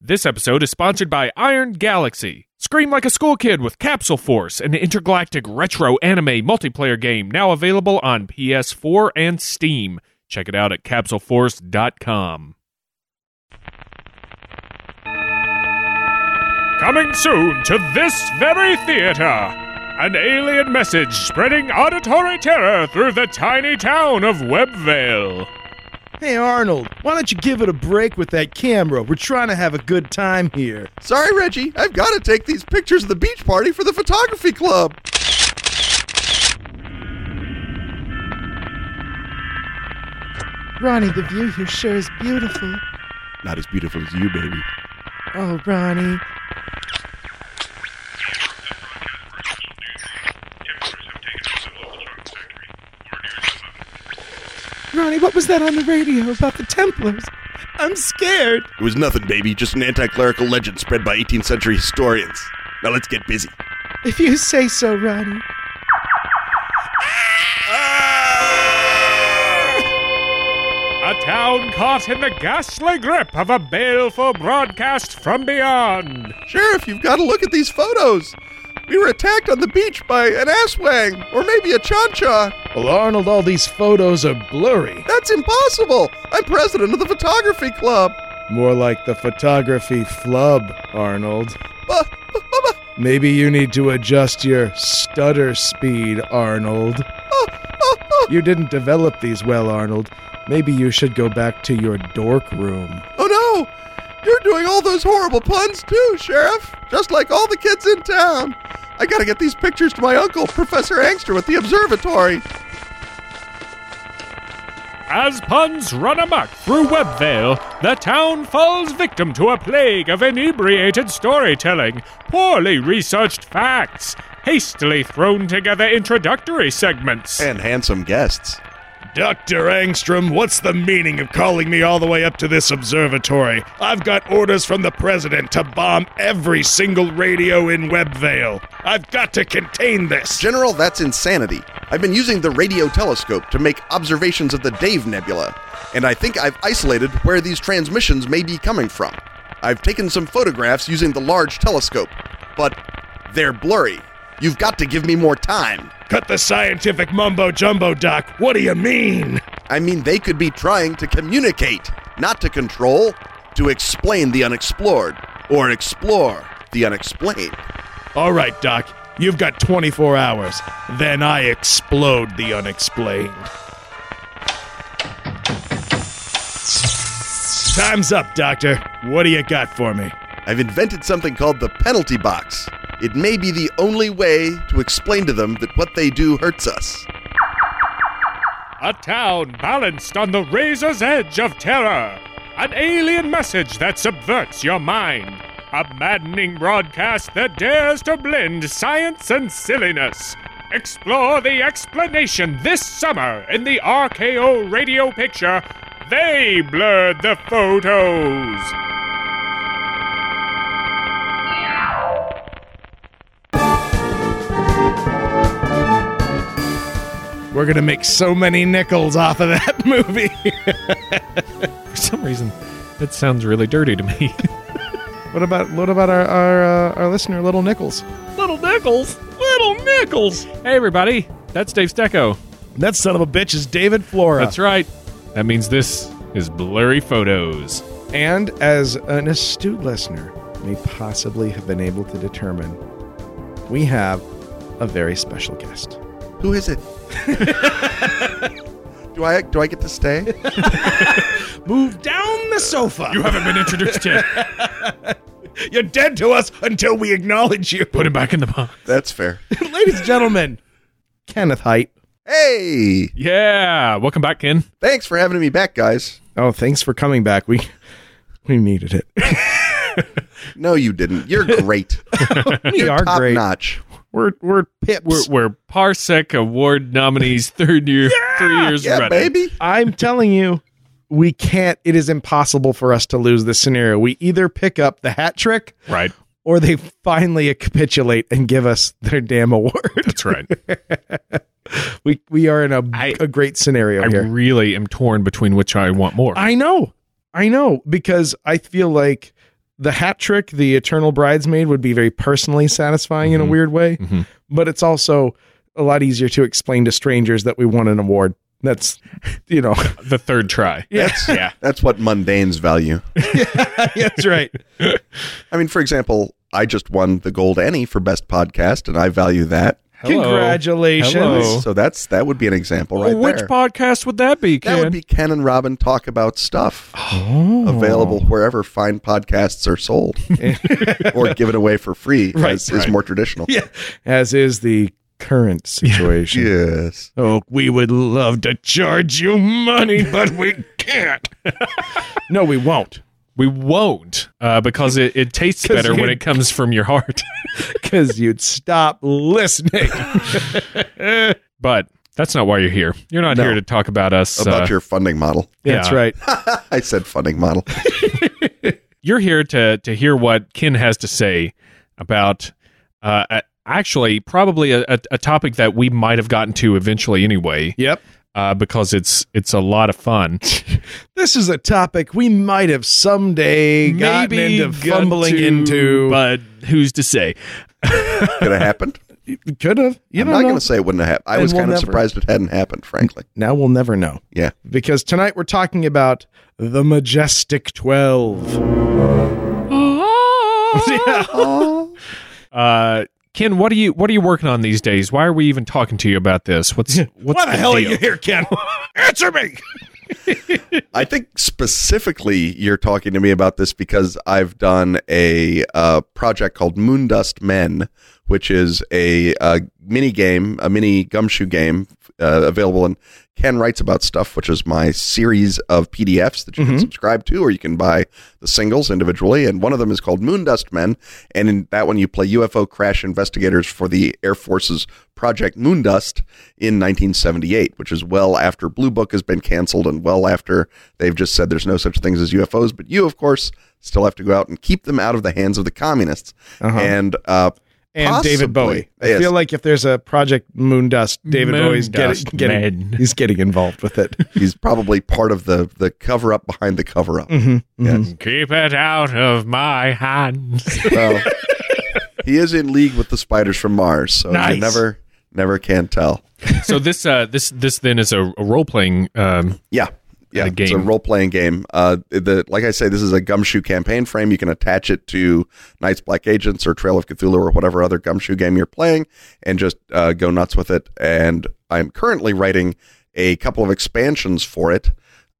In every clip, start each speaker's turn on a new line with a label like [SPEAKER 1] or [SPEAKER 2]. [SPEAKER 1] This episode is sponsored by Iron Galaxy. Scream like a school kid with Capsule Force, an intergalactic retro anime multiplayer game now available on PS4 and Steam. Check it out at capsuleforce.com. Coming soon to this very theater, an alien message spreading auditory terror through the tiny town of Webvale.
[SPEAKER 2] Hey, Arnold, why don't you give it a break with that camera? We're trying to have a good time here.
[SPEAKER 3] Sorry, Reggie, I've got to take these pictures of the beach party for the photography club.
[SPEAKER 4] Ronnie, the view here sure is beautiful.
[SPEAKER 3] Not as beautiful as you, baby.
[SPEAKER 4] Oh, Ronnie. Ronnie, what was that on the radio about the Templars? I'm scared.
[SPEAKER 3] It was nothing, baby, just an anti clerical legend spread by 18th century historians. Now let's get busy.
[SPEAKER 4] If you say so, Ronnie.
[SPEAKER 1] A town caught in the ghastly grip of a baleful broadcast from beyond.
[SPEAKER 3] Sheriff, you've got to look at these photos. We were attacked on the beach by an asswang, or maybe a chancha.
[SPEAKER 2] Well, Arnold, all these photos are blurry.
[SPEAKER 3] That's impossible. I'm president of the photography club.
[SPEAKER 2] More like the photography flub, Arnold.
[SPEAKER 3] Bu- bu- bu- bu-
[SPEAKER 2] Maybe you need to adjust your stutter speed, Arnold.
[SPEAKER 3] oh, oh, oh.
[SPEAKER 2] You didn't develop these well, Arnold. Maybe you should go back to your dork room.
[SPEAKER 3] Oh no! You're doing all those horrible puns too, Sheriff! Just like all the kids in town! I gotta get these pictures to my uncle, Professor Angster, at the observatory!
[SPEAKER 1] As puns run amok through Webvale, the town falls victim to a plague of inebriated storytelling, poorly researched facts, hastily thrown together introductory segments.
[SPEAKER 3] And handsome guests.
[SPEAKER 2] Dr. Angstrom, what's the meaning of calling me all the way up to this observatory? I've got orders from the president to bomb every single radio in Webvale. I've got to contain this.
[SPEAKER 3] General, that's insanity. I've been using the radio telescope to make observations of the Dave Nebula, and I think I've isolated where these transmissions may be coming from. I've taken some photographs using the large telescope, but they're blurry. You've got to give me more time.
[SPEAKER 2] Cut the scientific mumbo jumbo, Doc. What do you mean?
[SPEAKER 3] I mean, they could be trying to communicate, not to control, to explain the unexplored, or explore the unexplained.
[SPEAKER 2] All right, Doc. You've got 24 hours. Then I explode the unexplained. Time's up, Doctor. What do you got for me?
[SPEAKER 3] I've invented something called the penalty box. It may be the only way to explain to them that what they do hurts us.
[SPEAKER 1] A town balanced on the razor's edge of terror. An alien message that subverts your mind. A maddening broadcast that dares to blend science and silliness. Explore the explanation this summer in the RKO radio picture. They blurred the photos.
[SPEAKER 2] We're gonna make so many nickels off of that movie.
[SPEAKER 1] For some reason, that sounds really dirty to me.
[SPEAKER 2] what about what about our our, uh, our listener, Little Nichols?
[SPEAKER 1] Little Nickels! Little Nickels! Hey, everybody, that's Dave Stecco.
[SPEAKER 2] That son of a bitch is David Flora.
[SPEAKER 1] That's right. That means this is Blurry Photos.
[SPEAKER 2] And as an astute listener may possibly have been able to determine, we have a very special guest.
[SPEAKER 3] Who is it? do I do I get to stay?
[SPEAKER 2] Move down the sofa.
[SPEAKER 1] You haven't been introduced yet.
[SPEAKER 2] You're dead to us until we acknowledge you.
[SPEAKER 1] Put him back in the box.
[SPEAKER 3] That's fair.
[SPEAKER 2] Ladies and gentlemen, Kenneth Height.
[SPEAKER 3] Hey,
[SPEAKER 1] Yeah, welcome back, Ken.
[SPEAKER 3] thanks for having me back, guys.
[SPEAKER 2] Oh, thanks for coming back. We we needed it.
[SPEAKER 3] No, you didn't. You're great.
[SPEAKER 2] we are
[SPEAKER 3] Top
[SPEAKER 2] great.
[SPEAKER 3] notch.
[SPEAKER 2] We're we're
[SPEAKER 1] We're,
[SPEAKER 2] pips.
[SPEAKER 1] we're Parsec Award nominees third year, three years
[SPEAKER 3] Yeah,
[SPEAKER 1] running.
[SPEAKER 3] baby.
[SPEAKER 2] I'm telling you, we can't. It is impossible for us to lose this scenario. We either pick up the hat trick
[SPEAKER 1] Right,
[SPEAKER 2] or they finally capitulate and give us their damn award.
[SPEAKER 1] that's right.
[SPEAKER 2] we we are in a
[SPEAKER 1] I-
[SPEAKER 2] a great scenario
[SPEAKER 1] I
[SPEAKER 2] here.
[SPEAKER 1] really am torn between which I want more.
[SPEAKER 2] I know. I know because I feel like the hat trick, the eternal bridesmaid, would be very personally satisfying in a weird way, but it's also a lot easier to explain to strangers that we won an award. That's, you know,
[SPEAKER 5] The third try.
[SPEAKER 3] That's,
[SPEAKER 5] Yeah.
[SPEAKER 3] that's what mundanes value.
[SPEAKER 2] that's right.
[SPEAKER 3] I mean, for example, I just won the Gold Annie for Best Podcast, and I value that.
[SPEAKER 5] Hello.
[SPEAKER 2] Congratulations.
[SPEAKER 5] Hello.
[SPEAKER 3] So that's that would be an example right
[SPEAKER 5] Which
[SPEAKER 3] there.
[SPEAKER 5] podcast would that be, Ken?
[SPEAKER 3] that would be Ken and Robin talk about stuff
[SPEAKER 2] Oh.
[SPEAKER 3] available wherever fine podcasts are sold, or given away for free,
[SPEAKER 2] Right,
[SPEAKER 3] as is more traditional.
[SPEAKER 2] Yeah. As is the current situation.
[SPEAKER 3] Yes.
[SPEAKER 2] Oh, we would love to charge you money, but we can't. no, we won't.
[SPEAKER 5] we won't, uh, because it, it tastes
[SPEAKER 2] 'Cause
[SPEAKER 5] better when
[SPEAKER 2] you-
[SPEAKER 5] it comes from your heart.
[SPEAKER 2] Because you'd stop listening.
[SPEAKER 5] but that's not why you're here. You're not here to talk about us.
[SPEAKER 3] About
[SPEAKER 5] uh,
[SPEAKER 3] your funding model.
[SPEAKER 2] That's
[SPEAKER 5] Yeah.
[SPEAKER 2] right.
[SPEAKER 3] I said funding model.
[SPEAKER 5] you're here to to hear what Ken has to say about uh, a- actually probably a, a, a topic that we might have gotten to eventually anyway.
[SPEAKER 2] Yep.
[SPEAKER 5] Uh, because it's it's a lot of fun.
[SPEAKER 2] This is a topic we might have someday gotten into
[SPEAKER 5] got
[SPEAKER 2] fumbling
[SPEAKER 5] to,
[SPEAKER 2] into.
[SPEAKER 5] but who's to say?
[SPEAKER 3] Could have happened.
[SPEAKER 2] Could have. You
[SPEAKER 3] I'm
[SPEAKER 2] don't
[SPEAKER 3] not
[SPEAKER 2] know.
[SPEAKER 3] going to say it wouldn't have happened. I
[SPEAKER 2] And
[SPEAKER 3] was
[SPEAKER 2] we'll
[SPEAKER 3] kind of
[SPEAKER 2] never.
[SPEAKER 3] surprised it hadn't happened, frankly.
[SPEAKER 2] Now we'll never know.
[SPEAKER 3] Yeah.
[SPEAKER 2] Because tonight we're talking about the Majestic 12. Yeah.
[SPEAKER 5] Uh, Ken, what are you what are you working on these days? Why are we even talking to you about this? What's what's
[SPEAKER 2] Why the hell
[SPEAKER 5] deal?
[SPEAKER 2] are you here, Ken? Answer me.
[SPEAKER 3] I think specifically you're talking to me about this because I've done a uh, project called Moondust Men, which is a, uh mini game, a mini gumshoe game uh, available in Ken Writes About Stuff, which is my series of PDFs that you can subscribe to, or you can buy the singles individually. And one of them is called Moondust Men. And in that one, you play UFO crash investigators for the Air Force's Project Moondust in 1978, which is well after Blue Book has been canceled and well after they've just said there's no such things as UFOs. But you, of course, still have to go out and keep them out of the hands of the communists. And, uh,
[SPEAKER 2] Uh-huh. And David Bowie.
[SPEAKER 3] possibly-
[SPEAKER 2] I
[SPEAKER 3] Yes.
[SPEAKER 2] feel like if there's a Project Moondust, David
[SPEAKER 5] Moon
[SPEAKER 2] Bowie's get-
[SPEAKER 5] dust,
[SPEAKER 2] getting
[SPEAKER 5] man.
[SPEAKER 2] he's getting involved with it.
[SPEAKER 3] he's probably part of the the cover up behind the cover up.
[SPEAKER 2] Mm-hmm.
[SPEAKER 3] Yes.
[SPEAKER 5] Keep it out of my hands.
[SPEAKER 3] Well, he is in league with the spiders from Mars, so you
[SPEAKER 2] Nice.
[SPEAKER 3] never never can tell.
[SPEAKER 5] so this uh this this then is a, a role playing um
[SPEAKER 3] Yeah. Yeah,
[SPEAKER 5] Kind of
[SPEAKER 3] it's a
[SPEAKER 5] game.
[SPEAKER 3] role playing game. Uh, the like I say, this is a gumshoe campaign frame. You can attach it to Knights Black Agents or Trail of Cthulhu or whatever other gumshoe game you're playing, and just uh, go nuts with it. And I'm currently writing a couple of expansions for it.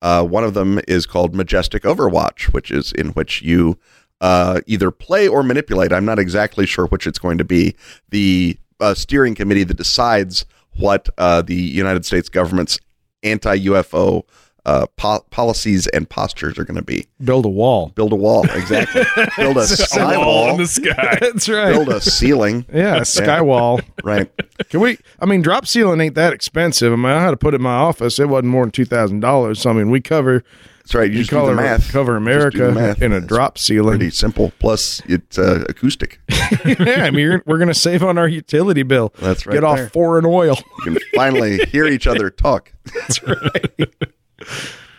[SPEAKER 3] Uh, one of them is called Majestic Overwatch, which is in which you uh, either play or manipulate. I'm not exactly sure which it's going to be. The uh, steering committee that decides what uh, the United States government's anti UFO uh, po- policies and postures are going to be.
[SPEAKER 2] Build a wall.
[SPEAKER 3] Build a wall, exactly. build a
[SPEAKER 5] wall in
[SPEAKER 3] skywall.
[SPEAKER 5] the sky.
[SPEAKER 2] That's right.
[SPEAKER 3] Build a ceiling,
[SPEAKER 2] yeah, Skywall.
[SPEAKER 3] right?
[SPEAKER 2] Can we? I mean, drop ceiling ain't that expensive. I mean, I had to put it in my office. It wasn't more than two thousand dollars. So I mean, we cover
[SPEAKER 3] That's right. You,
[SPEAKER 2] we
[SPEAKER 3] just do the
[SPEAKER 2] cover,
[SPEAKER 3] math.
[SPEAKER 2] cover
[SPEAKER 3] Just do the
[SPEAKER 2] America
[SPEAKER 3] math.
[SPEAKER 2] in a
[SPEAKER 3] It's
[SPEAKER 2] drop ceiling.
[SPEAKER 3] Pretty simple. Plus, it's uh, acoustic. You
[SPEAKER 2] yeah, I mean, you're, we're gonna save on our utility bill.
[SPEAKER 3] That's right
[SPEAKER 2] Get off
[SPEAKER 3] there.
[SPEAKER 2] foreign oil.
[SPEAKER 3] can finally hear each other talk.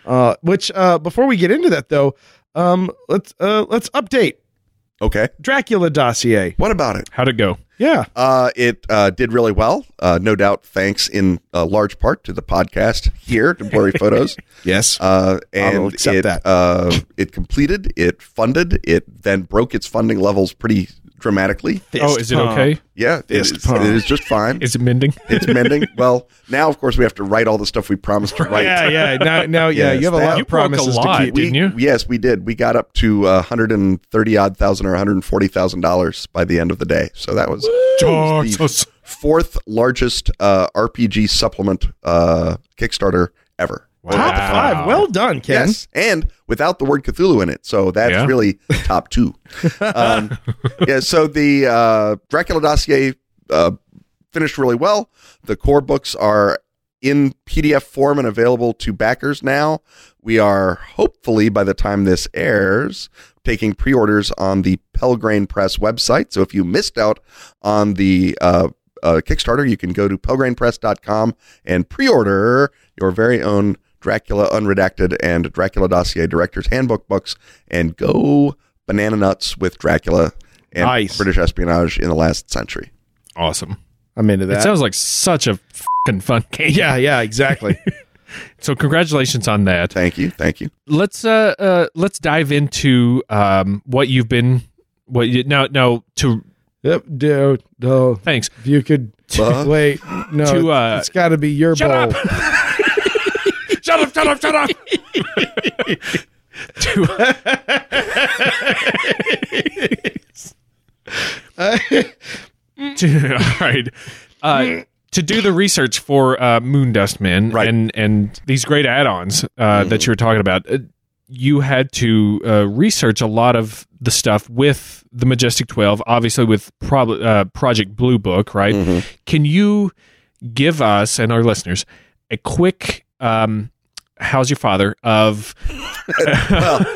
[SPEAKER 2] Uh, which uh, before we get into that though, um, let's uh, let's update
[SPEAKER 3] Okay.
[SPEAKER 2] Dracula dossier.
[SPEAKER 3] What about it?
[SPEAKER 5] How'd it go?
[SPEAKER 2] Yeah,
[SPEAKER 3] Uh, it uh, did really well, uh, no doubt, thanks in uh, large part to the podcast here, to Blurry Photos.
[SPEAKER 2] yes,
[SPEAKER 3] Uh, and
[SPEAKER 2] will accept
[SPEAKER 3] it,
[SPEAKER 2] that.
[SPEAKER 3] Uh, it completed, it funded, it then broke its funding levels pretty dramatically.
[SPEAKER 5] oh, is it
[SPEAKER 2] pump.
[SPEAKER 5] okay?
[SPEAKER 3] Yeah, it
[SPEAKER 2] Fist
[SPEAKER 3] is,
[SPEAKER 2] pump.
[SPEAKER 3] it is just fine.
[SPEAKER 5] Is it mending?
[SPEAKER 3] it's mending. Well, now, of course, we have to write all the stuff we promised to write.
[SPEAKER 2] yeah, yeah. Now, now, yeah,
[SPEAKER 3] Yes,
[SPEAKER 2] you have a
[SPEAKER 3] that-
[SPEAKER 2] lot
[SPEAKER 5] You
[SPEAKER 2] of
[SPEAKER 5] broke a
[SPEAKER 2] promises
[SPEAKER 5] lot,
[SPEAKER 2] to keep.
[SPEAKER 5] dude.
[SPEAKER 3] We,
[SPEAKER 5] Didn't you?
[SPEAKER 3] Yes, we did. We got up to uh, 130 odd thousand or 140 thousand dollars by the end of the day. So that was
[SPEAKER 2] Oh,
[SPEAKER 3] the fourth largest uh, RPG supplement uh, Kickstarter ever.
[SPEAKER 2] Top five. Well done, Ken.
[SPEAKER 3] Yes, and without the word Cthulhu in it, so that's
[SPEAKER 5] Yeah.
[SPEAKER 3] really top two. Um, yeah, so the uh, Dracula dossier uh, finished really well. The core books are in PDF form and available to backers now. We are hopefully by the time this airs taking pre-orders on the Pelgrane Press website. So if you missed out on the uh, uh, Kickstarter, you can go to pelgranepress.com and pre-order your very own Dracula Unredacted and Dracula Dossier Director's Handbook books and go Banana Nuts with Dracula and
[SPEAKER 2] Nice.
[SPEAKER 3] British espionage in the last century.
[SPEAKER 5] Awesome.
[SPEAKER 2] I'm into
[SPEAKER 5] It
[SPEAKER 2] that.
[SPEAKER 5] sounds like such a fucking fun game.
[SPEAKER 2] yeah, yeah, exactly.
[SPEAKER 5] So congratulations on that.
[SPEAKER 3] Thank you. Thank you.
[SPEAKER 5] Let's uh, uh let's dive into um what you've been what you now now to
[SPEAKER 2] yep, dude. Oh,
[SPEAKER 5] thanks.
[SPEAKER 2] if you could
[SPEAKER 3] Uh-huh.
[SPEAKER 2] wait. No,
[SPEAKER 5] To, uh,
[SPEAKER 2] it's got to be your
[SPEAKER 5] Shut
[SPEAKER 2] bowl.
[SPEAKER 5] Shut up, shut up, shut up. to, all right. Uh, to do the research for uh, Moon Dust Men
[SPEAKER 3] Right.
[SPEAKER 5] and and these great add-ons uh, that you were talking about, uh, you had to uh, research a lot of the stuff with the Majestic Twelve, obviously with prob- uh, Project Blue Book, right?
[SPEAKER 2] Mm-hmm.
[SPEAKER 5] Can you give us and our listeners a quick? Um, How's your father? Of
[SPEAKER 3] Well,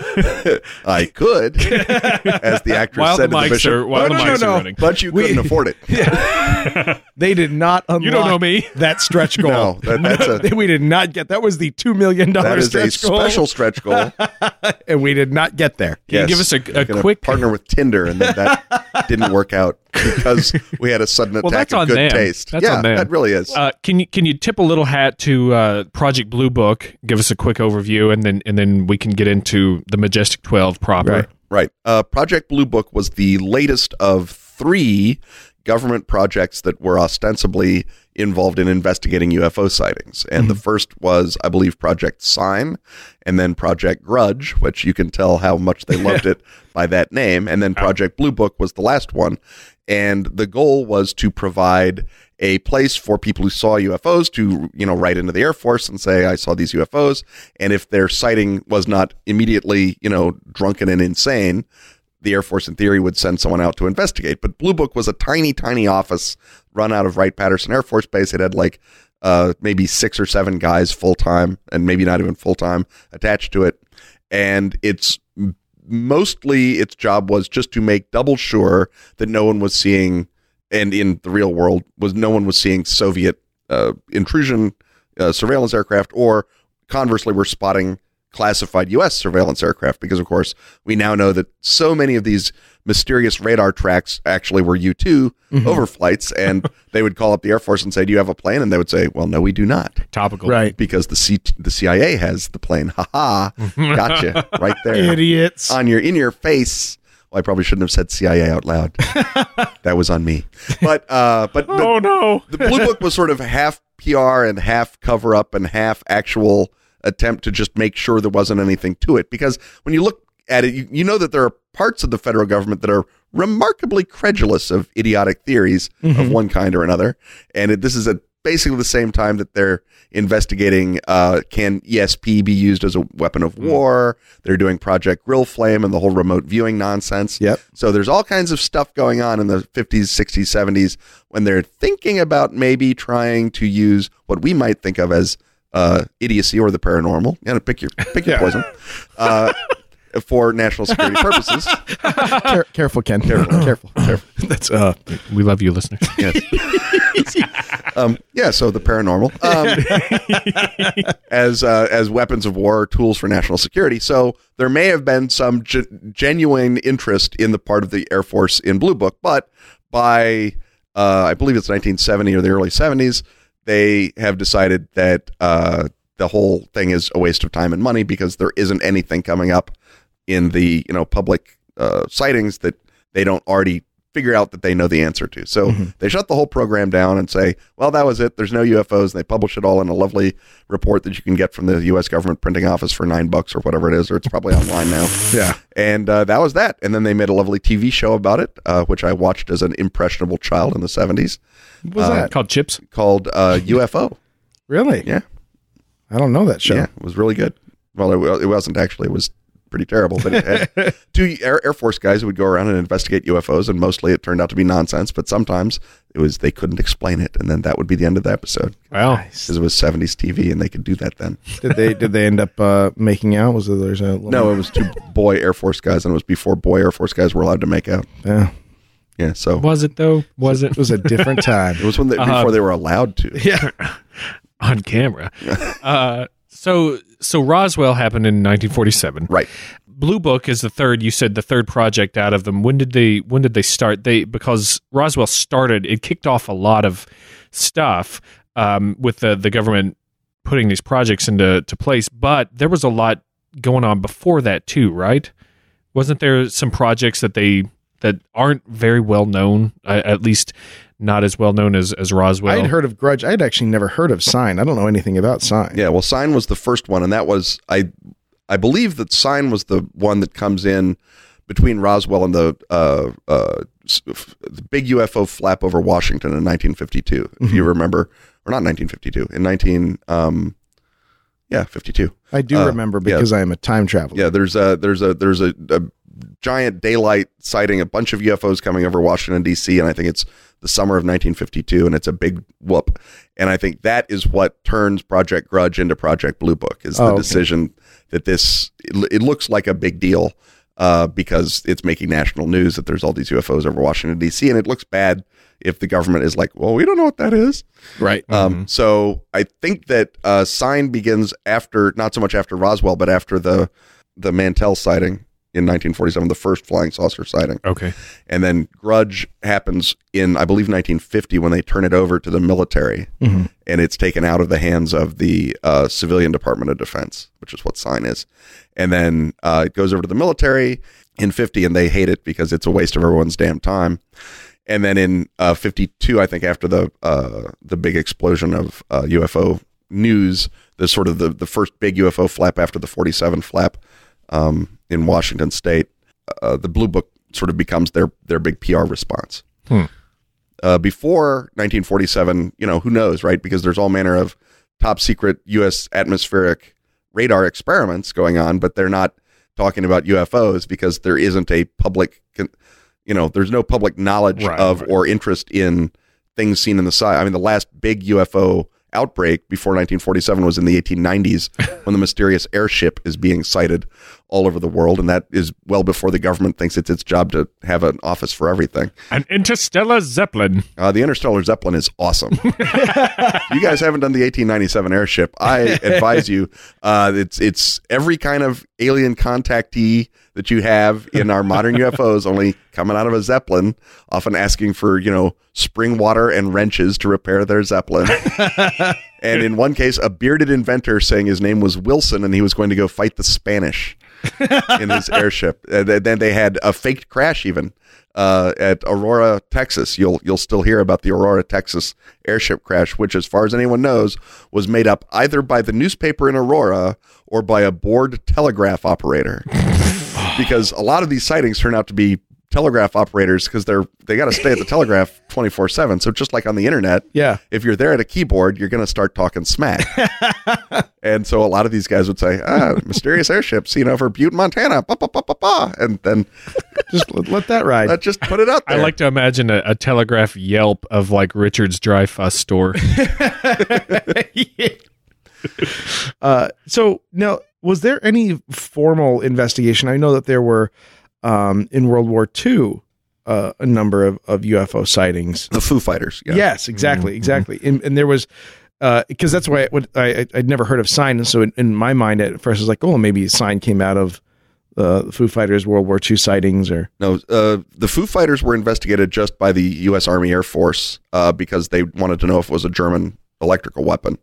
[SPEAKER 3] I could, as the actress
[SPEAKER 5] while the
[SPEAKER 3] said to the
[SPEAKER 5] mics
[SPEAKER 3] bishop,
[SPEAKER 5] are while
[SPEAKER 2] No,
[SPEAKER 5] the
[SPEAKER 2] no, no,
[SPEAKER 5] mics are
[SPEAKER 2] no.
[SPEAKER 5] running,
[SPEAKER 3] but you couldn't afford it.
[SPEAKER 2] They did not unlock.
[SPEAKER 5] you don't know me.
[SPEAKER 2] That stretch goal.
[SPEAKER 3] No, that, that's a
[SPEAKER 2] we did not get. That was the two million
[SPEAKER 3] that
[SPEAKER 2] dollar
[SPEAKER 3] is a
[SPEAKER 2] stretch goal,
[SPEAKER 3] special stretch goal.
[SPEAKER 2] and we did not get there.
[SPEAKER 5] Can you give us a- a
[SPEAKER 3] Gonna
[SPEAKER 5] quick-
[SPEAKER 3] partner with Tinder, and then that didn't work out because we had a sudden
[SPEAKER 5] Well,
[SPEAKER 3] attack
[SPEAKER 5] that's on
[SPEAKER 3] of good
[SPEAKER 5] them.
[SPEAKER 3] taste.
[SPEAKER 5] That's
[SPEAKER 3] yeah,
[SPEAKER 5] on them.
[SPEAKER 3] that really is.
[SPEAKER 5] Uh, can you can you tip a little hat to uh, Project Blue Book? Give us a quick overview, and then and then we can get into the Majestic Twelve proper.
[SPEAKER 2] Right.
[SPEAKER 3] Right. Uh, Project Blue Book was the latest of three government projects that were ostensibly involved in investigating UFO sightings. And the first was, I believe, Project Sign, and then Project Grudge, which you can tell how much they loved it by that name. And then Project Blue Book was the last one. And the goal was to provide a place for people who saw UFOs to, you know, write into the Air Force and say, I saw these UFOs. And if their sighting was not immediately, you know, drunken and insane, the Air Force, in theory, would send someone out to investigate. But Blue Book was a tiny, tiny office run out of Wright Patterson Air Force Base. It had like uh, maybe six or seven guys full time, and maybe not even full time attached to it. And it's m- mostly its job was just to make double sure that no one was seeing, and in the real world, was no one was seeing Soviet uh, intrusion uh, surveillance aircraft, or conversely, we're spotting classified U.S. surveillance aircraft because, of course, we now know that so many of these mysterious radar tracks actually were U 2 overflights, and they would call up the Air Force and say, "Do you have a plane?" And they would say, "Well, no, we do not."
[SPEAKER 5] Topical.
[SPEAKER 3] Because the C- the CIA has the plane. Ha ha! Gotcha! right there
[SPEAKER 2] Idiots.
[SPEAKER 3] on your in your face. Well, I probably shouldn't have said CIA out loud. that was on me. But uh, but but-
[SPEAKER 5] Oh no.
[SPEAKER 3] the blue book was sort of half PR and half cover up and half actual attempt to just make sure there wasn't anything to it. Because when you look at it, you, you know that there are parts of the federal government that are remarkably credulous of idiotic theories of one kind or another. And it, this is at basically the same time that they're investigating uh, can ESP be used as a weapon of war? They're doing Project Grill Flame and the whole remote viewing nonsense.
[SPEAKER 2] Yep.
[SPEAKER 3] So there's all kinds of stuff going on in the 50s, 60s, 70s when they're thinking about maybe trying to use what we might think of as uh, idiocy or the paranormal. You know, pick your pick your poison uh, for national security purposes.
[SPEAKER 2] Care- careful, Ken. Careful, careful, careful. That's uh.
[SPEAKER 5] We love you, listeners.
[SPEAKER 3] Um, yeah, so the paranormal um, as uh, as weapons of war, tools for national security. So there may have been some ge- genuine interest in the part of the Air Force in Blue Book, but by uh, I believe it's 1970 or the early 70s, they have decided that uh, the whole thing is a waste of time and money because there isn't anything coming up in the you know public uh, sightings that they don't already figure out that they know the answer to. So
[SPEAKER 2] Mm-hmm.
[SPEAKER 3] they shut the whole program down and say, "Well, that was it. There's no UFOs." And they publish it all in a lovely report that you can get from the U.S. government printing office for nine bucks or whatever it is, or it's probably online now.
[SPEAKER 2] Yeah.
[SPEAKER 3] And uh, that was that. And then they made a lovely TV show about it, uh, which I watched as an impressionable child in the '70s,
[SPEAKER 2] What was that
[SPEAKER 5] Called chips.
[SPEAKER 3] called uh, UFO.
[SPEAKER 2] really?
[SPEAKER 3] Yeah.
[SPEAKER 2] I don't know that show.
[SPEAKER 3] Yeah, it was really good. Well, it, it wasn't actually. It was pretty terrible. But it had two Air, Air Force guys who would go around and investigate UFOs, and mostly it turned out to be nonsense. But sometimes it was they couldn't explain it, and then that would be the end of the episode
[SPEAKER 5] Wow.
[SPEAKER 3] because it was '70s TV, and they could do that then.
[SPEAKER 2] Did they did they end up uh, making out? Was there, there's a little,
[SPEAKER 3] No, it was two boy Air Force guys, and it was before boy Air Force guys were allowed to make out.
[SPEAKER 2] Yeah.
[SPEAKER 3] Yeah, so
[SPEAKER 5] Was it though? Was it
[SPEAKER 2] It was a different time.
[SPEAKER 3] it was when they, before they were allowed to.
[SPEAKER 2] yeah.
[SPEAKER 5] on camera? uh, so so Roswell happened in 1947.
[SPEAKER 3] Right.
[SPEAKER 5] Blue Book is the third. You said the third project out of them. When did they? When did they start? They because Roswell started. It kicked off a lot of stuff um, with the the government putting these projects into to place. But there was a lot going on before that too, right? Wasn't there some projects that they that aren't very well known, uh, at least not as well known as as Roswell?
[SPEAKER 2] I'd heard of Grudge. I'd actually never heard of Sign. I don't know anything about Sign.
[SPEAKER 3] Yeah, well, Sign was the first one, and that was I, I believe that Sign was the one that comes in between Roswell and the uh, uh, s- f- the big UFO flap over Washington in 1952, if you remember, or not 1952, in 19, um, yeah, 52.
[SPEAKER 2] I do remember because I am a time traveler.
[SPEAKER 3] Uh, Yeah, there's a there's a there's a, a giant daylight sighting, a bunch of UFOs coming over Washington D.C. and I think it's the summer of 1952, and it's a big whoop. And I think that is what turns Project Grudge into Project Blue Book is the
[SPEAKER 2] Oh, okay.
[SPEAKER 3] decision that this it, l- it looks like a big deal. Uh, because it's making national news that there's all these UFOs over Washington D.C. and it looks bad if the government is like, well, we don't know what that is.
[SPEAKER 2] Right.
[SPEAKER 3] Um, so I think that uh, sign begins after, not so much after Roswell, but after the the Mantell sighting in 1947, the first flying saucer sighting,
[SPEAKER 5] okay.
[SPEAKER 3] and then Grudge happens in I believe 1950 when they turn it over to the military, and it's taken out of the hands of the uh, civilian Department of Defense, which is what sign is, and then uh, it goes over to the military in 50, and they hate it because it's a waste of everyone's damn time and then in uh, 52 i think after the uh, the big explosion of uh, ufo news the sort of the, the first big ufo flap after the 47 flap um, in washington state uh, the blue book sort of becomes their their big pr response
[SPEAKER 5] Hmm.
[SPEAKER 3] uh, before 1947 you know who knows right because there's all manner of top secret us atmospheric radar experiments going on but they're not talking about ufos because there isn't a public con- you know there's no public knowledge
[SPEAKER 5] Right,
[SPEAKER 3] of
[SPEAKER 5] right.
[SPEAKER 3] or interest in things seen in the sky i mean the last big ufo outbreak before 1947 was in the 1890s when the mysterious airship is being sighted all over the world and that is well before the government thinks it's its job to have an office for everything
[SPEAKER 1] An interstellar zeppelin.
[SPEAKER 3] uh, the interstellar zeppelin is awesome. you guys haven't done the 1897 airship. I advise you. Uh, it's it's every kind of alien contactee that you have in our modern UFOs, only coming out of a zeppelin, often asking for you know spring water and wrenches to repair their zeppelin. and in one case, a bearded inventor saying his name was Wilson and he was going to go fight the Spanish in his airship. And th- then they had a faked crash even uh, at Aurora, Texas. You'll you'll still hear about the Aurora, Texas airship crash, which, as far as anyone knows, was made up either by the newspaper in Aurora or by a bored telegraph operator. because a lot of these sightings turn out to be telegraph operators because they're they got to stay at the telegraph 24/7 so just like on the internet
[SPEAKER 2] Yeah.
[SPEAKER 3] if you're there at a keyboard, you're going to start talking smack. and so a lot of these guys would say, ah, mysterious airship seen over Butte, Montana, ba, ba, ba, ba, ba. and then
[SPEAKER 2] Just let, let that ride.
[SPEAKER 3] let's just put it out
[SPEAKER 5] I
[SPEAKER 3] there.
[SPEAKER 5] like to imagine a, a telegraph yelp of like Richard's dry fuss store.
[SPEAKER 2] Uh, so now, was there any formal investigation? I know that there were um, in World War II uh, a number of, of UFO sightings.
[SPEAKER 3] the Foo Fighters. Yeah. Mm-hmm.
[SPEAKER 2] Yes, exactly, exactly. And, and there was because that's why I, would- I, I- I'd never heard of sign, and so in, in my mind at first I was like, oh, maybe sign came out of uh, the Foo Fighters World War II sightings, or
[SPEAKER 3] No, uh, the Foo Fighters were investigated just by the U.S. Army Air Force uh, because they wanted to know if it was a German electrical weapon.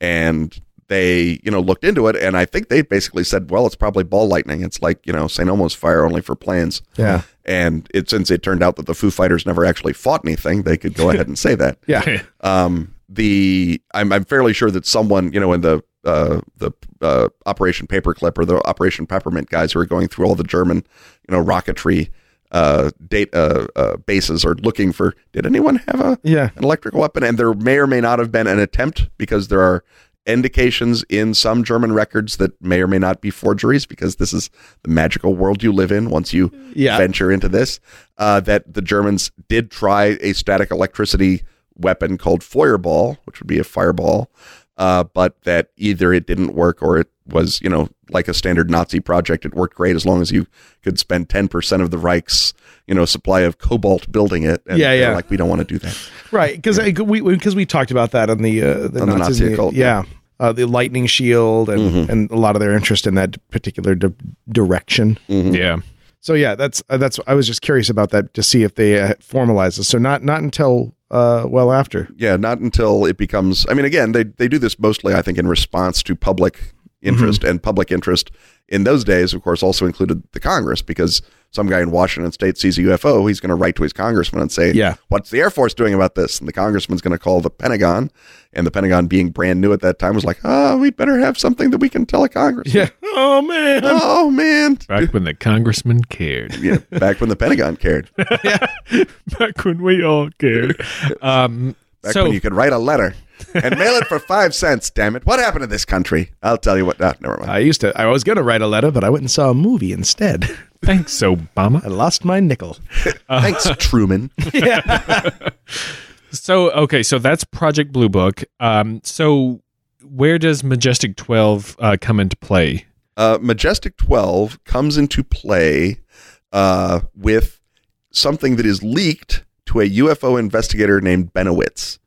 [SPEAKER 3] And they, you know, looked into it. And I think they basically said, well, it's probably ball lightning. It's like, you know, St. Elmo's fire only for planes.
[SPEAKER 2] yeah,
[SPEAKER 3] And it since it turned out that the Foo Fighters never actually fought anything, they could go ahead and say that.
[SPEAKER 2] yeah,
[SPEAKER 3] Um, the I'm, I'm fairly sure that someone you know in the uh, the uh, Operation Paperclip or the Operation Peppermint guys who are going through all the German you know rocketry uh, date uh, uh, bases are looking for did anyone have a
[SPEAKER 2] yeah.
[SPEAKER 3] an electrical weapon, and there may or may not have been an attempt because there are indications in some German records that may or may not be forgeries because this is the magical world you live in once you
[SPEAKER 2] Yeah.
[SPEAKER 3] venture into this. Uh, that the Germans did try a static electricity weapon called Feuerball, which would be a fireball, uh, but that either it didn't work or it was, you know, like a standard Nazi project. It worked great as long as you could spend 10% of the Reich's, you know, supply of cobalt building it. And
[SPEAKER 2] Yeah,
[SPEAKER 3] they're
[SPEAKER 2] yeah.
[SPEAKER 3] Like, we don't want to do that.
[SPEAKER 2] Right, because we because we talked about that on the uh, the
[SPEAKER 3] On the
[SPEAKER 2] Nazis
[SPEAKER 3] Nazi
[SPEAKER 2] and the-
[SPEAKER 3] occult, Mm-hmm.
[SPEAKER 2] yeah. uh, the lightning shield and, and a lot of their interest in that particular di- direction.
[SPEAKER 5] Yeah.
[SPEAKER 2] So yeah, that's uh, that's I was just curious about that to see if they uh, formalize this. So not not until uh, well after.
[SPEAKER 3] Yeah, not until it becomes. I mean, again, they they do this mostly, I think, in response to public interest, and public interest in those days, of course, also included the Congress because some guy in Washington State sees a UFO, he's going to write to his congressman and say,
[SPEAKER 2] Yeah.
[SPEAKER 3] what's the Air Force doing about this?" And the congressman's going to call the Pentagon, and the Pentagon, being brand new at that time, was like, "Ah, we better have something that we can tell a congressman."
[SPEAKER 2] Yeah. Oh man.
[SPEAKER 3] Oh man.
[SPEAKER 5] Back when the congressman cared.
[SPEAKER 3] Yeah, back when the Pentagon cared. Back
[SPEAKER 5] Back when we all cared. Um, so
[SPEAKER 3] when you could write a letter and mail it for five cents. Damn it! What happened to this country? I'll tell you what. Ah, never mind.
[SPEAKER 2] I used to. I was going to write a letter, but I went and saw a movie instead.
[SPEAKER 5] thanks, Obama.
[SPEAKER 2] I lost my nickel.
[SPEAKER 3] Thanks, Truman.
[SPEAKER 5] So okay, so that's Project Blue Book. Um, so where does Majestic Twelve uh, come into play?
[SPEAKER 3] uh, Majestic 12 comes into play uh, with something that is leaked to a UFO investigator named Benowitz.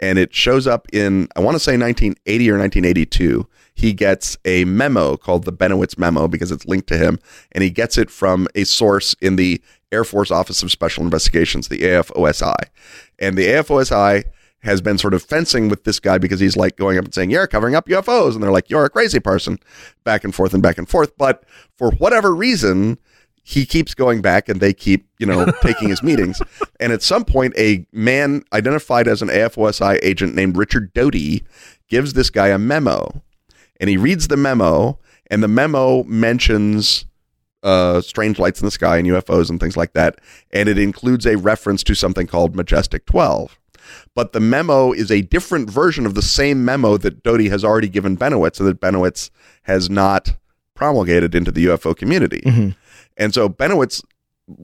[SPEAKER 3] And it shows up in, I want to say 1980 or 1982. He gets a memo called the Benowitz Memo because it's linked to him. And he gets it from a source in the Air Force Office of Special Investigations, the AFOSI. And the AFOSI has been sort of fencing with this guy because he's like going up and saying, You're covering up UFOs. And they're like, You're a crazy person, back and forth and back and forth. But for whatever reason, he keeps going back and they keep, you know, taking his meetings. And at some point, a man identified as an AFOSI agent named Richard Doty gives this guy a memo. And he reads the memo, and the memo mentions uh, strange lights in the sky and UFOs and things like that. And it includes a reference to something called Majestic 12. But the memo is a different version of the same memo that Doty has already given Benowitz, so that Benowitz has not promulgated into the UFO community. And so Benowitz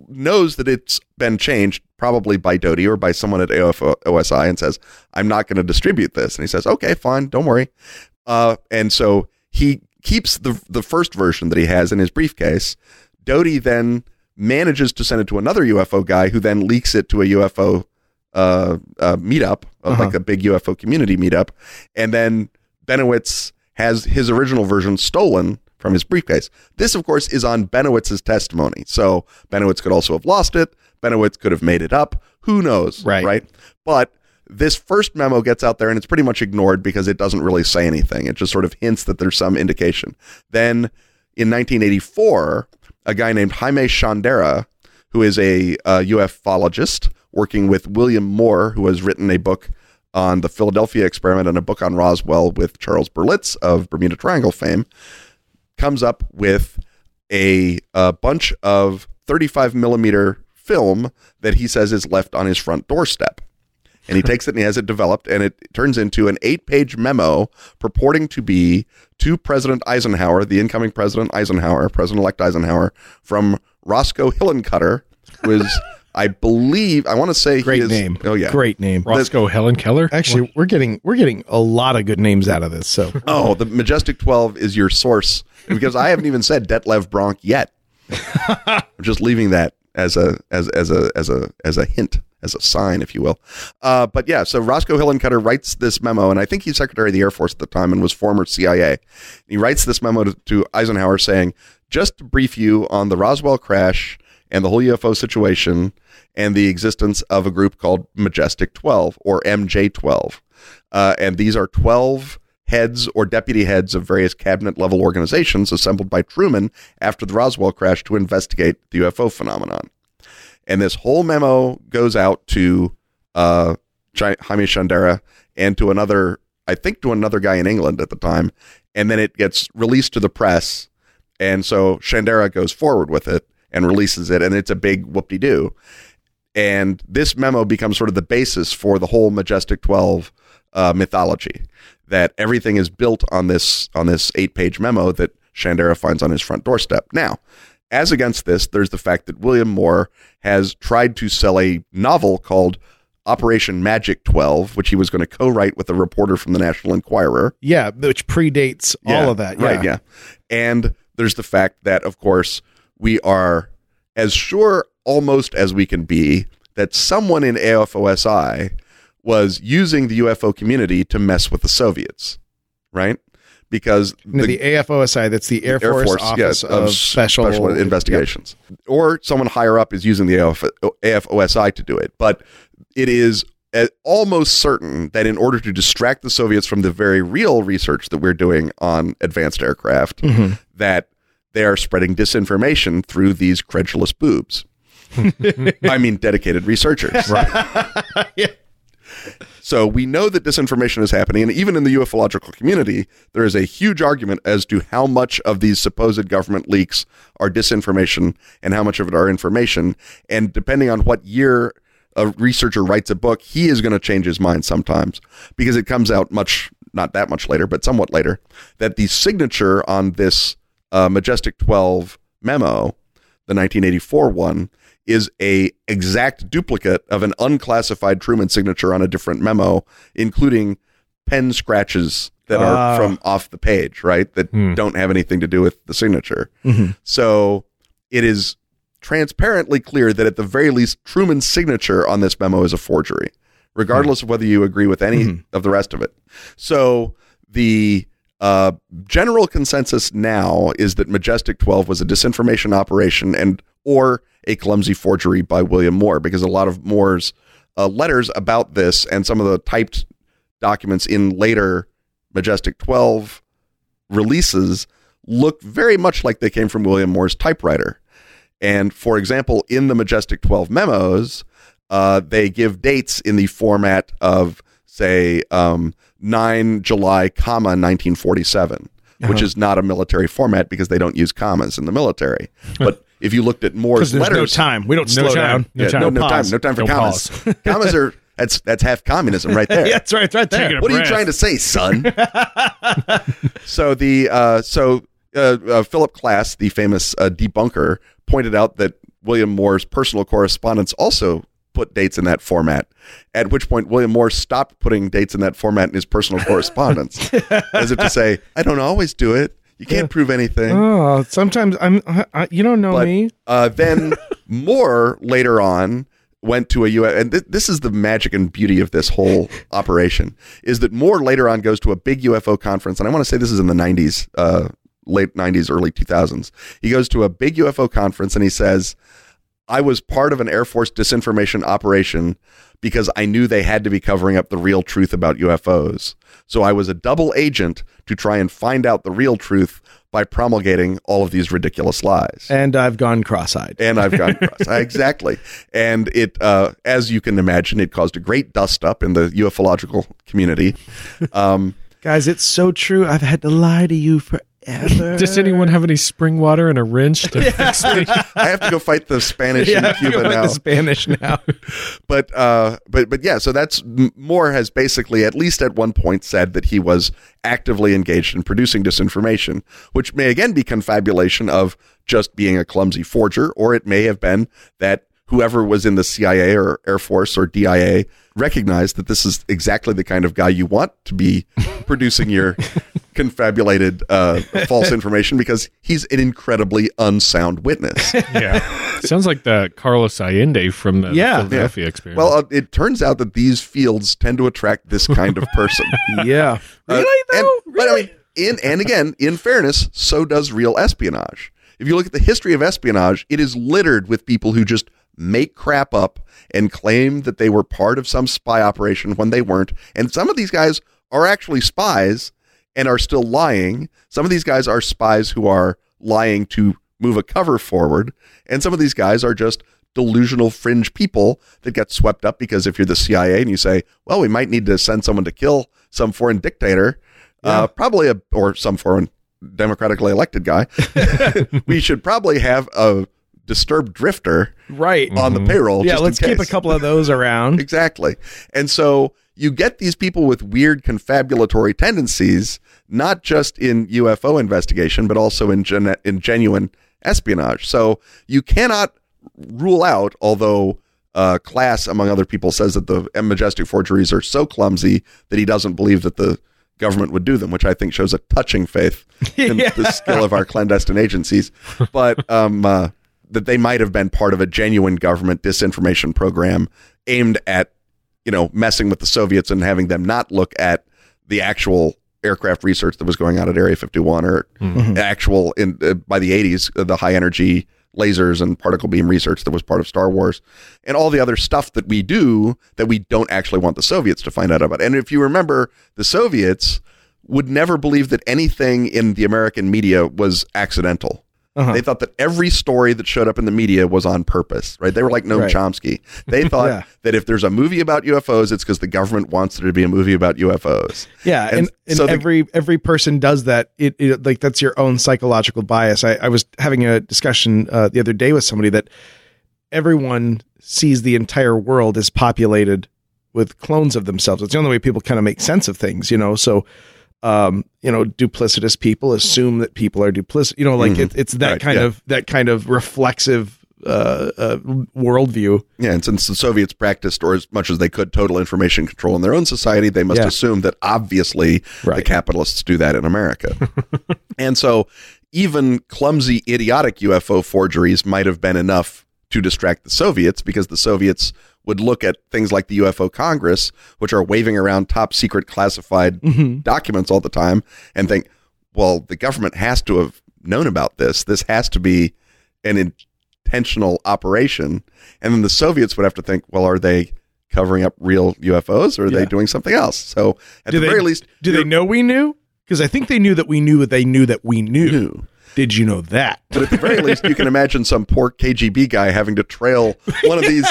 [SPEAKER 3] knows that it's been changed probably by Doty or by someone at AFO OSI and says, I'm not going to distribute this. And he says, okay, fine, don't worry. Uh, and so he keeps the, the first version that he has in his briefcase. Doty then manages to send it to another UFO guy who then leaks it to a UFO uh, uh, meetup, uh, like a big UFO community meetup. And then Benowitz has his original version stolen from his briefcase. This, of course, is on Benowitz's testimony. So Benowitz could also have lost it. Benowitz could have made it up. Who knows?
[SPEAKER 2] Right.
[SPEAKER 3] Right. But this first memo gets out there and it's pretty much ignored because it doesn't really say anything. It just sort of hints that there's some indication. Then in 1984, a guy named Jaime Chandera, who is a uh, ufologist working with William Moore, who has written a book on the Philadelphia experiment and a book on Roswell with Charles Berlitz of Bermuda Triangle fame, comes up with a, a bunch of 35 millimeter film that he says is left on his front doorstep. And he takes it and he has it developed, and it turns into an eight page memo purporting to be to President Eisenhower, the incoming President Eisenhower, President elect Eisenhower, from Roscoe Hillencutter, who is, I believe, I want to say
[SPEAKER 2] Great
[SPEAKER 3] he is,
[SPEAKER 2] name.
[SPEAKER 3] Oh, yeah.
[SPEAKER 2] Great name.
[SPEAKER 5] Roscoe Helen Keller.
[SPEAKER 2] Actually, we're getting we're getting a lot of good names out of this. So
[SPEAKER 3] Oh, the Majestic 12 is your source because I haven't even said Detlev Bronk yet. I'm just leaving that as a as as a as a as a hint, as a sign, if you will. Uh, but yeah, so Roscoe Hillencutter writes this memo, and I think he's Secretary of the Air Force at the time and was former CIA. He writes this memo to, to Eisenhower saying, "Just to brief you on the Roswell crash." And the whole UFO situation, and the existence of a group called Majestic 12 or MJ 12. Uh, and these are 12 heads or deputy heads of various cabinet level organizations assembled by Truman after the Roswell crash to investigate the UFO phenomenon. And this whole memo goes out to uh, Chi- Jaime Chandera and to another, I think to another guy in England at the time. And then it gets released to the press. And so Chandera goes forward with it and releases it. And it's a big whoop de doo. And this memo becomes sort of the basis for the whole Majestic 12 uh, mythology that everything is built on this on this eight page memo that Shandera finds on his front doorstep. Now, as against this, there's the fact that William Moore has tried to sell a novel called Operation Magic 12, which he was going to co write with a reporter from the National Enquirer.
[SPEAKER 2] yeah, which predates all of that. Yeah.
[SPEAKER 3] Right, yeah. And there's the fact that, of course, we are as sure almost as we can be that someone in AFOSI was using the UFO community to mess with the Soviets. right? Because
[SPEAKER 2] No, the, AFOSI, that's the Air, Force, Office
[SPEAKER 3] yeah,
[SPEAKER 2] of, Special,
[SPEAKER 3] Investigations, or someone higher up is using the AF, AFOSI to do it. But it is uh, almost certain that in order to distract the Soviets from the very real research that we're doing on advanced aircraft,
[SPEAKER 2] Mm-hmm.
[SPEAKER 3] that they are spreading disinformation through these credulous boobs. I mean, dedicated researchers. So we know that disinformation is happening, and even in the ufological community, there is a huge argument as to how much of these supposed government leaks are disinformation and how much of it are information. And depending on what year a researcher writes a book, he is going to change his mind sometimes because it comes out much, not that much later, but somewhat later, that the signature on this uh, Majestic 12 memo the 1984 one is a exact duplicate of an unclassified Truman signature on a different memo, including pen scratches that are from off the page, right? That don't have anything to do with the signature.
[SPEAKER 2] Mm-hmm.
[SPEAKER 3] So it is transparently clear that at the very least, Truman's signature on this memo is a forgery, regardless of whether you agree with any of the rest of it. So the uh, general consensus now is that Majestic 12 was a disinformation operation and or a clumsy forgery by William Moore because a lot of Moore's uh, letters about this and some of the typed documents in later Majestic 12 releases look very much like they came from William Moore's typewriter. And for example, in the Majestic 12 memos, uh, they give dates in the format of, say, um, 9 July, comma, 1947,
[SPEAKER 2] Uh-huh.
[SPEAKER 3] which is not a military format because they don't use commas in the military. But if you looked at
[SPEAKER 2] Because
[SPEAKER 3] Moore's
[SPEAKER 2] there's
[SPEAKER 3] letters,
[SPEAKER 2] no time. We don't
[SPEAKER 5] No
[SPEAKER 2] slow
[SPEAKER 5] time.
[SPEAKER 2] down.
[SPEAKER 5] No
[SPEAKER 3] yeah,
[SPEAKER 5] time.
[SPEAKER 3] no, no time,
[SPEAKER 2] pause.
[SPEAKER 3] no time for
[SPEAKER 5] No
[SPEAKER 3] commas.
[SPEAKER 5] pause.
[SPEAKER 3] commas are that's that's half communism right there.
[SPEAKER 2] Yeah, that's right. It's right there.
[SPEAKER 5] Take it
[SPEAKER 3] What are you
[SPEAKER 5] breath.
[SPEAKER 3] trying to say, son? so the uh, so uh, uh, Philip Class, the famous uh, debunker, pointed out that William Moore's personal correspondence also put dates in that format. At which point, William Moore stopped putting dates in that format in his personal correspondence, as if to say, "I don't always do it. You can't prove anything."
[SPEAKER 2] Oh, sometimes I'm. I, I- you don't know
[SPEAKER 3] But
[SPEAKER 2] me.
[SPEAKER 3] uh, then Moore later on went to a U.S. and th- this is the magic and beauty of this whole operation is that Moore later on goes to a big UFO conference, and I want to say this is in the '90s, uh, late '90s, early 2000s. He goes to a big UFO conference and he says, "I was part of an Air Force disinformation operation." Because I knew they had to be covering up the real truth about UFOs. So I was a double agent to try and find out the real truth by promulgating all of these ridiculous lies
[SPEAKER 2] And I've gone cross-eyed.
[SPEAKER 3] and I've gotten crossed. exactly. And it, uh, as you can imagine, it caused a great dust up in the ufological community. Um,
[SPEAKER 2] Guys, it's so true. I've had to lie to you forever.
[SPEAKER 5] Does anyone have any spring water and a wrench to fix the
[SPEAKER 3] I have to go fight the Spanish in
[SPEAKER 2] You're
[SPEAKER 3] Cuba
[SPEAKER 2] like
[SPEAKER 3] now.
[SPEAKER 2] the Spanish now.
[SPEAKER 3] but uh, but but yeah, so that's M- Moore has basically at least at one point said that he was actively engaged in producing disinformation, which may again be confabulation of just being a clumsy forger, or it may have been that whoever was in the CIA or Air Force or DIA recognized that this is exactly the kind of guy you want to be producing your confabulated uh, false information because he's an incredibly unsound witness.
[SPEAKER 5] Yeah. Sounds like the Carlos Allende from the
[SPEAKER 2] Yeah.
[SPEAKER 5] Philadelphia experience.
[SPEAKER 3] Well, uh, it turns out that these fields tend to attract this kind of person.
[SPEAKER 2] yeah.
[SPEAKER 3] Uh, And, But I mean, in and again, in fairness, so does real espionage. If you look at the history of espionage, it is littered with people who just make crap up and claim that they were part of some spy operation when they weren't. And some of these guys are actually spies and are still lying. Some of these guys are spies who are lying to move a cover forward, and some of these guys are just delusional fringe people that get swept up because if you're the CIA and you say, "Well, we might need to send someone to kill some foreign dictator, uh, probably a or some foreign democratically elected guy, we should probably have a disturbed drifter
[SPEAKER 2] Right.
[SPEAKER 3] on the payroll."
[SPEAKER 2] yeah,
[SPEAKER 3] just in
[SPEAKER 2] let's keep a
[SPEAKER 3] case."
[SPEAKER 2] couple of those around.
[SPEAKER 3] Exactly. And so you get these people with weird confabulatory tendencies, not just in UFO investigation, but also in, gen- in genuine espionage. So you cannot rule out, although uh, Class, among other people, says that the Majestic forgeries are so clumsy that he doesn't believe that the government would do them, which I think shows a touching faith in the skill of our clandestine agencies. But um, uh, that they might have been part of a genuine government disinformation program aimed at, you know, messing with the Soviets and having them not look at the actual aircraft research that was going on at Area 51 or
[SPEAKER 5] Mhm.
[SPEAKER 2] Mm-hmm.
[SPEAKER 3] actual in uh, by the 80s uh, the high energy lasers and particle beam research that was part of Star Wars and all the other stuff that we do that we don't actually want the Soviets to find out about. And if you remember, the Soviets would never believe that anything in the American media was accidental.
[SPEAKER 2] Uh-huh.
[SPEAKER 3] They thought that every story that showed up in the media was on purpose, right? They were like Noam
[SPEAKER 2] Right.
[SPEAKER 3] Chomsky. They thought
[SPEAKER 2] Yeah.
[SPEAKER 3] that if there's a movie about UFOs, it's because the government wants there to be a movie about UFOs.
[SPEAKER 2] Yeah, and,
[SPEAKER 3] And
[SPEAKER 2] and,
[SPEAKER 3] so the-
[SPEAKER 2] every every person does that. It, it like that's your own psychological bias. I, I was having a discussion uh, the other day with somebody that everyone sees the entire world as populated with clones of themselves. It's the only way people kind of make sense of things, you know. So, um, you know, duplicitous people assume that people are duplicitous. You know, like it, it's that
[SPEAKER 3] Mm-hmm. Right,
[SPEAKER 2] kind
[SPEAKER 3] yeah.
[SPEAKER 2] of that kind of reflexive uh, uh, worldview.
[SPEAKER 3] Yeah, and since the Soviets practiced, or as much as they could, total information control in their own society, they must
[SPEAKER 2] Yeah.
[SPEAKER 3] assume that obviously the
[SPEAKER 2] Right.
[SPEAKER 3] capitalists do that in America. and so even clumsy, idiotic UFO forgeries might have been enough to distract the Soviets because the Soviets would look at things like the UFO Congress, which are waving around top secret classified
[SPEAKER 2] Mm-hmm.
[SPEAKER 3] documents all the time, and think, well, the government has to have known about this. This has to be an intentional operation. And then the Soviets would have to think, well, are they covering up real UFOs or are they
[SPEAKER 2] Yeah.
[SPEAKER 3] doing something else? So at
[SPEAKER 2] Do
[SPEAKER 3] the
[SPEAKER 2] they-
[SPEAKER 3] very least,
[SPEAKER 2] Do they know we knew? Because I think they knew that we knew that they knew that we knew.
[SPEAKER 3] Knew.
[SPEAKER 2] Did you know that?
[SPEAKER 3] But at the very least, you can imagine some poor KGB guy having to trail one of these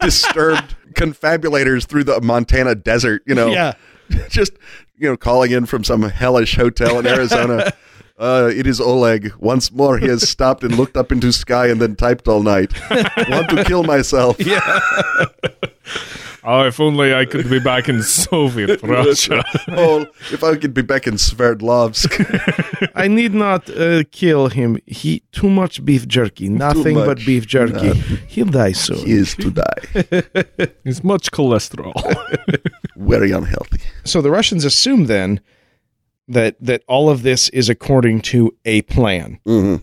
[SPEAKER 3] disturbed confabulators through the Montana desert, you know,
[SPEAKER 2] Yeah.
[SPEAKER 3] just, you know, calling in from some hellish hotel in Arizona. Uh, it is Oleg. Once more, he has stopped and looked up into sky and then typed all night. Want to kill myself.
[SPEAKER 5] Oh, if only I could be back in Soviet Russia.
[SPEAKER 3] Oh, if I could be back in Sverdlovsk.
[SPEAKER 2] I need not uh, kill him. He too much beef jerky. Nothing
[SPEAKER 3] much.
[SPEAKER 2] but beef jerky. He'll die soon.
[SPEAKER 3] he is to die.
[SPEAKER 5] It's much cholesterol.
[SPEAKER 3] Very unhealthy.
[SPEAKER 2] So the Russians assume then that that all of this is according to a plan.
[SPEAKER 3] Mhm.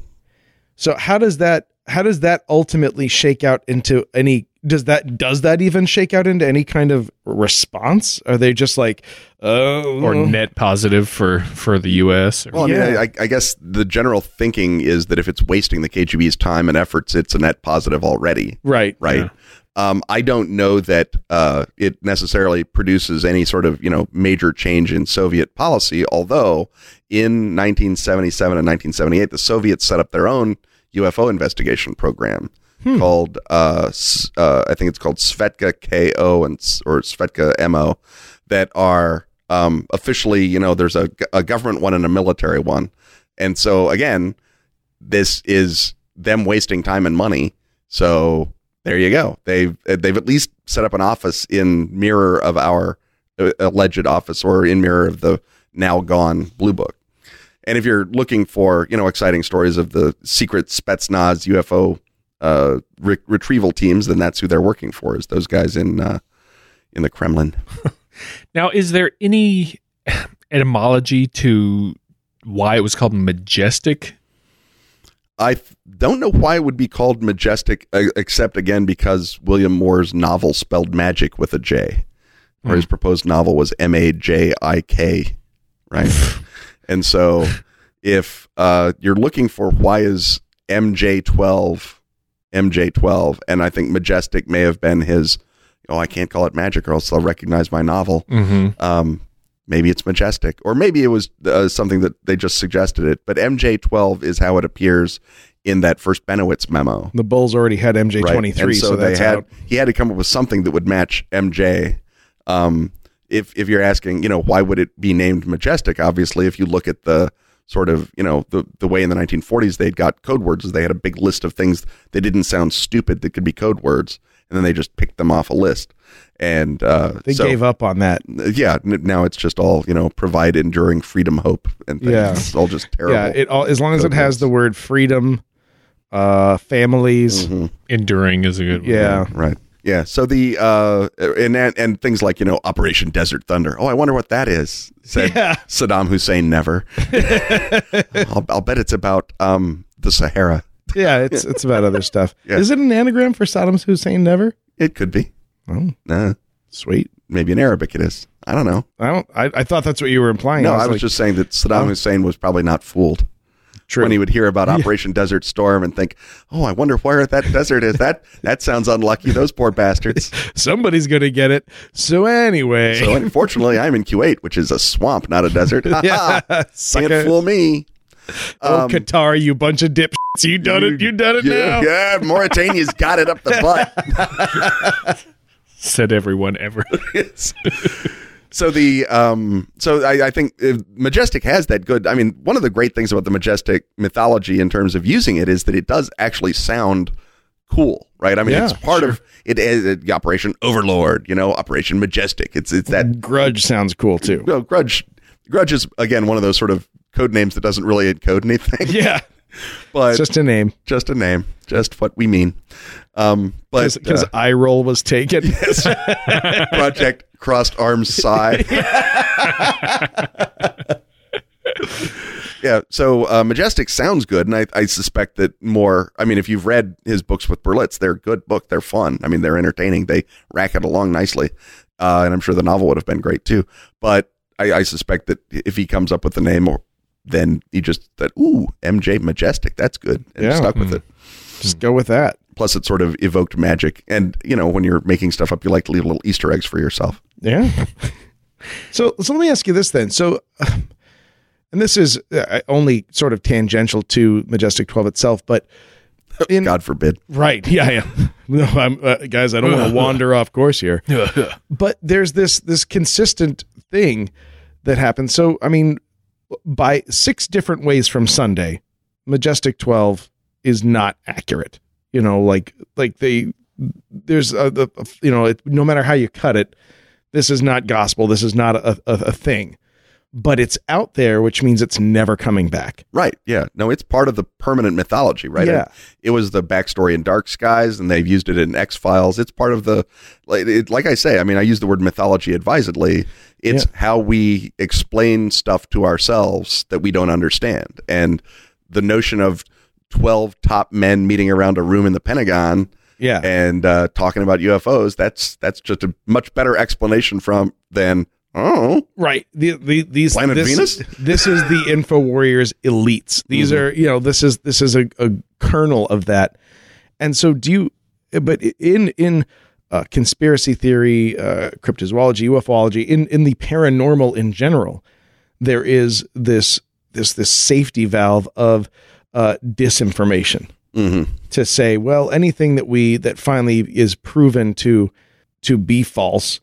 [SPEAKER 2] So how does that how does that ultimately shake out into any does that does that even shake out into any kind of response? Are they just like oh
[SPEAKER 5] or net positive for for the U.S.
[SPEAKER 3] Well, I mean,
[SPEAKER 2] Yeah.
[SPEAKER 3] I, I guess the general thinking is that if it's wasting the KGB's time and efforts, it's a net positive already,
[SPEAKER 2] right
[SPEAKER 3] right? Um, I don't know that uh, it necessarily produces any sort of you know major change in Soviet policy. Although in 1977 and 1978, the Soviets set up their own UFO investigation program called uh, S- uh, I think it's called Svetka KO and S- or Svetka MO that are um, officially you know there's a, g- a government one and a military one, and so again this is them wasting time and money. So there you go. They've uh, they've at least set up an office in mirror of our uh, alleged office or in mirror of the now gone blue book. And if you're looking for you know exciting stories of the secret Spetsnaz UFO uh, re- retrieval teams, then that's who they're working for is those guys in uh, in the Kremlin.
[SPEAKER 5] Now, is there any etymology to why it was called majestic?
[SPEAKER 3] I th- don't know why it would be called majestic, uh, except again because William Moore's novel spelled magic with a J, or his proposed novel was M A J I K, right? and so, if uh, you're looking for why is MJ twelve MJ twelve, and I think majestic may have been his. Oh, I can't call it magic, or else they'll recognize my novel
[SPEAKER 5] Mm-hmm.
[SPEAKER 3] um, maybe it's majestic, or maybe it was uh, something that they just suggested it. But MJ12 is how it appears in that first Benowitz memo.
[SPEAKER 2] the Bulls already had MJ
[SPEAKER 3] right?
[SPEAKER 2] twenty three
[SPEAKER 3] And
[SPEAKER 2] so,
[SPEAKER 3] they
[SPEAKER 2] that's
[SPEAKER 3] had
[SPEAKER 2] out.
[SPEAKER 3] he had to come up with something that would match MJ. Um, if if you're asking, you know, why would it be named majestic? Obviously, if you look at the sort of you know the the way in the 1940s they'd got code words is they had a big list of things that didn't sound stupid that could be code words and then they just picked them off a list and uh
[SPEAKER 2] They
[SPEAKER 3] so-
[SPEAKER 2] gave up on that.
[SPEAKER 3] yeah, n- now it's just all you know, provide enduring freedom, hope, and things.
[SPEAKER 2] Yeah.
[SPEAKER 3] It's all just terrible.
[SPEAKER 2] Yeah, it all as long as it
[SPEAKER 3] Code
[SPEAKER 2] has
[SPEAKER 3] words.
[SPEAKER 2] the word freedom, uh, families.
[SPEAKER 3] Mhm.
[SPEAKER 5] Enduring is a
[SPEAKER 3] mm-hmm.
[SPEAKER 5] good one.
[SPEAKER 2] Yeah,
[SPEAKER 3] right. Yeah. So the uh, and, and and things like you know Operation Desert Thunder. Oh, I wonder what that is. Said
[SPEAKER 2] Yeah.
[SPEAKER 3] Saddam Hussein. Never. I'll, I'll bet it's about um the Sahara.
[SPEAKER 2] yeah. It's it's about other stuff.
[SPEAKER 3] Yeah.
[SPEAKER 2] Is it an anagram for Saddam Hussein? Never.
[SPEAKER 3] It could be.
[SPEAKER 2] Oh,
[SPEAKER 3] Uh,
[SPEAKER 2] sweet.
[SPEAKER 3] maybe in Arabic it is. I don't know.
[SPEAKER 2] I don't. I, I thought that's what you were implying.
[SPEAKER 3] No, I
[SPEAKER 2] I
[SPEAKER 3] was,
[SPEAKER 2] like,
[SPEAKER 3] just saying that Saddam
[SPEAKER 2] Oh.
[SPEAKER 3] Hussein was probably not fooled
[SPEAKER 2] true.
[SPEAKER 3] when he would hear about Operation Desert Storm and think, "Oh, I wonder where that desert is. That that sounds unlucky. Those poor bastards."
[SPEAKER 2] Somebody's gonna get it. So anyway,
[SPEAKER 3] So unfortunately, I'm in Kuwait, which is a swamp, not a desert. Ha, ha.
[SPEAKER 2] yeah,
[SPEAKER 3] Can't
[SPEAKER 2] sucker.
[SPEAKER 3] fool me.
[SPEAKER 2] Oh,
[SPEAKER 3] Um,
[SPEAKER 2] Qatar, you bunch of dipshits. You done it. You done it
[SPEAKER 3] yeah,
[SPEAKER 2] now.
[SPEAKER 3] yeah, Mauritania's got it up the butt.
[SPEAKER 5] Said everyone ever.
[SPEAKER 3] Yes. So the um, so I, I think uh, Majestic has that good. I mean, one of the great things about the Majestic mythology in terms of using it is that it does actually sound cool, right? I mean,
[SPEAKER 2] Yeah,
[SPEAKER 3] it's part of it is uh, Operation Overlord, you know, Operation Majestic. It's it's that
[SPEAKER 2] Grudge sounds cool too.
[SPEAKER 3] well, Grudge. Grudge is again one of those sort of code names that doesn't really encode anything,
[SPEAKER 2] Yeah,
[SPEAKER 3] but
[SPEAKER 2] it's
[SPEAKER 3] just,
[SPEAKER 2] just a name
[SPEAKER 3] a name, just what we mean. Um, but
[SPEAKER 2] because
[SPEAKER 3] uh,
[SPEAKER 2] eye roll was taken.
[SPEAKER 3] Project Crossed Arms Sigh. yeah, so uh, Majestic sounds good, and I, I suspect that more. I mean, if you've read his books with Berlitz, they're a good book. They're fun. I mean, they're entertaining. They rack it along nicely, uh, and I'm sure the novel would have been great too. But I, I suspect that if he comes up with the name, or then he just that ooh MJ Majestic, that's good, and
[SPEAKER 2] Yeah.
[SPEAKER 3] stuck with it
[SPEAKER 2] Just go with that.
[SPEAKER 3] plus it sort of evoked magic and you know when you're making stuff up you like to leave little easter eggs for yourself
[SPEAKER 2] Yeah. so, so let me ask you this then. So, um, and this is uh, only sort of tangential to Majestic 12 itself, but in
[SPEAKER 3] god forbid
[SPEAKER 2] right, yeah, yeah. No, I'm uh, guys, I don't want to wander off course here. but there's this this consistent thing that happens. So, I mean, by six different ways from Sunday, Majestic 12 is not accurate. You know, like like they there's a, the you know, it, no matter how you cut it, this is not gospel. This is not a, a, a thing. But it's out there, which means it's never coming back.
[SPEAKER 3] right yeah no it's part of the permanent mythology right
[SPEAKER 2] Yeah.
[SPEAKER 3] it, was the backstory in dark skies and they've used it in x files it's part of the like, it, like i say i mean i use the word mythology advisedly it's how we explain stuff to ourselves that we don't understand and the notion of 12 top men meeting around a room in the pentagon
[SPEAKER 2] Yeah.
[SPEAKER 3] and uh, talking about UFOs, that's that's just a much better explanation from than oh
[SPEAKER 2] Right. The, the these
[SPEAKER 3] Planet
[SPEAKER 2] this,
[SPEAKER 3] Venus? Mm-hmm.
[SPEAKER 2] This is the Info Warriors elites. These are you know this is this is a, a kernel of that. And so do you? But in in uh, conspiracy theory, uh, cryptozoology, ufology, in in the paranormal in general, there is this this this safety valve of uh, disinformation
[SPEAKER 3] mhm,
[SPEAKER 2] to say, well, anything that we that finally is proven to to be false,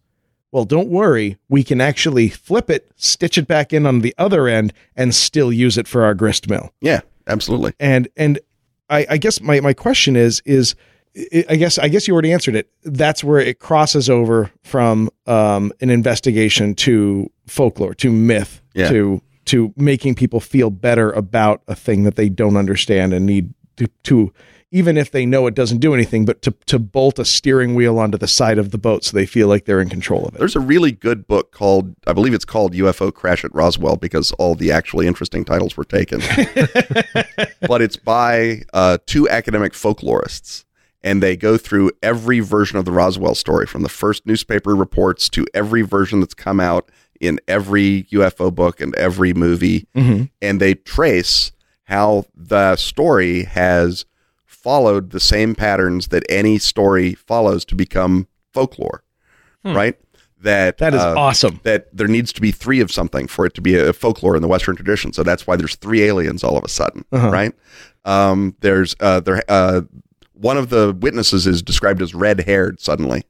[SPEAKER 2] well, don't worry, we can actually flip it, stitch it back in on the other end, and still use it for our grist mill.
[SPEAKER 3] yeah, absolutely.
[SPEAKER 2] And and I, I guess my my question is is I- I guess I guess you already answered it. That's where it crosses over from um, an investigation to folklore to myth
[SPEAKER 3] Yeah.
[SPEAKER 2] to to making people feel better about a thing that they don't understand and need to, to even if they know it doesn't do anything, but to to bolt a steering wheel onto the side of the boat so they feel like they're in control of it.
[SPEAKER 3] There's a really good book called I believe it's called UFO Crash at Roswell because all the actually interesting titles were taken. but it's by uh, two academic folklorists. And they go through every version of the Roswell story from the first newspaper reports to every version that's come out in every UFO book and every movie. and they trace how the story has followed the same patterns that any story follows to become folklore, right? That
[SPEAKER 2] Hmm. That is
[SPEAKER 3] uh,
[SPEAKER 2] awesome.
[SPEAKER 3] That there needs to be three of something for it to be a folklore in the Western tradition. So that's why there's three aliens all of a sudden, right? Um, there's uh, there uh, one of the witnesses is described as red haired suddenly,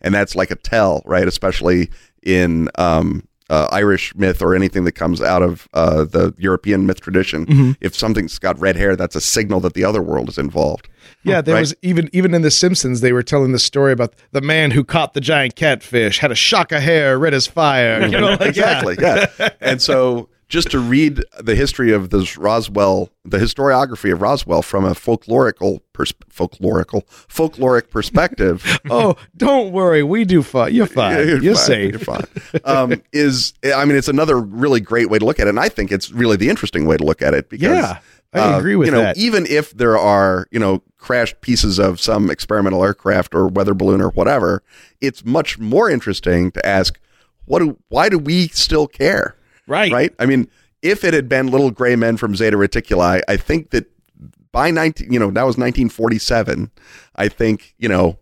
[SPEAKER 3] and that's like a tell, right? Especially in um, uh, Irish myth or anything that comes out of uh, the European myth tradition. If something's got red hair, that's a signal that the other world is involved.
[SPEAKER 2] Yeah, there
[SPEAKER 3] Right.
[SPEAKER 2] was even even in The Simpsons, they were telling the story about the man who caught the giant catfish had a shock of hair red as fire. You know, like,
[SPEAKER 3] exactly. Yeah. And so just to read the history of this Roswell, the historiography of Roswell from a folklorical, pers- folklorical, folkloric perspective,
[SPEAKER 2] Oh, don't worry, we do fine. You're fine.
[SPEAKER 3] Yeah,
[SPEAKER 2] you're,
[SPEAKER 3] fine.
[SPEAKER 2] safe.
[SPEAKER 3] You're fine. Um, is I mean, it's another really great way to look at it, and I think it's really the interesting way to look at it. Because,
[SPEAKER 2] Yeah, I agree with
[SPEAKER 3] Uh, you know, e-
[SPEAKER 2] that.
[SPEAKER 3] Even if there are you know crashed pieces of some experimental aircraft or weather balloon or whatever, it's much more interesting to ask what do, why do we still care?
[SPEAKER 6] Right.
[SPEAKER 3] Right? I mean, if it had been little gray men from Zeta Reticuli, I think that by 19, you know, that was 1947. I think, you know,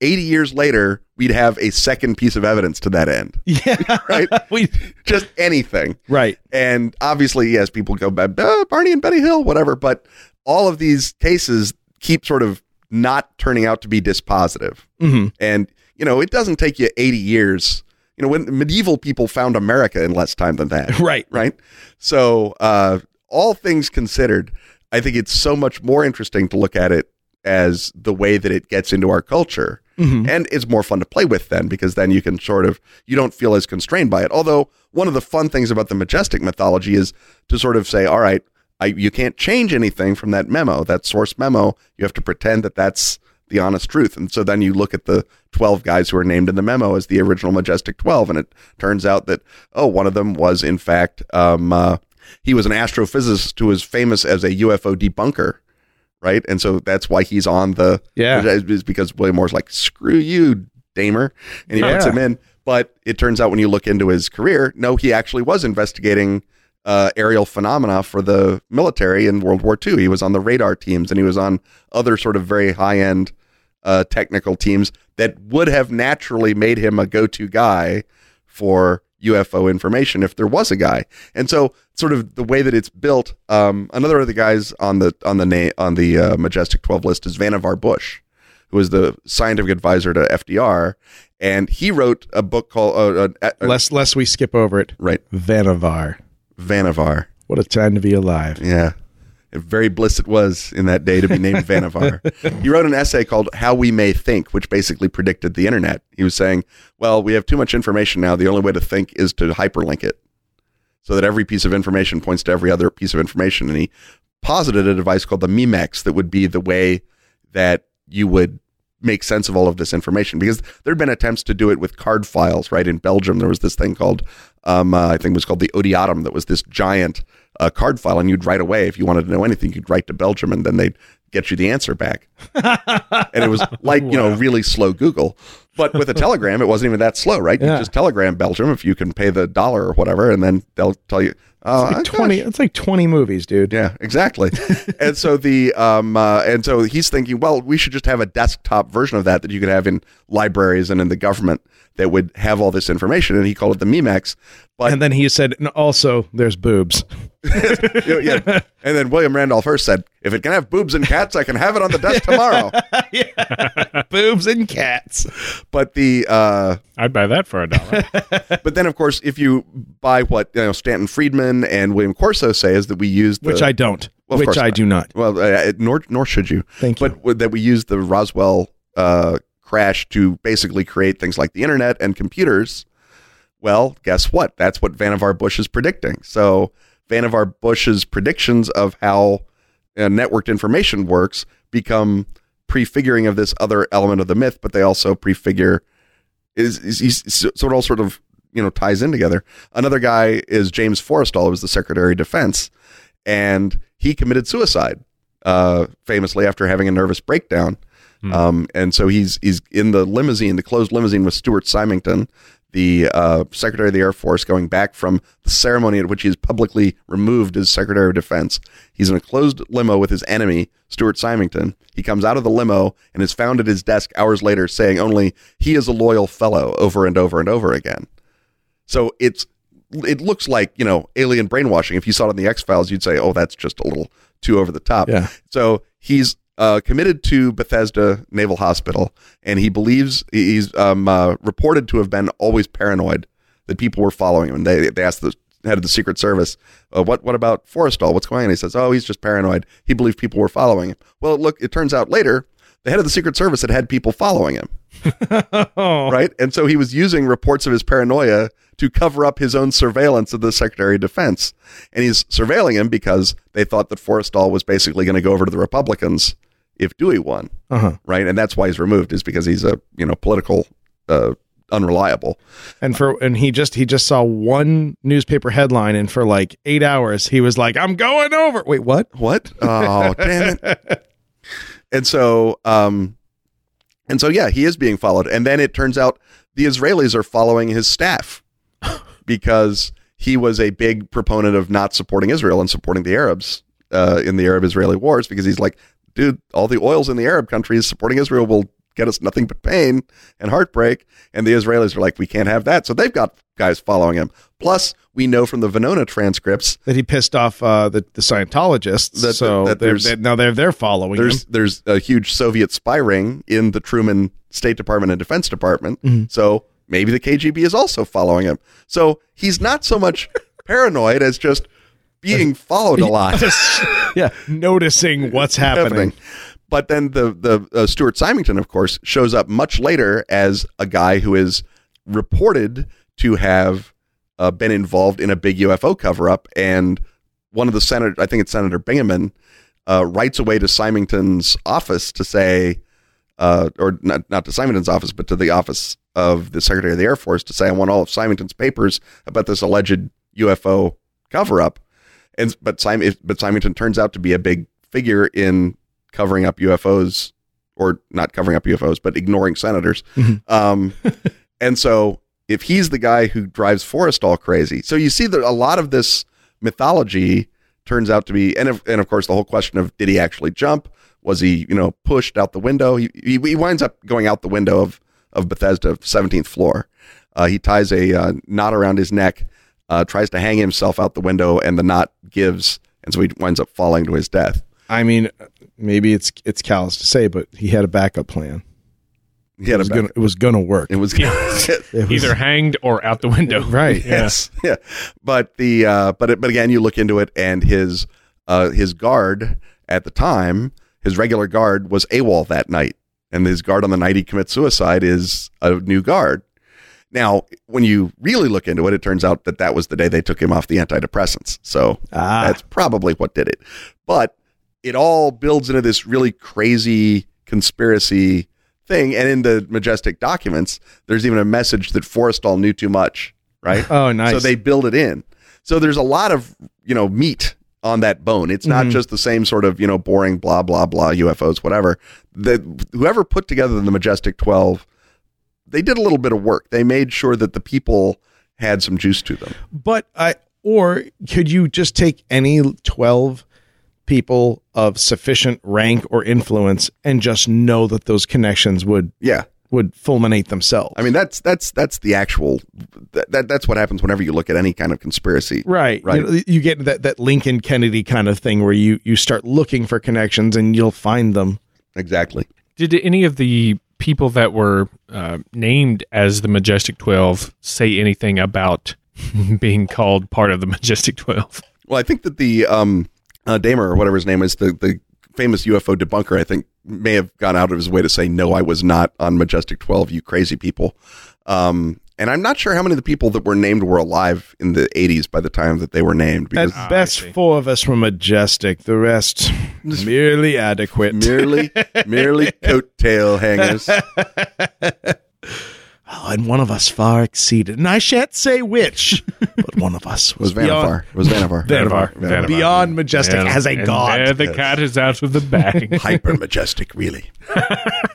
[SPEAKER 3] 80 years later, we'd have a second piece of evidence to that end.
[SPEAKER 2] Yeah.
[SPEAKER 3] Right?
[SPEAKER 2] we,
[SPEAKER 3] Just anything.
[SPEAKER 2] right.
[SPEAKER 3] And obviously, yes, people go back, "Ah, Barney and Betty Hill, whatever. But all of these cases keep sort of not turning out to be dispositive.
[SPEAKER 2] hmm
[SPEAKER 3] And, you know, it doesn't take you 80 years. You know, when medieval people found America in less time than that,
[SPEAKER 2] Right.
[SPEAKER 3] right? So, uh, all things considered, I think it's so much more interesting to look at it as the way that it gets into our culture.
[SPEAKER 2] Mhm.
[SPEAKER 3] And it's more fun to play with then because then you can sort of, you don't feel as constrained by it. Although, one of the fun things about the majestic mythology is to sort of say, all right, I, you can't change anything from that memo, that source memo. You have to pretend that that's the honest truth. And so then you look at the 12 guys who are named in the memo as the original Majestic 12. And it turns out that, oh, one of them was, in fact, um, uh, he was an astrophysicist who was famous as a UFO debunker. Right. And so that's why he's on the.
[SPEAKER 2] Yeah.
[SPEAKER 3] Is because William Moore's like, screw you, Damer. And he puts
[SPEAKER 2] Yeah.
[SPEAKER 3] him in. But it turns out when you look into his career, no, he actually was investigating uh, aerial phenomena for the military in World War II. He was on the radar teams and he was on other sort of very high end uh, technical teams that would have naturally made him a go to guy for UFO information if there was a guy. And so, sort of the way that it's built, um, another of the guys on the on the na- on the uh, majestic twelve list is Vannevar Bush, who is the scientific advisor to FDR, and he wrote a book called uh, uh, uh,
[SPEAKER 2] Less, less we skip over it.
[SPEAKER 3] right
[SPEAKER 2] Vannevar.
[SPEAKER 3] Vannevar.
[SPEAKER 2] What a time to be alive.
[SPEAKER 3] Yeah. And very bliss it was in that day to be named Vannevar. he wrote an essay called How We May Think, which basically predicted the internet. He was saying, well, we have too much information now. The only way to think is to hyperlink it so that every piece of information points to every other piece of information. And he posited a device called the Memex that would be the way that you would make sense of all of this information because there had been attempts to do it with card files right in belgium there was this thing called um, uh, i think it was called the odiatum that was this giant uh, card file and you'd write away if you wanted to know anything you'd write to belgium and then they'd get you the answer back and it was like you know really slow google but with a telegram it wasn't even that slow right you
[SPEAKER 2] Yeah.
[SPEAKER 3] just telegram belgium if you can pay the dollar or whatever and then they'll tell you oh,
[SPEAKER 2] Like
[SPEAKER 3] I-
[SPEAKER 2] 20, it's like 20 movies, dude.
[SPEAKER 3] yeah, exactly. and so the um uh, and so he's thinking, well, we should just have a desktop version of that that you could have in libraries and in the government that would have all this information. And he called it the Memex. But
[SPEAKER 2] And then he said, and also there's boobs.
[SPEAKER 3] you know, yeah. And then William Randolph Hearst said, if it can have boobs and cats, I can have it on the desk tomorrow.
[SPEAKER 2] boobs and cats.
[SPEAKER 3] but the uh
[SPEAKER 5] I'd buy that for a dollar.
[SPEAKER 3] but then of course if you buy what you know Stanton Friedman and William Corso say is that we use the,
[SPEAKER 2] Which I don't.
[SPEAKER 3] Well, of
[SPEAKER 2] which
[SPEAKER 3] course
[SPEAKER 2] I
[SPEAKER 3] not.
[SPEAKER 2] do not.
[SPEAKER 3] well uh, nor nor should you.
[SPEAKER 2] Thank you.
[SPEAKER 3] but w- that we used the Roswell uh, crash to basically create things like the internet and computers. Well, guess what? That's what Vannevar Bush is predicting. So Vannevar Bush's predictions of how uh, networked information works become prefiguring of this other element of the myth, but they also prefigure is, is, is so so it all sort of you know ties in together. Another guy is James Forrestal, who was the Secretary of Defense, and he committed suicide uh, famously after having a nervous breakdown. Um, and so he's he's in the limousine, the closed limousine with Stuart Symington, the uh, Secretary of the Air Force, going back from the ceremony at which he is publicly removed as Secretary of Defense. He's in a closed limo with his enemy, Stuart Symington. He comes out of the limo and is found at his desk hours later, saying only he is a loyal fellow over and over and over again. So it's it looks like you know alien brainwashing. If you saw it on the X Files, you'd say, "Oh, that's just a little too over the top."
[SPEAKER 2] Yeah.
[SPEAKER 3] So he's uh, committed to Bethesda Naval Hospital, and he believes he's um, uh, reported to have been always paranoid that people were following him. And they they asked the head of the Secret Service, uh, "What what about Forrestal? What's going on?" He says, "Oh, he's just paranoid. He believed people were following him." Well, look, it turns out later the head of the Secret Service had had people following him right? And so he was using reports of his paranoia to cover up his own surveillance of the Secretary of Defense. And he's surveilling him because they thought that Forrestal was basically going to go over to the Republicans if Dewey won,
[SPEAKER 2] Uh-huh.
[SPEAKER 3] right? And that's why he's removed is because he's a, you know, political uh, unreliable.
[SPEAKER 2] And for and he just he just saw one newspaper headline and for like 8 hours he was like, "I'm going over." Wait, what?
[SPEAKER 3] What? Oh, damn it. And so, um, and so, yeah, he is being followed. And then it turns out the Israelis are following his staff. because he was a big proponent of not supporting Israel and supporting the Arabs uh, in the Arab Israeli wars because he's like, dude, all the oils in the Arab countries supporting Israel will get us nothing but pain and heartbreak. And the Israelis are like, we can't have that. So they've got guys following him. Plus, we know from the Venona transcripts
[SPEAKER 2] that he pissed off uh, the, the Scientologists.
[SPEAKER 3] That-
[SPEAKER 2] so
[SPEAKER 3] that
[SPEAKER 2] they're,
[SPEAKER 3] there's-
[SPEAKER 2] they now they're they're following him.
[SPEAKER 3] there's there's a huge Soviet spy ring in the Truman State Department and Defense Department. So maybe the KGB is also following him. So he's not so much paranoid as just being followed a lot.
[SPEAKER 2] Yeah, noticing what's
[SPEAKER 3] happening.
[SPEAKER 2] happening.
[SPEAKER 3] But then the the uh, Stuart Symington, of course, shows up much later as a guy who is reported to have uh, been involved in a big UFO cover up, and one of the senator, I think it's Senator Bingaman, uh, writes away to Symington's office to say, uh, or not not to Symington's office, but to the office of the Secretary of the Air Force to say, I want all of Symington's papers about this alleged UFO cover up. And but Simon, but Symington turns out to be a big figure in covering up UFOs, or not covering up UFOs, but ignoring senators. Um, and so if he's the guy who drives Forrest all crazy, so you see that a lot of this mythology turns out to be, and of, and of course the whole question of did he actually jump? Was he you know pushed out the window? He he, he winds up going out the window of of Bethesda, seventeenth floor. Uh, he ties a uh, knot around his neck, uh, tries to hang himself out the window, and the knot gives, and so he winds up falling to his death.
[SPEAKER 2] I mean, maybe it's it's callous to say, but he had a backup plan.
[SPEAKER 3] He had
[SPEAKER 2] It was
[SPEAKER 3] a
[SPEAKER 2] gonna, it was gonna work.
[SPEAKER 3] It was
[SPEAKER 2] It was-
[SPEAKER 5] Either hanged or out the window.
[SPEAKER 2] right.
[SPEAKER 3] yes, yeah. But the uh, but it, but again, you look into it, and his uh, his guard at the time, his regular guard was AWOL that night, and his guard on the night he commits suicide is a new guard. Now, when you really look into it, it turns out that that was the day they took him off the antidepressants. So
[SPEAKER 2] Ah.
[SPEAKER 3] that's probably what did it. But it all builds into this really crazy conspiracy thing. And in the majestic documents, there's even a message that Forrestal knew too much, right?
[SPEAKER 2] Oh, nice.
[SPEAKER 3] So they build it in. So there's a lot of you know meat on that bone. It's not just the same sort of you know boring blah blah blah UFOs whatever. That whoever put together the majestic twelve, they did a little bit of work. They made sure that the people had some juice to them.
[SPEAKER 2] But I or could you just take any 12 people of sufficient rank or influence and just know that those connections would
[SPEAKER 3] Yeah.
[SPEAKER 2] would fulminate themselves.
[SPEAKER 3] I mean that's that's that's the actual that, that that's what happens whenever you look at any kind of conspiracy.
[SPEAKER 2] right.
[SPEAKER 3] Right.
[SPEAKER 2] You, know, you get that that Lincoln Kennedy kind of thing where you you start looking for connections and you'll find them.
[SPEAKER 3] Exactly.
[SPEAKER 5] Did any of the people that were uh, named as the Majestic 12 say anything about being called part of the Majestic 12?
[SPEAKER 3] Well, I think that the um, uh, Damer or whatever his name is, the the famous UFO debunker, I think may have gone out of his way to say, "No, I was not on Majestic Twelve, you crazy people." Um, and I'm not sure how many of the people that were named were alive in the 80s by the time that they were named.
[SPEAKER 2] At
[SPEAKER 3] Because
[SPEAKER 2] best four of us were majestic, the rest merely adequate.
[SPEAKER 3] merely, merely coattail hangers.
[SPEAKER 2] Oh, and one of us far exceeded. And I shan't say which, but one of us was
[SPEAKER 3] Was Vannevar? It was Vannevar?
[SPEAKER 2] Vannevar.
[SPEAKER 5] Vannevar.
[SPEAKER 2] Beyond majestic
[SPEAKER 5] And-
[SPEAKER 2] as a
[SPEAKER 5] and
[SPEAKER 2] god.
[SPEAKER 5] there the cat is out of the bag.
[SPEAKER 3] Hyper majestic, really.